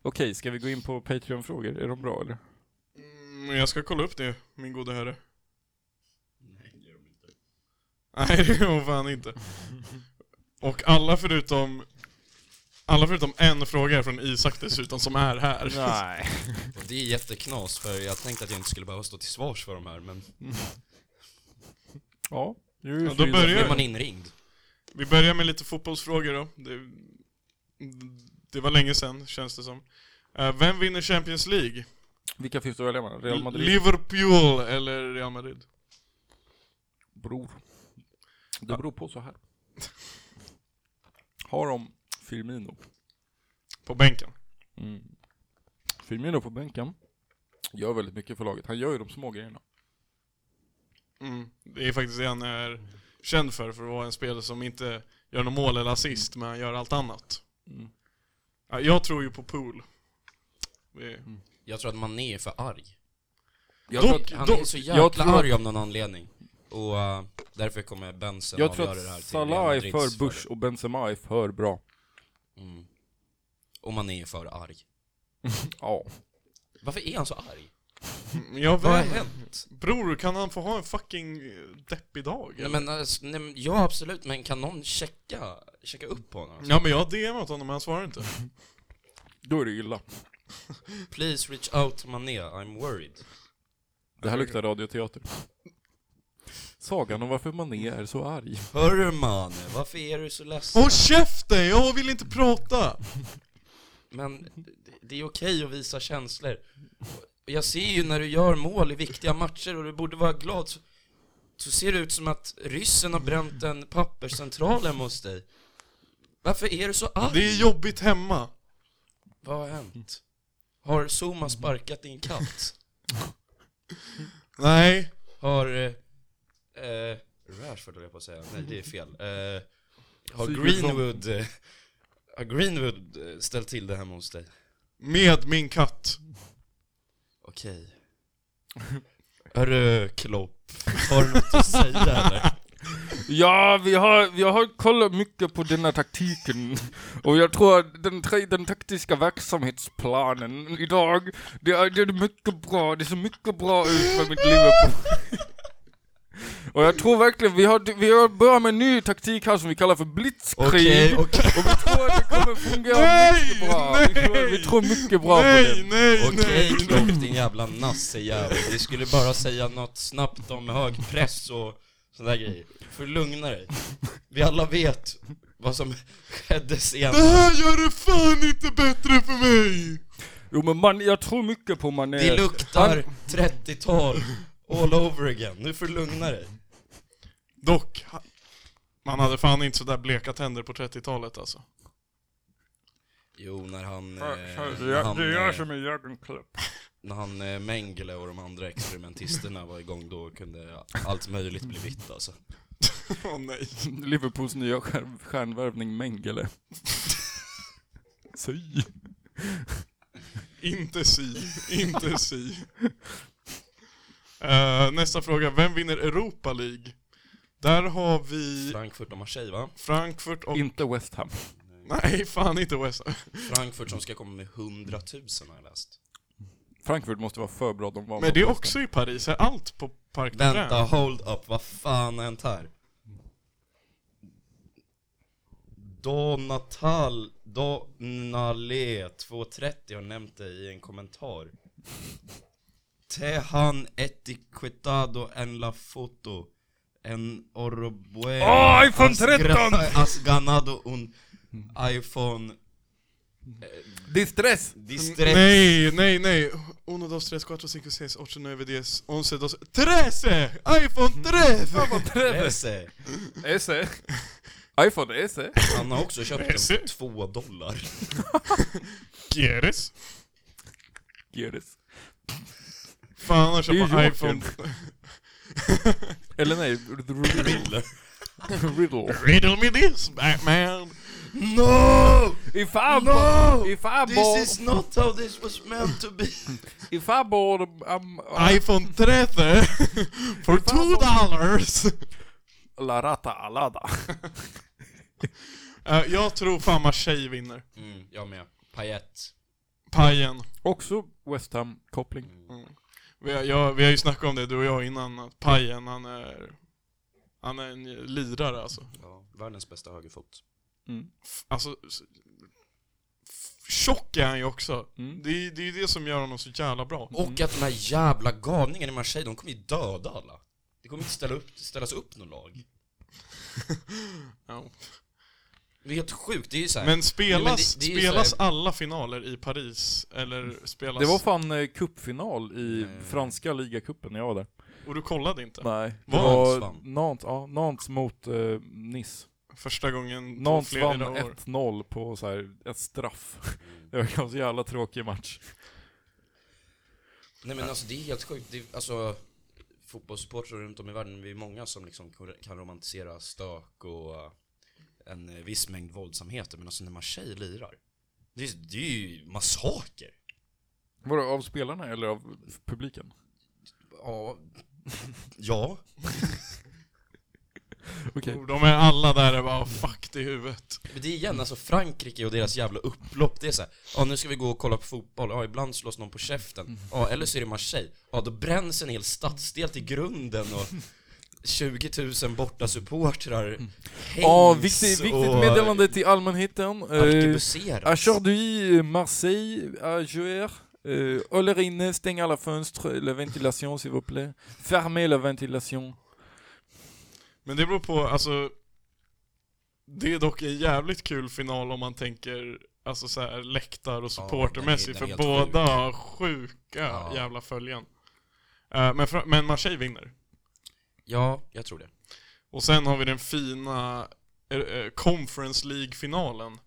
[SPEAKER 2] Okej, ska vi gå in på Patreon-frågor? Är de bra eller?
[SPEAKER 1] Mm, jag ska kolla upp det, min gode herre. Nej, det gör hon fan inte. Och alla förutom alla förutom en fråga är från Isak dessutom, som är här.
[SPEAKER 2] Nej.
[SPEAKER 5] Och det är jätteknas för jag tänkte att jag inte skulle behöva stå till svars för de här men
[SPEAKER 2] Ja.
[SPEAKER 1] Ja, då börjar
[SPEAKER 5] blir man
[SPEAKER 1] vi.
[SPEAKER 5] inringd.
[SPEAKER 1] Vi börjar med lite fotbollsfrågor då. Det, det var länge sedan, känns det som. Eh, vem vinner Champions League?
[SPEAKER 2] Vilka finns det att välja mellan? Real Madrid?
[SPEAKER 1] Liverpool eller Real Madrid?
[SPEAKER 2] Bror. Det beror på så här. Har de Firmino?
[SPEAKER 1] På bänken.
[SPEAKER 2] Firmino på bänken. Gör väldigt mycket för laget. Han gör ju de små grejerna.
[SPEAKER 1] Mm. Det är faktiskt det han är känd för, för att vara en spelare som inte gör något mål eller assist, men han gör allt annat.
[SPEAKER 2] Mm.
[SPEAKER 1] Ja, Jag tror ju på Pool. Det är-
[SPEAKER 5] Jag tror att Mané är för arg.
[SPEAKER 2] Jag
[SPEAKER 1] Dock-
[SPEAKER 2] tror att,
[SPEAKER 5] Han
[SPEAKER 1] Då-
[SPEAKER 5] är så
[SPEAKER 2] jag
[SPEAKER 5] jäkla
[SPEAKER 2] tror att-
[SPEAKER 5] arg av någon anledning. Och eh, därför kommer Benson
[SPEAKER 2] jag tror
[SPEAKER 5] avgöra det här
[SPEAKER 2] att
[SPEAKER 5] till
[SPEAKER 2] Salah är
[SPEAKER 5] Real Madrids
[SPEAKER 2] för Bush och Benzema är för bra.
[SPEAKER 5] Mm. Och Mané är för arg.
[SPEAKER 2] Ja.
[SPEAKER 5] Varför är han så arg?
[SPEAKER 1] Mm, Jag
[SPEAKER 5] Vad har
[SPEAKER 1] vet inte.
[SPEAKER 5] hänt?
[SPEAKER 1] Bror, kan han få ha en fucking eh, deppig dag?
[SPEAKER 5] Nej,
[SPEAKER 1] eller?
[SPEAKER 5] men, alltså, nej, men, ja absolut, men kan någon checka, checka upp på honom? Alltså,
[SPEAKER 1] Ja men jag har DMat honom men han svarar inte.
[SPEAKER 2] Då är det illa.
[SPEAKER 5] Please reach out to Mané, I'm worried.
[SPEAKER 2] Det här luktar radioteater. Sagan om varför Mané är så arg.
[SPEAKER 5] Hörru Mané, varför är du så ledsen?
[SPEAKER 1] Håll käften! Jag vill inte prata!
[SPEAKER 5] Men det- det är okej att visa känslor. Och Jag ser ju när du gör mål i viktiga matcher och du borde vara glad så, så ser det ut som att ryssen har bränt en papperscentral hemma hos dig. Varför är du så arg?
[SPEAKER 1] Det är jobbigt hemma.
[SPEAKER 5] Vad har hänt? Har Zuma sparkat din katt?
[SPEAKER 1] Nej.
[SPEAKER 5] Har... Eh, eh, Rashford höll jag på att säga, nej det är fel. Eh, har
[SPEAKER 2] Sigurdsson.
[SPEAKER 5] Greenwood... Eh, har Greenwood eh, ställt till det hemma hos dig?
[SPEAKER 1] Med min katt.
[SPEAKER 5] Okej. Hörru Klopp, har du något att säga eller?
[SPEAKER 2] Ja, vi har, vi har kollat mycket på denna taktiken. Och jag tror att den, tra- den taktiska verksamhetsplanen idag, det är, det är mycket bra. Det ser mycket bra ut för mitt Liverpool. Och jag tror verkligen, vi har, vi har börjat med en ny taktik här som vi kallar för blitzkrig.
[SPEAKER 5] Okej, okej,
[SPEAKER 2] Och vi tror att det kommer fungera
[SPEAKER 1] Nej,
[SPEAKER 2] mycket bra. Vi tror, vi
[SPEAKER 1] nej.
[SPEAKER 2] tror mycket bra på
[SPEAKER 1] nej,
[SPEAKER 2] det.
[SPEAKER 1] nej,
[SPEAKER 5] okej
[SPEAKER 1] nej, nej.
[SPEAKER 5] Klopp din jävla nassejävel. Du skulle bara säga något snabbt om hög press och sådana där grejer. För lugna dig. Vi alla vet vad som skedde
[SPEAKER 1] Det
[SPEAKER 5] senast.
[SPEAKER 1] här gör det fan inte bättre för mig!
[SPEAKER 2] Jo men man, jag tror mycket på Mané.
[SPEAKER 5] Det luktar 30-tal all over again. Nu får du lugna dig.
[SPEAKER 1] Dock, ha- man hade fan inte sådär bleka tänder på 30-talet alltså.
[SPEAKER 5] Jo, när han... Eh,
[SPEAKER 2] Det
[SPEAKER 5] när
[SPEAKER 2] är- det är
[SPEAKER 5] han,
[SPEAKER 2] jag
[SPEAKER 5] eh,
[SPEAKER 2] som är Jürgen Klopp.
[SPEAKER 5] när han eh, Mengele och de andra experimentisterna var igång då kunde allt möjligt bli vitt alltså.
[SPEAKER 1] Åh nej.
[SPEAKER 2] Liverpools nya stjär- stjärnvärvning Mengele. Sy.
[SPEAKER 1] Inte si, inte si. Eh, nästa fråga, vem vinner Europa League? Där har vi
[SPEAKER 5] Frankfurt och Marseille va?
[SPEAKER 1] Frankfurt och...
[SPEAKER 2] Inte West Ham.
[SPEAKER 1] Nej, fan inte West Ham.
[SPEAKER 5] Frankfurt som ska komma med 100 000 har jag läst.
[SPEAKER 2] Frankfurt måste vara för bra, de var
[SPEAKER 1] Men det är också i Paris, är allt på Parc des
[SPEAKER 5] Vänta,
[SPEAKER 1] Princes?
[SPEAKER 5] hold up, vad fan har hänt här? Donatal, Donale 230 har nämnt dig i en kommentar. Tehan etiquetado en la foto. En Orobué.
[SPEAKER 2] Åh, iPhone 13!
[SPEAKER 5] Has ganado un iPhone
[SPEAKER 2] Distress!
[SPEAKER 5] distress.
[SPEAKER 1] Nej, nej, nej. Uno, dos, tres, cuatro, cinco, seis, ocho, nueve, diez, once, dos... Trece! iPhone 13!
[SPEAKER 5] Tresse.
[SPEAKER 2] Esse. iPhone Esse.
[SPEAKER 5] Han har också köpt den för två dollar.
[SPEAKER 1] Geres?
[SPEAKER 2] Geres.
[SPEAKER 1] Fan, han
[SPEAKER 2] Det är
[SPEAKER 1] köper
[SPEAKER 2] ju
[SPEAKER 1] iPhone...
[SPEAKER 2] Eller nej, r- r-
[SPEAKER 5] Dollar.
[SPEAKER 2] Riddle.
[SPEAKER 1] Riddle me this, Batman!
[SPEAKER 5] No!
[SPEAKER 2] If I
[SPEAKER 5] No!
[SPEAKER 2] if I
[SPEAKER 5] This is not how this was meant to be!
[SPEAKER 2] if I bought a- um, uh,
[SPEAKER 1] iPhone 30 for two dollars!
[SPEAKER 2] La Rata Alada.
[SPEAKER 1] Eh, jag tror fan Marseille vinner.
[SPEAKER 5] Mm, jag med. Payet.
[SPEAKER 1] Pajen.
[SPEAKER 2] Också West Ham-koppling.
[SPEAKER 1] Vi har, jag, vi har ju snackat om det du och jag innan, att Pajen han är... Han är en lirare alltså.
[SPEAKER 5] Ja, världens bästa högerfot.
[SPEAKER 1] F- Alltså... s- f- Tjock är han ju också.
[SPEAKER 2] Mm.
[SPEAKER 1] Det, är- det är ju det som gör honom så jävla bra.
[SPEAKER 5] Och att de här jävla galningarna i Marseille, de kommer ju döda alla. Det kommer inte ställa upp, ställas upp något lag.
[SPEAKER 1] Ja.
[SPEAKER 5] Det är helt sjukt, det är ju såhär...
[SPEAKER 1] Men spelas,
[SPEAKER 5] Nej, men det- det är ju
[SPEAKER 1] spelas
[SPEAKER 5] så
[SPEAKER 1] alla finaler i Paris? Eller spelas...
[SPEAKER 2] Det var fan eh, cupfinal i
[SPEAKER 5] Nej.
[SPEAKER 2] franska ligacupen när jag var där.
[SPEAKER 1] Och du kollade inte?
[SPEAKER 2] Nej. Det
[SPEAKER 1] Nantes
[SPEAKER 2] var
[SPEAKER 5] vann.
[SPEAKER 2] Nantes, ja, Nantes mot eh, Nice.
[SPEAKER 1] Första gången på
[SPEAKER 2] Nantes vann
[SPEAKER 1] flera år.
[SPEAKER 2] 1-0 på så här, ett straff. Det var en så jävla tråkig match.
[SPEAKER 5] Nej men alltså det är helt sjukt, det är, alltså fotbollssupportrar runt om i världen, vi är många som liksom kan romantisera stök och eh, en eh, viss mängd våldsamheter, men alltså när Marseille lirar, det är, det är ju massaker!
[SPEAKER 2] Var det av spelarna eller av publiken?
[SPEAKER 5] Ja, ja.
[SPEAKER 2] Okej.
[SPEAKER 1] Och De är alla där och bara 'fuck' i huvudet.
[SPEAKER 5] Men det är igen, alltså Frankrike och deras jävla upplopp, det är såhär, ja nu ska vi gå och kolla på fotboll, ja ibland slås någon på käften,
[SPEAKER 2] Mm.
[SPEAKER 5] ja eller så är det Marseille, ja då bränns en hel stadsdel till grunden och 20 000 borta supportrar
[SPEAKER 2] Mm. Ja, viktigt, viktigt meddelande till allmänheten. Eh,
[SPEAKER 5] arkebuseras.
[SPEAKER 2] Aujourd'hui, Marseille, à jouer. Euh, Olerine, stäng alla fönster, la ventilation s'il vous plaît. Fermez la ventilation.
[SPEAKER 1] Men det beror på, alltså... Det är dock en jävligt kul final om man tänker alltså så här, läktar och
[SPEAKER 5] den
[SPEAKER 1] supportermässigt,
[SPEAKER 5] är- den är
[SPEAKER 1] för
[SPEAKER 5] helt
[SPEAKER 1] båda har sjuka
[SPEAKER 5] Ja.
[SPEAKER 1] jävla följen. Eh, men, fra- men Marseille vinner.
[SPEAKER 5] Ja, jag tror
[SPEAKER 2] Mm.
[SPEAKER 5] det.
[SPEAKER 1] Och sen har vi den fina eh, Conference League-finalen.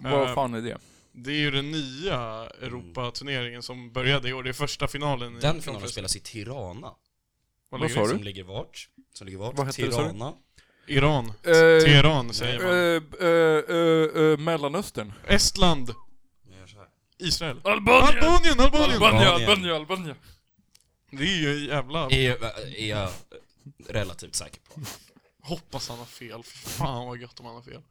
[SPEAKER 2] Vad
[SPEAKER 1] Eh,
[SPEAKER 2] fan är det?
[SPEAKER 1] Det är ju den nya
[SPEAKER 5] Mm.
[SPEAKER 1] Europaturneringen som började i år. Det är första finalen i
[SPEAKER 5] Den finalen
[SPEAKER 1] Conference
[SPEAKER 5] spelas i Tirana.
[SPEAKER 1] Vad
[SPEAKER 2] Vad
[SPEAKER 1] ligger
[SPEAKER 2] sa
[SPEAKER 1] det?
[SPEAKER 2] du?
[SPEAKER 5] Som ligger vart? Som ligger vart?
[SPEAKER 2] Vad heter det, sa du?
[SPEAKER 5] Tirana.
[SPEAKER 1] Iran.
[SPEAKER 2] Eh,
[SPEAKER 1] Teheran säger man.
[SPEAKER 2] Eh, eh, eh, eh, Mellanöstern.
[SPEAKER 1] Estland.
[SPEAKER 5] Jag gör så här.
[SPEAKER 1] Israel.
[SPEAKER 2] Albanien!
[SPEAKER 1] Albanien, Albanien!
[SPEAKER 2] Albanien,
[SPEAKER 5] Albanien.
[SPEAKER 2] Albanien, Albanien.
[SPEAKER 1] Det är ju jävla...
[SPEAKER 5] Är jag- är jag relativt säker på.
[SPEAKER 1] Hoppas han har fel. Fy fan vad gött om han har fel.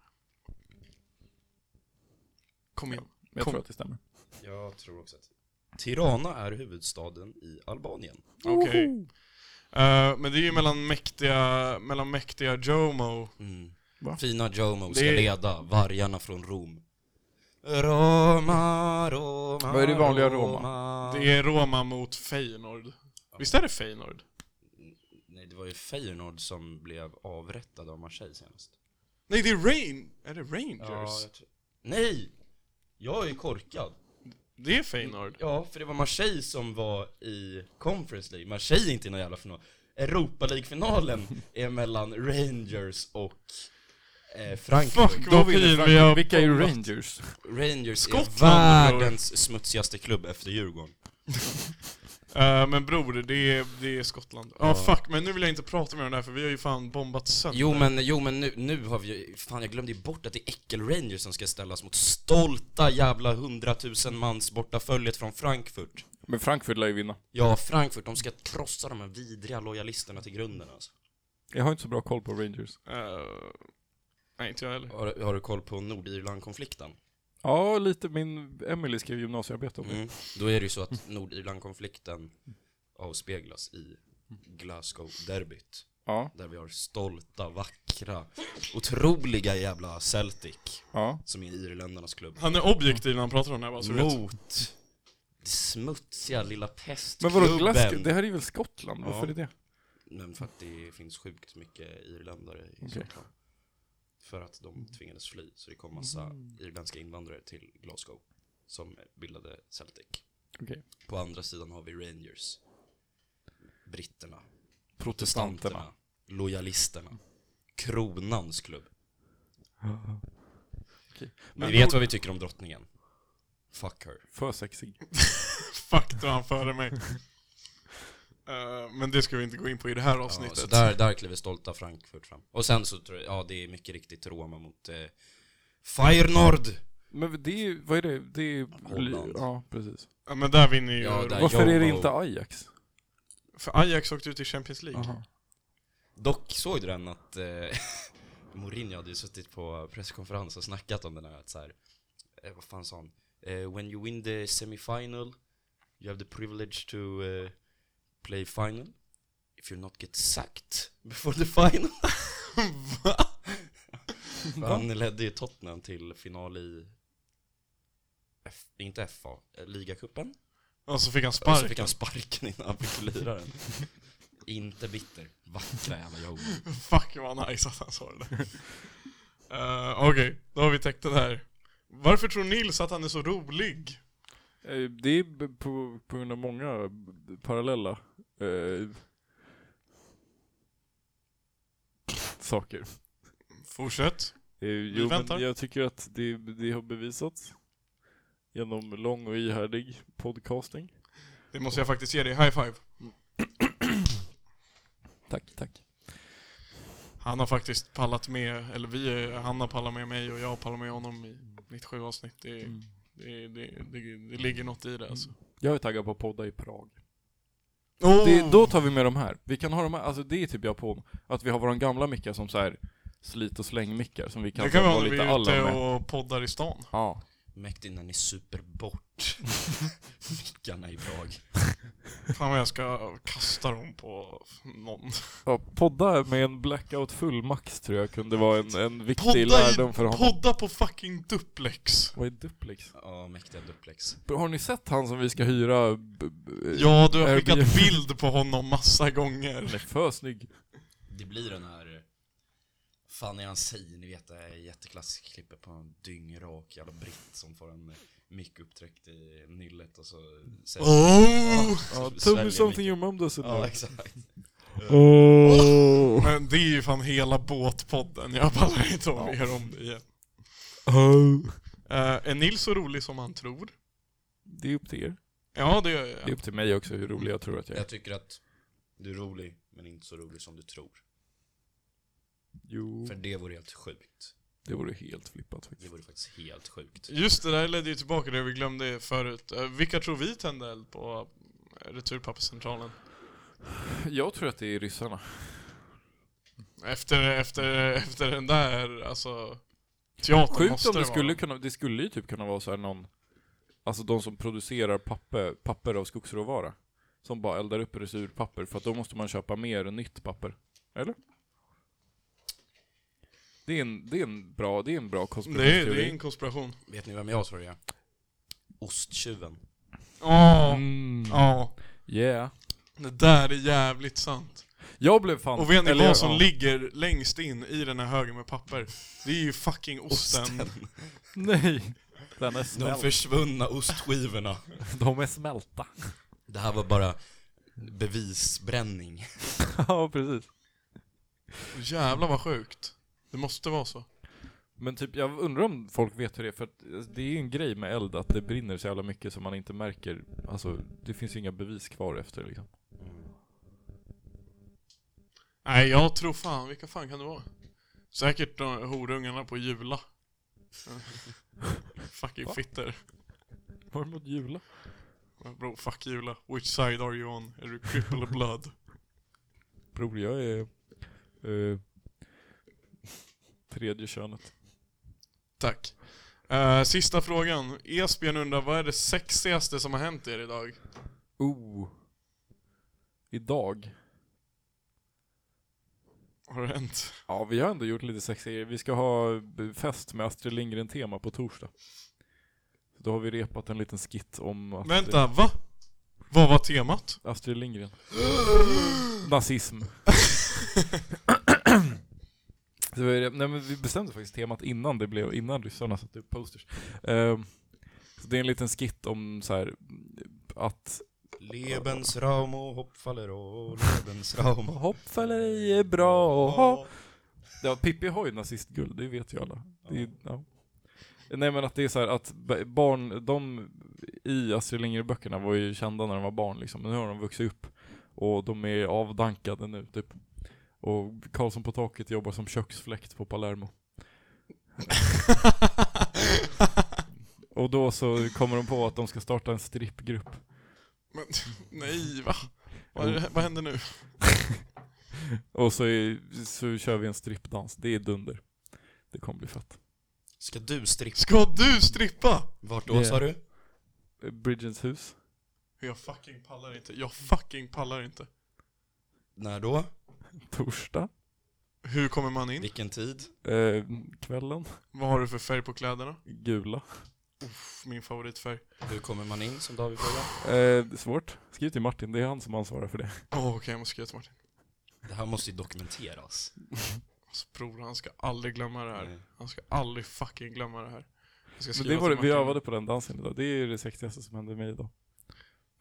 [SPEAKER 1] Kom igen.
[SPEAKER 2] Jag
[SPEAKER 1] Kom.
[SPEAKER 2] tror att det stämmer.
[SPEAKER 5] Jag tror också att... Tirana är huvudstaden i Albanien.
[SPEAKER 1] Okej. Eh, men det är ju mellan mäktiga, mellan mäktiga Jomo.
[SPEAKER 5] Fina Jomo ska
[SPEAKER 1] Det är-
[SPEAKER 5] leda vargarna från Rom. Roma, Roma,
[SPEAKER 2] Vad är det vanliga Roma?
[SPEAKER 1] Det är Roma mot Feyenoord. Visst är det Feyenoord?
[SPEAKER 5] Nej, det var ju Feyenoord som blev avrättad av Marseille senast.
[SPEAKER 1] Nej, det är Rain... Är det
[SPEAKER 5] Ja,
[SPEAKER 1] Rangers?
[SPEAKER 5] jag tror... Nej! Jag är korkad.
[SPEAKER 1] Det är Feyenoord.
[SPEAKER 5] Ja, för det var Marseille som var i Conference League. Marseille är inte i någon jävla final. Europa League-finalen är mellan Rangers och eh, Frankrike.
[SPEAKER 1] Fuck vad fin vi har
[SPEAKER 2] Vilka är ju
[SPEAKER 1] bollat.
[SPEAKER 2] Rangers?
[SPEAKER 5] Rangers
[SPEAKER 1] Skottland,
[SPEAKER 5] är världens smutsigaste klubb efter Djurgården.
[SPEAKER 1] Eh, men bror, det är, det är Skottland. Ja, fuck, men nu vill jag inte prata mer om det här för vi har ju fan bombat sönder.
[SPEAKER 5] Jo men, jo, men nu, nu har vi ju- Fan, jag glömde ju bort att det är Äckel-Rangers som ska ställas mot stolta jävla hundratusen mans bortaföljet från Frankfurt.
[SPEAKER 2] Men Frankfurt lär ju vinna.
[SPEAKER 5] Ja, Frankfurt, de ska krossa de här vidriga lojalisterna till grunden alltså.
[SPEAKER 2] Jag har inte så bra koll på Rangers.
[SPEAKER 1] Eh, nej, inte jag heller.
[SPEAKER 5] Har, har du koll på Nordirland-konflikten?
[SPEAKER 2] Ja, lite min... Emily skrev gymnasiearbete om det.
[SPEAKER 5] Mm. Då är det ju så att Nordirland-konflikten avspeglas i Glasgow-derbyt.
[SPEAKER 2] Ja,
[SPEAKER 5] Där vi har stolta, vackra, otroliga jävla Celtic,
[SPEAKER 2] ja.
[SPEAKER 5] som är irländarnas klubb,
[SPEAKER 1] Han är objektiv när han pratar om det här bara, så du vet.
[SPEAKER 5] mot det smutsiga lilla
[SPEAKER 2] Men
[SPEAKER 5] pestklubben.
[SPEAKER 2] vadå Glasgow? Det här är väl Skottland? Varför
[SPEAKER 5] Ja.
[SPEAKER 2] är det
[SPEAKER 5] Men för att det finns sjukt mycket irländare i
[SPEAKER 2] Okej.
[SPEAKER 5] Skottland. För att de tvingades fly, så det kom massa
[SPEAKER 3] Mm.
[SPEAKER 5] irländska invandrare till Glasgow, som bildade Celtic.
[SPEAKER 2] det? Okej.
[SPEAKER 5] På andra sidan har vi Rangers. Britterna.
[SPEAKER 2] Protestanterna.
[SPEAKER 5] Protestanterna. Lojalisterna. Kronans klubb.
[SPEAKER 2] Okej.
[SPEAKER 5] Vi vet vad vi tycker om drottningen. Fuck her.
[SPEAKER 2] För sexig.
[SPEAKER 1] Fuck, då är han före mig. Eh, men det ska vi inte gå in på i det här
[SPEAKER 5] Ja,
[SPEAKER 1] avsnittet.
[SPEAKER 5] så där, där kliver stolta Frankfurt fram. Och sen så tror jag, ja det är mycket riktigt Roma mot eh, Fire Nord!
[SPEAKER 2] Men det är ju, vad är det? Det är ju-
[SPEAKER 5] Holland.
[SPEAKER 2] Ja, precis.
[SPEAKER 1] Ja, men där vinner ju...
[SPEAKER 5] Ja, där.
[SPEAKER 2] Varför är det
[SPEAKER 5] Jomo.
[SPEAKER 2] inte Ajax?
[SPEAKER 1] För Ajax åkte ut i Champions League.
[SPEAKER 2] Aha.
[SPEAKER 5] Dock såg du den att eh, Mourinho hade ju suttit på presskonferens och snackat om den här att så här, eh, vad fan sa han? Eh, when you win the semifinal you have the privilege to eh, play final if you not get sacked before the final. Va? För han ledde ju Tottenham till final i F, inte FA, eh, ligacupen.
[SPEAKER 1] Och så fick han
[SPEAKER 5] Och så fick
[SPEAKER 1] sparken.
[SPEAKER 5] han sparken innan han fick lira den. inte bitter. Vackra jävla jobb.
[SPEAKER 1] Fuck vad nice att han sa det där. Eh, Okej, då har vi täckt det här. Varför tror Nils att han är så rolig?
[SPEAKER 2] Eh, Det är b- på, på grund av många b- parallella eh, saker.
[SPEAKER 1] Fortsätt.
[SPEAKER 2] Eh, jo,
[SPEAKER 1] väntar.
[SPEAKER 2] men jag tycker att det, det har bevisats genom lång och ihärdig podcasting.
[SPEAKER 1] Det måste jag faktiskt ge dig. High five.
[SPEAKER 2] Tack, tack.
[SPEAKER 1] Han har faktiskt pallat med, eller vi, han har pallat med mig och jag har pallat med honom i 97 avsnitt. Det,
[SPEAKER 2] Mm.
[SPEAKER 1] det, det, det, det ligger något i det alltså.
[SPEAKER 2] Jag är taggad på att podda i Prag.
[SPEAKER 1] Oh!
[SPEAKER 2] Det, då tar vi med de här. Vi kan ha de här, alltså det är typ jag på att vi har våra gamla mickar som så här slit och släng mickar som vi kan,
[SPEAKER 1] det kan vi ha
[SPEAKER 2] vara
[SPEAKER 1] när vi
[SPEAKER 2] lite
[SPEAKER 1] är
[SPEAKER 2] alla
[SPEAKER 1] ute
[SPEAKER 2] med.
[SPEAKER 1] och poddar i stan.
[SPEAKER 2] Ja.
[SPEAKER 5] Mäktigt när ni super bort mickarna i Prag.
[SPEAKER 1] Fan vad jag ska kasta dem på någon.
[SPEAKER 2] ja, podda med en blackout full max tror jag kunde vara en, en viktig
[SPEAKER 1] Podda,
[SPEAKER 2] lärdom för
[SPEAKER 1] i,
[SPEAKER 2] honom.
[SPEAKER 1] podda på fucking Duplex.
[SPEAKER 2] Vad är Duplex?
[SPEAKER 5] Ja, mäktiga duplex.
[SPEAKER 2] Har ni sett han som vi ska hyra? B- b-
[SPEAKER 1] Ja, du har skickat
[SPEAKER 2] Airbnb?
[SPEAKER 1] bild på honom massa gånger.
[SPEAKER 2] Han är för snygg.
[SPEAKER 5] Det blir den här... Fan är han säger, ni vet det här jätteklassiska klippet på en dyngrak jävla britt som får en mick upptryckt i nyllet och så säger
[SPEAKER 1] Oh!
[SPEAKER 2] Ja,
[SPEAKER 5] så
[SPEAKER 2] tell
[SPEAKER 5] sväljer
[SPEAKER 2] me something
[SPEAKER 5] micken.
[SPEAKER 2] your mom doesn't know.
[SPEAKER 5] Ja, exakt.
[SPEAKER 2] Oh.
[SPEAKER 1] Men det är ju fan hela båtpodden, jag pallar inte om mer om det igen. Eh, är Nils så rolig som han tror?
[SPEAKER 2] Det är upp till er.
[SPEAKER 1] Ja, det gör
[SPEAKER 2] Det är
[SPEAKER 1] jag.
[SPEAKER 2] upp till mig också hur rolig jag tror att jag är.
[SPEAKER 5] Jag tycker att du är rolig, men inte så rolig som du tror.
[SPEAKER 2] Jo,
[SPEAKER 5] För det vore helt sjukt.
[SPEAKER 2] det vore helt flippat
[SPEAKER 5] Det
[SPEAKER 2] faktiskt.
[SPEAKER 5] vore faktiskt helt sjukt.
[SPEAKER 1] Just det där ledde ju tillbaka till det vi glömde förut. Eh, vilka tror vi tände eld på eh, returpapperscentralen?
[SPEAKER 2] Jag tror att det är ryssarna.
[SPEAKER 1] Efter, efter, efter den där, alltså... Teatern
[SPEAKER 2] Sjukt
[SPEAKER 1] måste
[SPEAKER 2] om det
[SPEAKER 1] vara.
[SPEAKER 2] skulle kunna, det skulle ju typ kunna vara så här någon, alltså de som producerar papper, papper av skogsråvara. Som bara eldar upp resurpapper för att då måste man köpa mer nytt papper. Eller? Det är en, det är en bra, det är en bra
[SPEAKER 1] Det är, det är
[SPEAKER 2] konspirationsteori.
[SPEAKER 1] en konspiration.
[SPEAKER 5] Vet ni vem jag tror det är? Osttjuven.
[SPEAKER 1] Ja,
[SPEAKER 2] Mm.
[SPEAKER 1] ja.
[SPEAKER 2] Yeah.
[SPEAKER 1] Det där är jävligt sant.
[SPEAKER 2] Jag blev fan...
[SPEAKER 1] Och vet ni
[SPEAKER 2] eller
[SPEAKER 1] vad
[SPEAKER 2] jag-
[SPEAKER 1] som
[SPEAKER 2] ja.
[SPEAKER 1] ligger längst in i den här högen med papper? Det är ju fucking osten.
[SPEAKER 2] Nej. Den är
[SPEAKER 5] De
[SPEAKER 2] smält.
[SPEAKER 5] försvunna ostskivorna.
[SPEAKER 2] De är smälta.
[SPEAKER 5] Det här var bara bevisbränning.
[SPEAKER 2] ja, precis.
[SPEAKER 1] Och Jävlar vad sjukt. Det måste vara så.
[SPEAKER 2] Men typ, jag undrar om folk vet hur det är, för att alltså, det är ju en grej med eld att det brinner så jävla mycket som man inte märker, alltså det finns ju inga bevis kvar efter liksom.
[SPEAKER 1] Nej, jag tror fan, vilka fan kan det vara? Säkert de horungarna på Jula. fucking
[SPEAKER 2] Va?
[SPEAKER 1] fitter.
[SPEAKER 2] Var det mot Jula?
[SPEAKER 1] Bro, fuck Jula. Which side are you on? Är du cripple or blood?
[SPEAKER 2] Bror, jag är... eh, tredje könet.
[SPEAKER 1] Tack. Eh, sista frågan. Esbjörn undrar, vad är det sexigaste som har hänt er idag?
[SPEAKER 2] Oh. Idag.
[SPEAKER 1] Har det hänt?
[SPEAKER 2] Ja, vi har ändå gjort lite sexiga Vi ska ha b- fest med Astrid Lindgren-tema på torsdag. Då har vi repat en liten skit om att
[SPEAKER 1] Vänta, va? Vad var temat?
[SPEAKER 2] Astrid Lindgren. Nazism. det var ju det. Nej, men vi bestämde faktiskt temat innan det blev, innan ryssarna satte upp posters. Ehm, så det är en liten skit om så här att
[SPEAKER 5] Lebensraum och hopp faller och Lebensraum och
[SPEAKER 2] hopp faller i är bra och hopp. Ja, Pippi har ju nazistguld, det vet ju alla. Det är, ja. Nej men att det är så här att b- barn, de i Astrid Lindgren-böckerna var ju kända när de var barn liksom, men nu har de vuxit upp och de är avdankade nu typ. Och Karlsson på taket jobbar som köksfläkt på Palermo. Och då så kommer de på att de ska starta en strippgrupp.
[SPEAKER 1] Men nej, va? Vad, är det, här- vad händer nu?
[SPEAKER 2] Och så, är, så kör vi en strippdans. Det är dunder. Det kommer bli fett.
[SPEAKER 3] Ska du strippa?
[SPEAKER 1] Ska du strippa?
[SPEAKER 3] Vart
[SPEAKER 2] Det-
[SPEAKER 3] då sa du?
[SPEAKER 2] Eh, Bridgens hus.
[SPEAKER 1] Jag fucking pallar inte. Jag fucking pallar inte.
[SPEAKER 3] När då?
[SPEAKER 2] Torsdag.
[SPEAKER 1] Hur kommer man in?
[SPEAKER 3] Vilken tid?
[SPEAKER 2] Eh, kvällen.
[SPEAKER 1] Vad har du för färg på kläderna?
[SPEAKER 2] Gula.
[SPEAKER 1] Uff, min favoritfärg.
[SPEAKER 3] Hur kommer man in som David frågar?
[SPEAKER 2] Eh, svårt. Skriv till Martin, det är han som ansvarar för det.
[SPEAKER 1] Åh, okej, jag måste skriva till Martin.
[SPEAKER 3] Det här måste ju dokumenteras.
[SPEAKER 1] Alltså, bror, han ska aldrig glömma det här.
[SPEAKER 3] Nej.
[SPEAKER 1] Han ska aldrig fucking glömma det här. Jag ska
[SPEAKER 2] Men
[SPEAKER 1] skriva
[SPEAKER 2] det var det,
[SPEAKER 1] till
[SPEAKER 2] vi
[SPEAKER 1] Martin.
[SPEAKER 2] övade på den dansen idag. Det är ju det sexigaste som hände mig idag.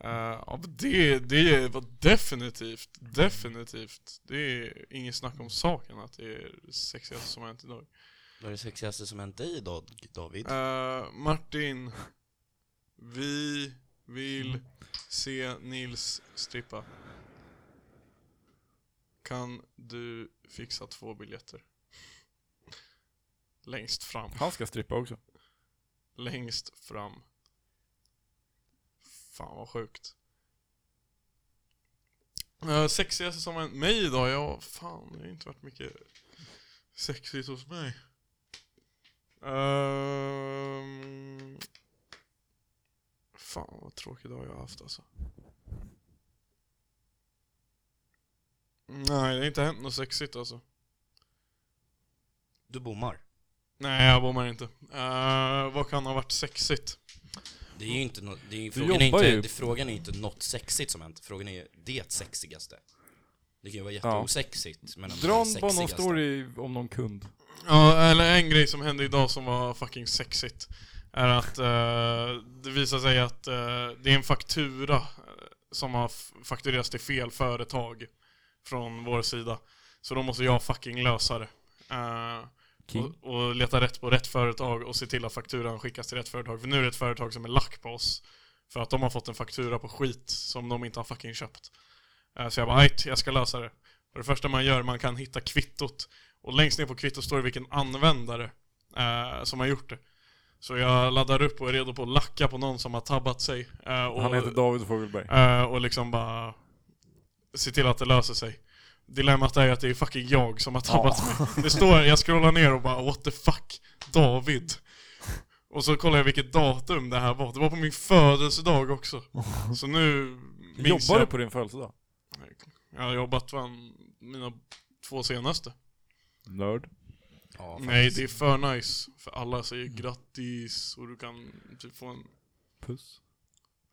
[SPEAKER 1] Eh, ja, men det, det var definitivt, definitivt. Det är inget snack om saken att det är det sexigaste som har hänt idag.
[SPEAKER 3] Vad är det sexigaste som hänt dig idag, David?
[SPEAKER 1] Eh, Martin, vi vill se Nils strippa. Kan du fixa två biljetter? Längst fram.
[SPEAKER 2] Han ska strippa också.
[SPEAKER 1] Längst fram. Fan vad sjukt. Uh, sexigaste som hänt mig idag? Ja, fan det har inte varit mycket sexigt hos mig. Ehm, fan vad tråkig dag jag har haft alltså. Nej, det har inte hänt något sexigt alltså.
[SPEAKER 3] Du bommar.
[SPEAKER 1] Nej, jag bommar inte. Eh, vad kan ha varit sexigt?
[SPEAKER 3] Det är ju inte no- det är, ju- frågan, är
[SPEAKER 2] jobbar
[SPEAKER 3] inte,
[SPEAKER 2] ju.
[SPEAKER 3] det, frågan är inte något sexigt som hänt, frågan är det sexigaste. Det kan ju vara jätteosexigt, men det
[SPEAKER 2] Dra
[SPEAKER 3] sexigaste.
[SPEAKER 2] bara någon story om någon kund.
[SPEAKER 1] Ja, eller en grej som hände idag som var fucking sexigt är att eh, det visar sig att eh, det är en faktura eh, som har f- fakturerats till fel företag från vår sida. Så då måste jag fucking lösa det. Eh,
[SPEAKER 2] King.
[SPEAKER 1] och, och leta rätt på rätt företag och se till att fakturan skickas till rätt företag. För nu är det ett företag som är lack på oss. För att de har fått en faktura på skit som de inte har fucking köpt. Eh, Så jag bara, "Ajt, jag ska lösa det. Och det första man gör, man kan hitta kvittot. Och längst ner på kvittot står det vilken användare eh, som har gjort det. Så jag laddar upp och är redo på att lacka på någon som har tabbat sig. eh, och,
[SPEAKER 2] Han heter David Fogelberg.
[SPEAKER 1] Eh, och liksom bara se till att det löser sig. Dilemmat är ju att det är fucking jag som har tabbat mig. Det står, jag scrollar ner och bara what the fuck, David. Och så kollar jag vilket datum det här var. Det var på min födelsedag också. Så nu minns
[SPEAKER 2] Jobbar du
[SPEAKER 1] jag...
[SPEAKER 2] på din födelsedag?
[SPEAKER 1] Jag har jobbat fan mina två senaste.
[SPEAKER 2] Nörd.
[SPEAKER 3] Ja,
[SPEAKER 1] Nej,
[SPEAKER 3] faktiskt.
[SPEAKER 1] det är för nice. För alla säger grattis och du kan typ få en...
[SPEAKER 2] Puss.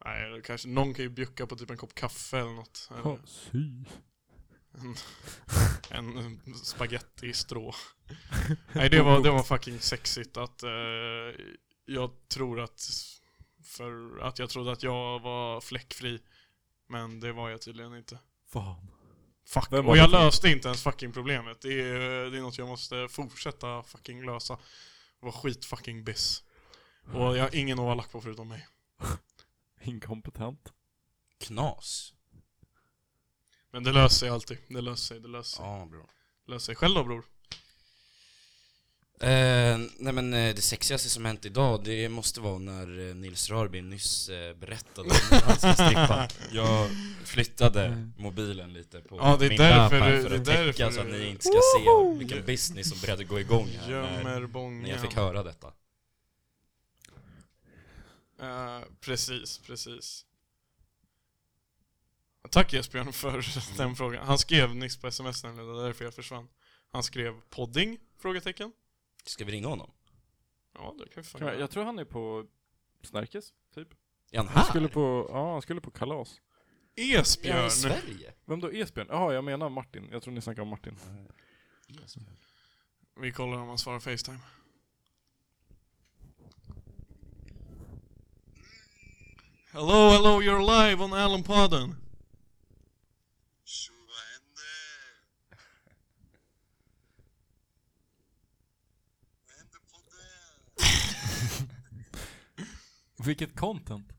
[SPEAKER 1] Nej, eller kanske någon kan ju bjucka på typ en kopp kaffe eller något. Eller-
[SPEAKER 2] Sy.
[SPEAKER 1] En eh, spagetti i strå. Nej, det var, det var fucking sexigt att eh, jag tror att, för att jag trodde att jag var fläckfri. Men det var jag tydligen inte.
[SPEAKER 2] Fan.
[SPEAKER 1] Fuck.
[SPEAKER 2] Vem
[SPEAKER 1] Och
[SPEAKER 2] har
[SPEAKER 1] jag
[SPEAKER 2] det?
[SPEAKER 1] löste inte ens fucking problemet. Det är, det är något jag måste fortsätta fucking lösa. Var skit fucking biss. Och jag har ingen att vara lack på förutom mig.
[SPEAKER 2] Inkompetent.
[SPEAKER 3] Knas.
[SPEAKER 1] Men det löser sig alltid. Det löser sig, det löser sig.
[SPEAKER 3] Ja, bra.
[SPEAKER 1] Löser sig. Själv då bror?
[SPEAKER 3] Eh, nej men eh, det sexigaste som hänt idag, det måste vara när eh, Nils Rörbin nyss eh, berättade om när han ska strippa. Jag flyttade mobilen lite på
[SPEAKER 1] Mm. Ja, det är
[SPEAKER 3] min
[SPEAKER 1] därför
[SPEAKER 3] laptop
[SPEAKER 1] du-
[SPEAKER 3] för
[SPEAKER 1] det är
[SPEAKER 3] att
[SPEAKER 1] därför
[SPEAKER 3] täcka så att
[SPEAKER 1] du-
[SPEAKER 3] ni inte ska se vilken business som började gå igång här när,
[SPEAKER 1] Gömmer bången.
[SPEAKER 3] när jag fick höra detta.
[SPEAKER 1] Eh, precis, precis. Tack Esbjörn för den frågan. Han skrev nyss på sms nämligen, det var därför jag försvann. Han skrev podding? Frågetecken.
[SPEAKER 3] Ska vi ringa honom?
[SPEAKER 1] Ja, det kan vi fan
[SPEAKER 2] Jag,
[SPEAKER 1] göra.
[SPEAKER 2] jag tror han är på Snärkes, typ.
[SPEAKER 3] Är han här?
[SPEAKER 2] Han skulle på, ja han skulle på kalas.
[SPEAKER 3] Är han i
[SPEAKER 1] Esbjörn!
[SPEAKER 3] Sverige?
[SPEAKER 2] Vem då? Esbjörn? Jaha, jag menar Martin. Jag tror ni snackar om Martin.
[SPEAKER 1] Vi kollar om han svarar Facetime. Hello, hello, you're live on Alan Podden.
[SPEAKER 6] Så vad händer? Vad händer podden?
[SPEAKER 2] Vilket content!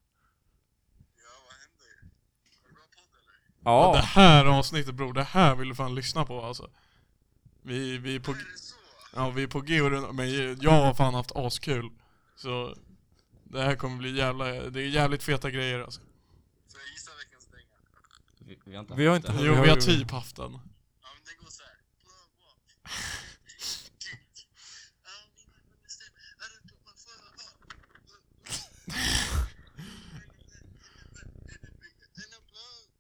[SPEAKER 6] Ja, vad händer? Har du bra podd eller?
[SPEAKER 1] Det
[SPEAKER 2] Ja!
[SPEAKER 1] här avsnittet bror, det här vill du fan lyssna på alltså. Vi, vi är på...
[SPEAKER 6] Är det så?
[SPEAKER 1] Ja, vi är på G och runda- men jag har fan haft askul. Så det här kommer bli jävla, det är jävligt feta grejer alltså.
[SPEAKER 6] Så jag gissar veckans dänga.
[SPEAKER 3] Vi, vi har inte
[SPEAKER 2] Vi har
[SPEAKER 3] haft
[SPEAKER 2] inte-
[SPEAKER 3] det.
[SPEAKER 1] Jo, vi har typ haft den.
[SPEAKER 6] Ja men det går så här. Blood walk. Gud. Ja, min understäm är inte på förhand. Denna blöd.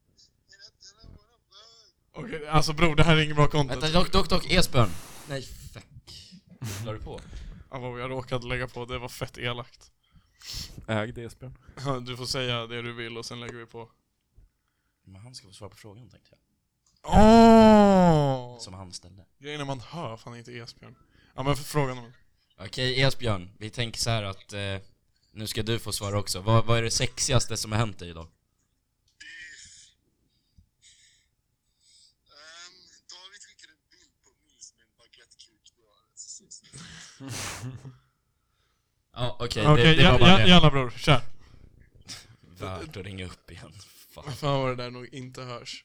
[SPEAKER 6] Hela denna våra blöd.
[SPEAKER 1] Okej, alltså bror det här är ingen bra content.
[SPEAKER 3] Vänta, dock, dock, dock, Esbjörn. Nej, fuck. La du på?
[SPEAKER 1] Ja, vad jag råkade lägga på, det var fett elakt.
[SPEAKER 2] Ägd Esbjörn.
[SPEAKER 1] Du får säga det du vill och sen lägger vi på.
[SPEAKER 3] Men han ska få svara på frågan tänkte jag.
[SPEAKER 1] Åh!
[SPEAKER 3] Som han ställde.
[SPEAKER 1] Grejen är man hör fan inte Esbjörn. Ja men för frågan om...
[SPEAKER 3] Okej Esbjörn, vi tänker så här att eh, nu ska du få svara också. Vad, vad är det sexigaste som har hänt dig idag?
[SPEAKER 6] Ehm, David skickade en bild på Nils med en baguettekuk du har. Så- så- så-
[SPEAKER 3] Ja okej,
[SPEAKER 1] Okej,
[SPEAKER 3] det, det var
[SPEAKER 1] ja,
[SPEAKER 3] bara
[SPEAKER 1] ja,
[SPEAKER 3] det.
[SPEAKER 1] jalla bror, kör!
[SPEAKER 3] Värt att ringa upp igen. Fan.
[SPEAKER 1] Fan vad det där nog inte hörs.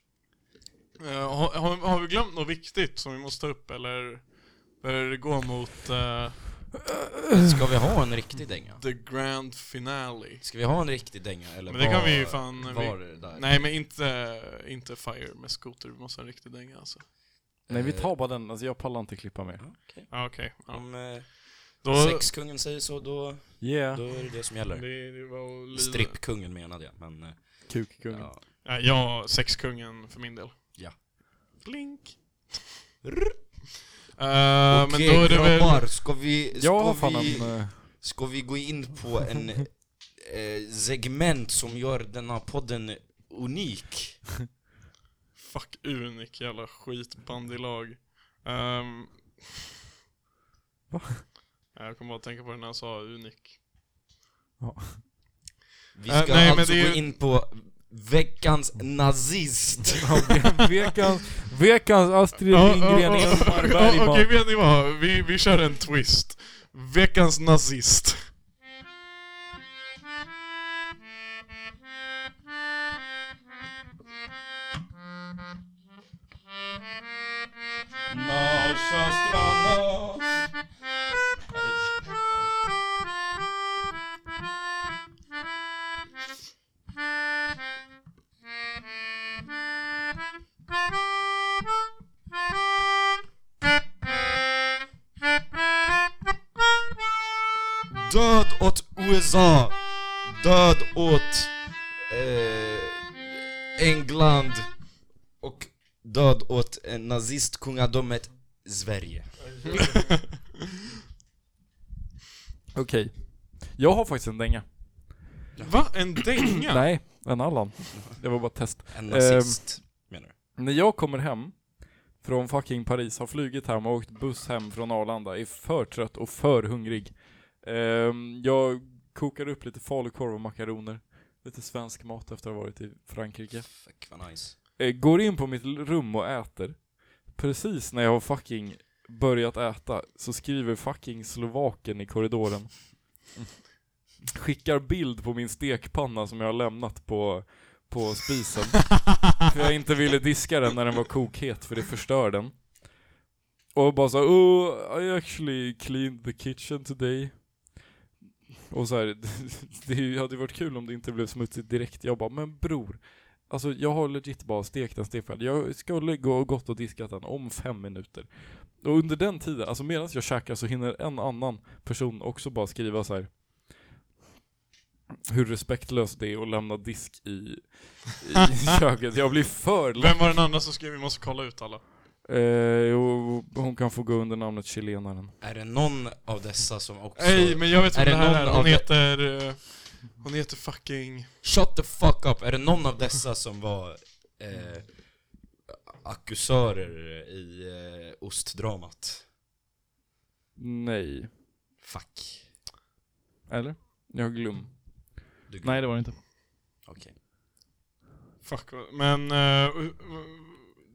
[SPEAKER 1] Eh, har, har, har vi glömt något viktigt som vi måste ta upp eller börjar det gå mot eh,
[SPEAKER 3] Ska vi ha en riktig dänga?
[SPEAKER 1] the grand finale?
[SPEAKER 3] Ska vi ha en riktig dänga eller
[SPEAKER 1] Men det kan
[SPEAKER 3] var-
[SPEAKER 1] vi ju fan- vi-
[SPEAKER 3] Var det där?
[SPEAKER 1] Nej men inte, inte Fire med skoter, vi måste ha en riktig dänga alltså.
[SPEAKER 2] Nej vi tar bara den, alltså jag pallar inte klippa mer.
[SPEAKER 3] Okej.
[SPEAKER 1] Ja okej. Ja.
[SPEAKER 3] Om eh,
[SPEAKER 1] Då...
[SPEAKER 3] sexkungen säger så, då,
[SPEAKER 2] Yeah,
[SPEAKER 3] då är det det som gäller.
[SPEAKER 1] Det, det var att lida.
[SPEAKER 3] Strippkungen menade jag, men... eh,
[SPEAKER 2] kukkungen.
[SPEAKER 3] Ja.
[SPEAKER 1] Ja, Eh, jag, sexkungen för min del.
[SPEAKER 3] Ja.
[SPEAKER 1] Blink.
[SPEAKER 3] Rrr.
[SPEAKER 1] Eh,
[SPEAKER 3] Okej
[SPEAKER 1] men då är det väl...
[SPEAKER 3] grabbar, ska vi... Ska
[SPEAKER 2] Jag har fan
[SPEAKER 3] vi...
[SPEAKER 2] en... eh,
[SPEAKER 3] Ska vi gå in på en eh, segment som gör denna podden unik?
[SPEAKER 1] Fuck Unik, jävla skitbandylag. Um,
[SPEAKER 2] Va?
[SPEAKER 1] Jag kommer bara att tänka på det när jag sa Unik.
[SPEAKER 3] Vi
[SPEAKER 1] Eh,
[SPEAKER 3] ska
[SPEAKER 1] nej, men
[SPEAKER 3] alltså
[SPEAKER 1] det är
[SPEAKER 3] gå
[SPEAKER 1] ju-
[SPEAKER 3] in på veckans nazist.
[SPEAKER 2] Veckans, veckans Astrid
[SPEAKER 1] Ja,
[SPEAKER 2] Lindgren
[SPEAKER 1] ja, ja.
[SPEAKER 2] Ingmar
[SPEAKER 1] Ja, Okej,
[SPEAKER 2] Bergman.
[SPEAKER 1] vet ni vad? Vi, vi kör en twist. Veckans nazist.
[SPEAKER 3] Död åt USA! Död åt eh, England! Och död åt eh, nazistkungadömet Sverige.
[SPEAKER 2] Okej. Jag har faktiskt en dänga.
[SPEAKER 1] Va? En dänga?
[SPEAKER 2] Nej, en Allan. Det var bara ett test.
[SPEAKER 3] En
[SPEAKER 2] Ehm,
[SPEAKER 3] nazist, menar du?
[SPEAKER 2] När jag kommer hem från fucking Paris, har flugit hem och åkt buss hem från Arlanda, är för trött och för hungrig. Ehm, jag kokar upp lite falukorv och makaroner. Lite svensk mat efter att ha varit i Frankrike.
[SPEAKER 3] Fuck vad nice.
[SPEAKER 2] Eh, Går in på mitt l- rum och äter. Precis när jag har fucking börjat äta så skriver fucking slovaken i korridoren. Skickar bild på min stekpanna som jag har lämnat på, på spisen. För jag inte ville diska den när den var kokhet för det förstör den. Och bara så här, oh, I actually cleaned the kitchen today. Och så här, det hade ju varit kul om det inte blev smutsigt direkt. Jag bara, men bror, Alltså jag har legit bara stekt en stekpanna. Jag skulle gå och gått och diskat den om fem minuter. Och under den tiden, alltså medan jag käkar så hinner en annan person också bara skriva så här. Hur respektlöst det är att lämna disk i, i köket. Jag blir för lack.
[SPEAKER 1] Vem var den andra som skrev vi måste kolla ut alla?
[SPEAKER 2] Eh, och hon kan få gå under namnet chilenaren.
[SPEAKER 3] Är det någon av dessa som också...
[SPEAKER 1] Nej, men jag vet
[SPEAKER 3] Är
[SPEAKER 1] vem det
[SPEAKER 3] det
[SPEAKER 1] här
[SPEAKER 3] någon
[SPEAKER 1] är.
[SPEAKER 3] av
[SPEAKER 1] Hon
[SPEAKER 3] de-
[SPEAKER 1] heter... eh, Hon heter fucking...
[SPEAKER 3] Shut the fuck up! Är det någon av dessa som var eh, akkusörer i eh, ostdramat?
[SPEAKER 2] Nej.
[SPEAKER 3] Fuck.
[SPEAKER 2] Eller? Jag har glömt.
[SPEAKER 3] Du,
[SPEAKER 7] Nej det var det inte.
[SPEAKER 3] Okej.
[SPEAKER 1] Fuck vad- Men... eh,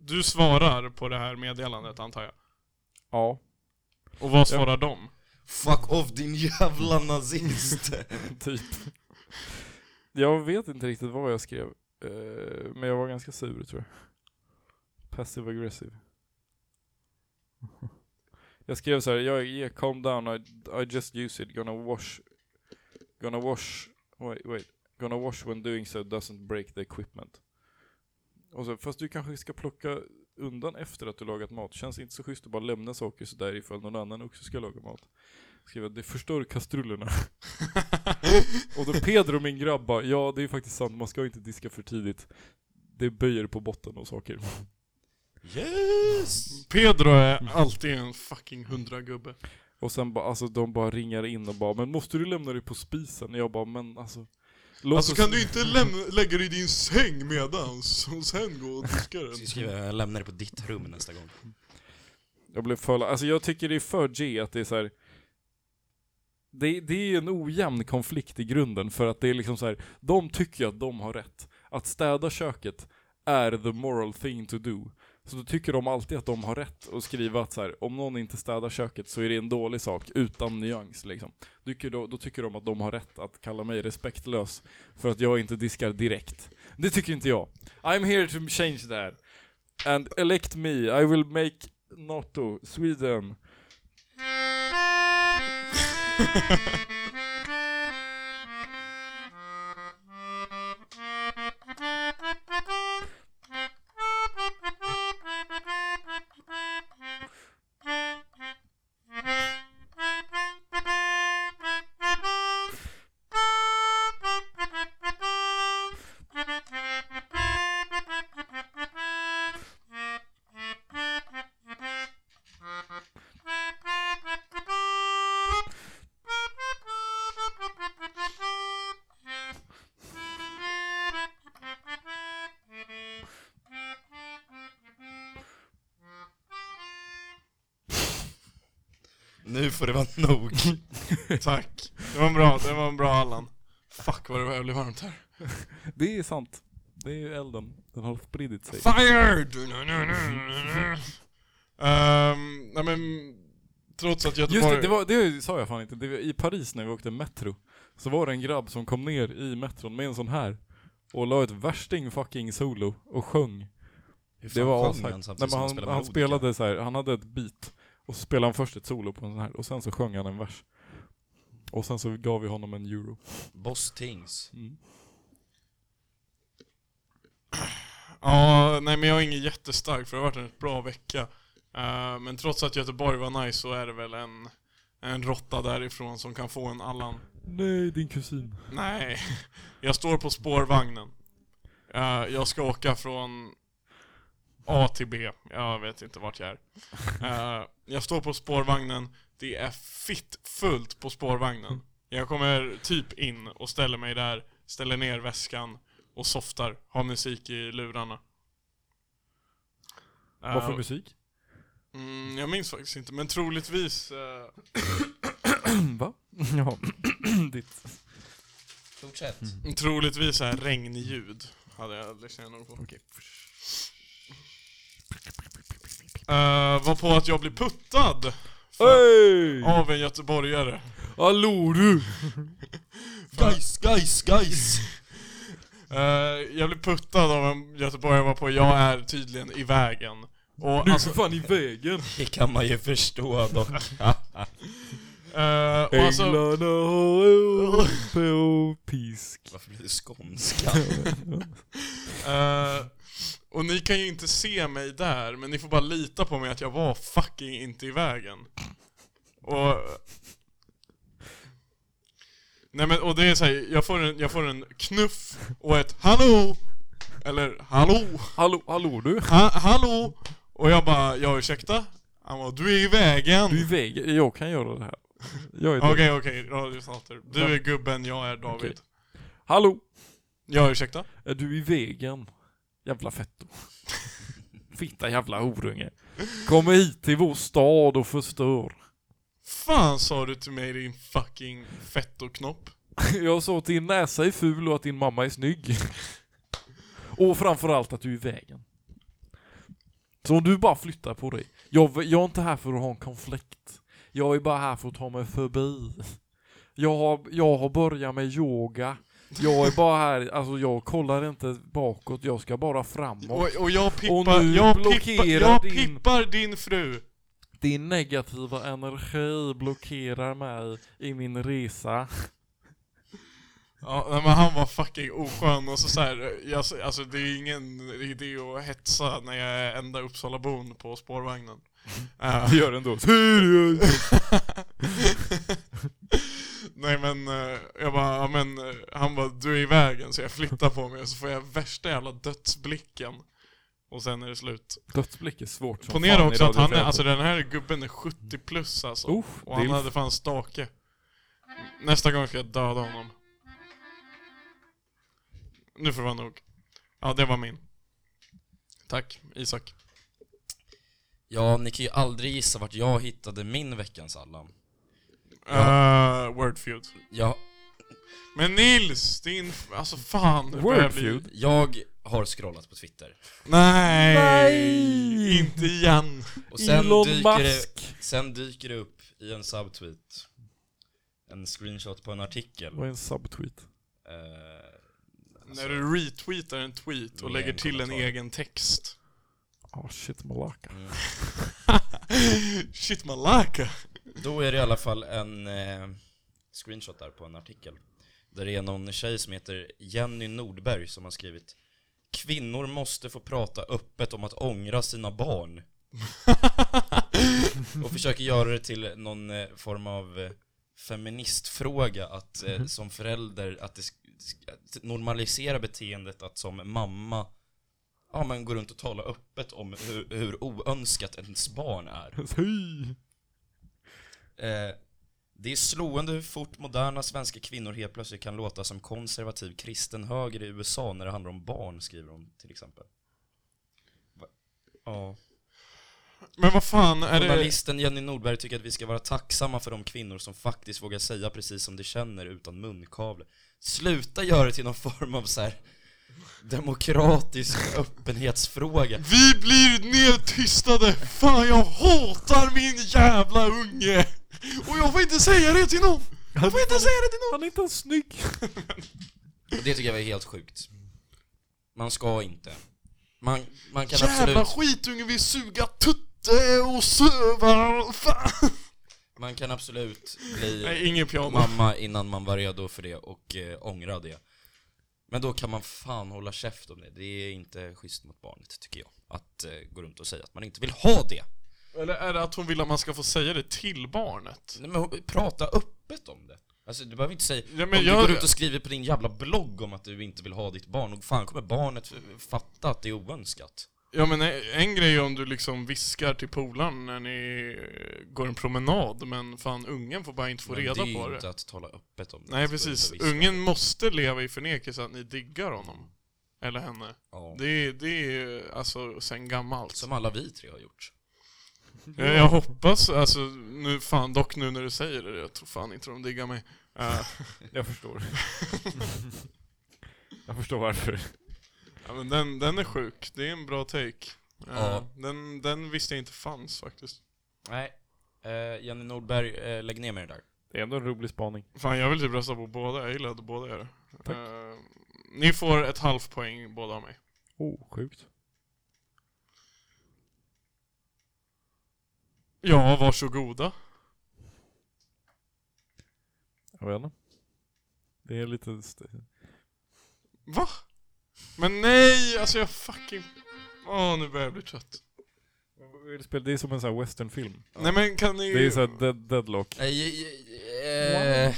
[SPEAKER 1] du svarar på det här meddelandet antar jag?
[SPEAKER 2] Ja.
[SPEAKER 1] Och vad svarar de?
[SPEAKER 3] Fuck off din jävla nazist!
[SPEAKER 2] Typ. Jag vet inte riktigt vad jag skrev. eh, Men jag var ganska sur tror jag. Passive aggressive. Jag skrev så här, jag yeah, calm down, I, I just use it, gonna wash, gonna wash, wait, wait, gonna wash when doing so doesn't break the equipment. Och så, fast du kanske ska plocka undan efter att du lagat mat, känns inte så schysst att bara lämna saker sådär ifall någon annan också ska laga mat. Skriva, det förstör kastrullerna. Och då Pedro, min grabb, bara, ja det är faktiskt sant, man ska ju inte diska för tidigt. Det böjer på botten och saker.
[SPEAKER 3] Yes!
[SPEAKER 1] Pedro är alltid en fucking hundragubbe.
[SPEAKER 2] Och sen bara, alltså de bara ringar in och bara 'Men måste du lämna dig på spisen?' Jag bara 'Men alltså' låt
[SPEAKER 1] Alltså
[SPEAKER 2] oss-
[SPEAKER 1] kan du inte läm- lägga dig i din säng medans och sen gå och diska den?
[SPEAKER 3] Jag ska skriva, jag lämnar det på ditt rum nästa gång.
[SPEAKER 2] Jag blev för... Alltså jag tycker det är för G att det är så här. Det, det är en ojämn konflikt i grunden för att det är liksom så här. De tycker att de har rätt. Att städa köket är the moral thing to do. Så då tycker de alltid att de har rätt att skriva att så här, om någon inte städar köket så är det en dålig sak utan nyans liksom. Tycker då, då tycker de att de har rätt att kalla mig respektlös för att jag inte diskar direkt. Det tycker inte jag. I'm here to change that. And elect me, I will make NATO, Sweden.
[SPEAKER 3] Nu får det vara nog.
[SPEAKER 1] Tack. Det var en bra, det var en bra Allan. Fuck vad det var- blev varmt här.
[SPEAKER 2] Det är sant. Det är ju elden. Den har spridit sig.
[SPEAKER 1] Fired! Ehm, nej men, trots att Göteborg...
[SPEAKER 2] Just det, det, var, det sa jag fan inte. Det var, I Paris när vi åkte metro så var det en grabb som kom ner i metron med en sån här och la ett värsting fucking solo och sjöng.
[SPEAKER 3] Hur fan
[SPEAKER 2] Det var
[SPEAKER 3] sjöng
[SPEAKER 2] ashajt. Nej,
[SPEAKER 3] samtidigt
[SPEAKER 2] men
[SPEAKER 3] som
[SPEAKER 2] han,
[SPEAKER 3] spelade
[SPEAKER 2] han
[SPEAKER 3] melodica?
[SPEAKER 2] spelade så här, han hade ett beat och så spelade han först ett solo på en sån här och sen så sjöng han en vers. Och sen så gav vi honom en euro.
[SPEAKER 3] Boss Tings.
[SPEAKER 1] Ja, nej men jag är ingen jättestark för det har varit en rätt bra vecka. Eh, men trots att Göteborg var nice så är det väl en, en råtta därifrån som kan få en Allan.
[SPEAKER 2] Nej, din kusin.
[SPEAKER 1] Nej, jag står på spårvagnen. Eh, jag ska åka från A till B. Jag vet inte vart jag är. Eh, jag står på spårvagnen. Det är fitt fullt på spårvagnen. Jag kommer typ in och ställer mig där, ställer ner väskan och softar. Har musik i lurarna. Eh,
[SPEAKER 2] Vad för musik?
[SPEAKER 1] mm, jag minns faktiskt inte, men troligtvis... eh,
[SPEAKER 2] Mm, Va? Ja, ditt.
[SPEAKER 3] Fortsätt.
[SPEAKER 5] Mm.
[SPEAKER 1] Troligtvis så här regnljud hade jag lyssnat nog på. Okay. Eh, var på att jag blev puttad
[SPEAKER 2] Hej!
[SPEAKER 1] av en göteborgare.
[SPEAKER 2] Hallå du!
[SPEAKER 3] Guys, guys, guys!
[SPEAKER 1] Eh, jag blev puttad av en göteborgare var på jag är tydligen i vägen. Och alltså,
[SPEAKER 2] fan i vägen!
[SPEAKER 3] Det kan man ju förstå dock.
[SPEAKER 1] eh, och alltså,
[SPEAKER 2] Änglarna har upp och pisk.
[SPEAKER 3] Varför blir du skånska?
[SPEAKER 1] eh, och ni kan ju inte se mig där, men ni får bara lita på mig att jag var fucking inte i vägen. Och... Nej men och det är såhär, jag, får en- jag får en knuff och ett 'Hallå!' Eller 'Hallå!'
[SPEAKER 2] Hallå, hallå du!
[SPEAKER 1] Ha, 'Hallå!' Och jag bara 'Ja ursäkta?' Han bara 'Du är i vägen!'
[SPEAKER 2] Du är i vägen, jag kan göra det här. Jag är det.
[SPEAKER 1] Okej okej, radiostater. Du är gubben, jag är David.
[SPEAKER 2] Okej. Hallå!
[SPEAKER 1] Ja ursäkta?
[SPEAKER 2] Är du i vägen? Jävla fetto. Fitta jävla horunge. Kommer hit till vår stad och förstör.
[SPEAKER 1] Fan sa du till mig din fucking fettoknopp?
[SPEAKER 2] Jag sa att din näsa är ful och att din mamma är snygg. Och framförallt att du är i vägen. Så om du bara flyttar på dig. Jag, jag är inte här för att ha en konflikt. Jag är bara här för att ta mig förbi. Jag har, jag har börjat med yoga. Jag är bara här, alltså jag kollar inte bakåt, jag ska bara framåt.
[SPEAKER 1] Och, och jag
[SPEAKER 2] Och
[SPEAKER 1] pippar,
[SPEAKER 2] nu
[SPEAKER 1] jag
[SPEAKER 2] blockerar
[SPEAKER 1] pippar, jag
[SPEAKER 2] din-
[SPEAKER 1] pippar din fru.
[SPEAKER 2] Din negativa energi blockerar mig i min resa.
[SPEAKER 1] Ja, nej, men han var fucking oskön och så, så här, jag, alltså det är ingen idé att hetsa när jag är enda Uppsalabon på spårvagnen. Eh,
[SPEAKER 2] gör det ändå. Seriöst!
[SPEAKER 1] Nej men, eh, jag bara, ja, men eh, han bara du är i vägen så jag flyttar på mig och så får jag värsta jävla dödsblicken. Och sen är det slut.
[SPEAKER 2] Dödsblick är svårt som
[SPEAKER 1] Ponera
[SPEAKER 2] fan
[SPEAKER 1] också
[SPEAKER 2] i
[SPEAKER 1] att han är,
[SPEAKER 2] radio-
[SPEAKER 1] alltså den här gubben är 70 plus alltså.
[SPEAKER 2] Uff,
[SPEAKER 1] och han
[SPEAKER 2] dilf.
[SPEAKER 1] hade fan stake. Nästa gång ska jag döda honom. Nu får det vara nog. Ja, det var min. Tack, Isak.
[SPEAKER 5] Ja, ni kan ju aldrig gissa vart jag hittade min veckans Allan.
[SPEAKER 1] Ja. Eh, Wordfeud.
[SPEAKER 5] Jag,
[SPEAKER 1] Men Nils, din... Alltså fan. det börjar bli-
[SPEAKER 2] Wordfeud?
[SPEAKER 5] jag har scrollat på Twitter.
[SPEAKER 1] Nej!
[SPEAKER 2] Nej!
[SPEAKER 1] Inte igen.
[SPEAKER 5] Och sen
[SPEAKER 2] Elon
[SPEAKER 5] dyker,
[SPEAKER 2] Musk.
[SPEAKER 5] det, sen dyker det upp i en subtweet, en screenshot på en artikel.
[SPEAKER 2] Vad är en subtweet?
[SPEAKER 5] Eh,
[SPEAKER 1] När du retweetar en tweet och
[SPEAKER 5] Med
[SPEAKER 1] lägger
[SPEAKER 5] en
[SPEAKER 1] till en
[SPEAKER 5] kommentar.
[SPEAKER 1] egen text.
[SPEAKER 2] Ah shit malaka.
[SPEAKER 1] Shit malaka.
[SPEAKER 5] alltså, Då är det i alla fall en eh, screenshot där på en artikel. Där det är någon tjej som heter Jenny Nordberg som har skrivit Kvinnor måste få prata öppet om att ångra sina barn. och försöker göra det till någon eh, form av eh, feministfråga att eh, som förälder att, det, sk- sk- att normalisera beteendet att som mamma ja, men gå runt och tala öppet om hur, hur oönskat ens barn är.
[SPEAKER 2] Hej!
[SPEAKER 5] Eh, det är slående hur fort moderna svenska kvinnor helt plötsligt kan låta som konservativ kristen höger i USA när det handlar om barn, skriver hon till exempel. Va? Ja.
[SPEAKER 1] Men vad fan är det...
[SPEAKER 5] Journalisten Jenny Nordberg tycker att vi ska vara tacksamma för de kvinnor som faktiskt vågar säga precis som de känner utan munkavle. Sluta göra det till någon form av så här demokratisk öppenhetsfråga.
[SPEAKER 1] Vi blir nedtystade! Fan jag hatar min jävla unge! Och jag får inte säga det till någon! Jag får inte säga det till någon!
[SPEAKER 2] Han är inte ens snygg!
[SPEAKER 5] Och det tycker jag är helt sjukt. Man ska inte. Man, man kan absolut...
[SPEAKER 1] Jävla skitunge vill suga tutte och söva, fan!
[SPEAKER 5] Man kan absolut bli
[SPEAKER 1] Nej, ingen piano.
[SPEAKER 5] mamma innan man var redo för det och eh, ångra det. Men då kan man fan hålla käft om det. Det är inte schysst mot barnet, tycker jag. Att eh, gå runt och säga att man inte vill ha det.
[SPEAKER 1] Eller är det att hon vill att man ska få säga det till barnet?
[SPEAKER 5] Nej, men hon- prata öppet om det. Alltså du behöver inte säga,
[SPEAKER 1] Ja, men
[SPEAKER 5] om
[SPEAKER 1] jag-
[SPEAKER 5] du går runt och skriver på din jävla blogg om att du inte vill ha ditt barn, och fan kommer barnet f- fatta att det är oönskat.
[SPEAKER 1] Ja men en grej är om du liksom viskar till polaren när ni eh, går en promenad, men fan ungen får bara inte få
[SPEAKER 5] Men
[SPEAKER 1] reda
[SPEAKER 5] det är
[SPEAKER 1] på
[SPEAKER 5] ju
[SPEAKER 1] det.
[SPEAKER 5] inte att tala öppet om det.
[SPEAKER 1] Nej
[SPEAKER 5] Att gå runt
[SPEAKER 1] precis,
[SPEAKER 5] och vissla.
[SPEAKER 1] ungen måste leva i förnekelse att ni diggar honom. Eller henne.
[SPEAKER 5] Ja.
[SPEAKER 1] Det är, det är ju, alltså sen gammalt.
[SPEAKER 5] Som alla vi tre har gjort.
[SPEAKER 1] Jag, jag hoppas, alltså nu fan dock nu när du säger det, jag tror fan inte de diggar mig. Eh,
[SPEAKER 2] Jag förstår. jag förstår varför.
[SPEAKER 1] ja, men den, den är sjuk, det är en bra take. Eh,
[SPEAKER 5] Ja.
[SPEAKER 1] den, den visste jag inte fanns faktiskt.
[SPEAKER 5] Nej. Eh, Jenny Nordberg, eh, lägg ner med det där.
[SPEAKER 2] Det är ändå en rolig spaning.
[SPEAKER 1] Fan jag vill typ rösta på båda, jag gillade båda er. Eh, ni får ett halvt poäng båda av mig.
[SPEAKER 2] Oh, sjukt.
[SPEAKER 1] Ja, varsågoda.
[SPEAKER 2] Jag vet inte. Det är lite... st-
[SPEAKER 1] Va? Men nej, alltså jag fucking... Åh, nu börjar jag bli trött.
[SPEAKER 2] Vi vill spela- Det är som en sån här westernfilm.
[SPEAKER 1] Nej men kan ni...
[SPEAKER 2] Det är såhär dead, deadlock.
[SPEAKER 5] Eh, eh, eh,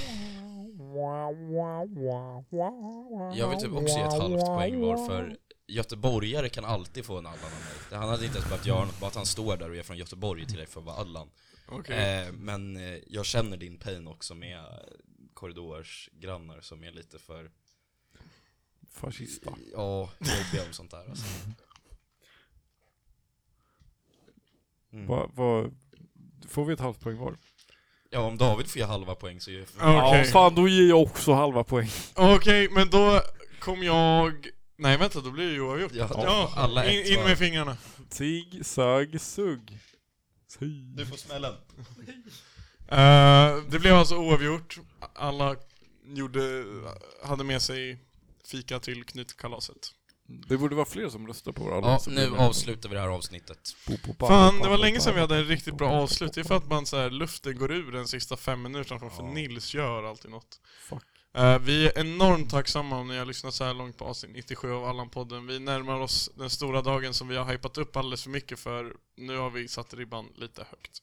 [SPEAKER 5] Jag vill typ också ge ett halvt poäng var för göteborgare kan alltid få en Allan av mig. Det- Han hade inte ens behövt göra något, bara att han står där och är från Göteborg till dig för att vara Allan.
[SPEAKER 1] Okej.
[SPEAKER 5] Eh, men eh, jag känner din pain också med korridorsgrannar som är lite för,
[SPEAKER 2] Fascista.
[SPEAKER 5] ja, jobbiga om sånt där alltså. Mm.
[SPEAKER 2] Vad... vad- Får vi ett halvt poäng var?
[SPEAKER 5] Ja, om David får ge halva poäng så ger jag
[SPEAKER 1] Ja. Okej.
[SPEAKER 2] Ja, fan då ger jag också halva poäng.
[SPEAKER 1] Okej, men då kom jag... Nej vänta, då blir det ju oavgjort.
[SPEAKER 5] Ja, alla
[SPEAKER 1] in,
[SPEAKER 5] ett
[SPEAKER 1] in
[SPEAKER 5] var.
[SPEAKER 1] med fingrarna.
[SPEAKER 2] Tig, sög, sugg.
[SPEAKER 5] Du får smällen.
[SPEAKER 1] Eh, det blev alltså oavgjort. Alla gjorde, hade med sig fika till knytkalaset.
[SPEAKER 2] Det borde vara fler som röstar på våra
[SPEAKER 3] Ja, nu avslutar vi det här avsnittet.
[SPEAKER 1] Fan, det var länge sedan vi hade en riktigt bra avslut. Det är för att man så här, luften går ur den sista fem minuterna för
[SPEAKER 2] Ja.
[SPEAKER 1] Nils gör alltid något.
[SPEAKER 2] Fuck.
[SPEAKER 1] Eh, vi är enormt tacksamma om ni har lyssnat så här långt på avsnitt 97 av Allan-podden. Vi närmar oss den stora dagen som vi har hypat upp alldeles för mycket för. Nu har vi satt ribban lite högt.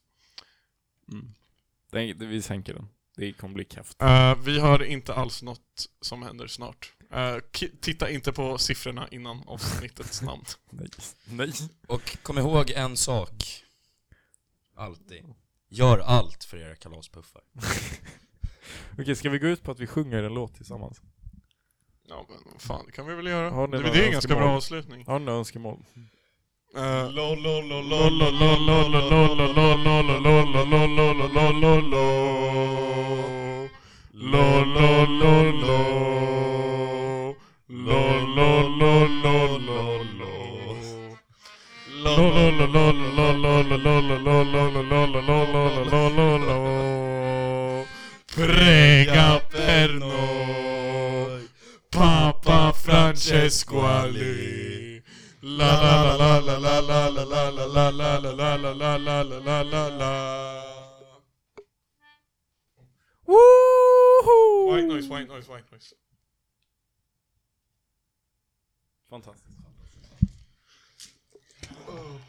[SPEAKER 2] Mm. Den, vi sänker den. Det kommer bli keft.
[SPEAKER 1] Eh, vi har inte alls något som händer snart. Eh, ki- titta inte på siffrorna innan avsnittets namn.
[SPEAKER 2] Nej. Nej.
[SPEAKER 3] Och kom ihåg en sak. Alltid. Gör allt för era kalaspuffar.
[SPEAKER 2] Okej, ska vi gå ut på att vi sjunger en låt tillsammans?
[SPEAKER 1] Ja men vad fan, det kan vi väl göra.
[SPEAKER 2] Har ni
[SPEAKER 1] det,
[SPEAKER 2] några
[SPEAKER 1] det är en ganska bra
[SPEAKER 2] önskemål?
[SPEAKER 1] avslutning.
[SPEAKER 2] Har ni några önskemål?
[SPEAKER 1] Eh, Prega per noi Papa Francesco Ali La la la la la la la la la la la la la la la la la la la la
[SPEAKER 2] Woohoo!
[SPEAKER 1] White noise, white noise, white noise
[SPEAKER 2] Fantastiskt.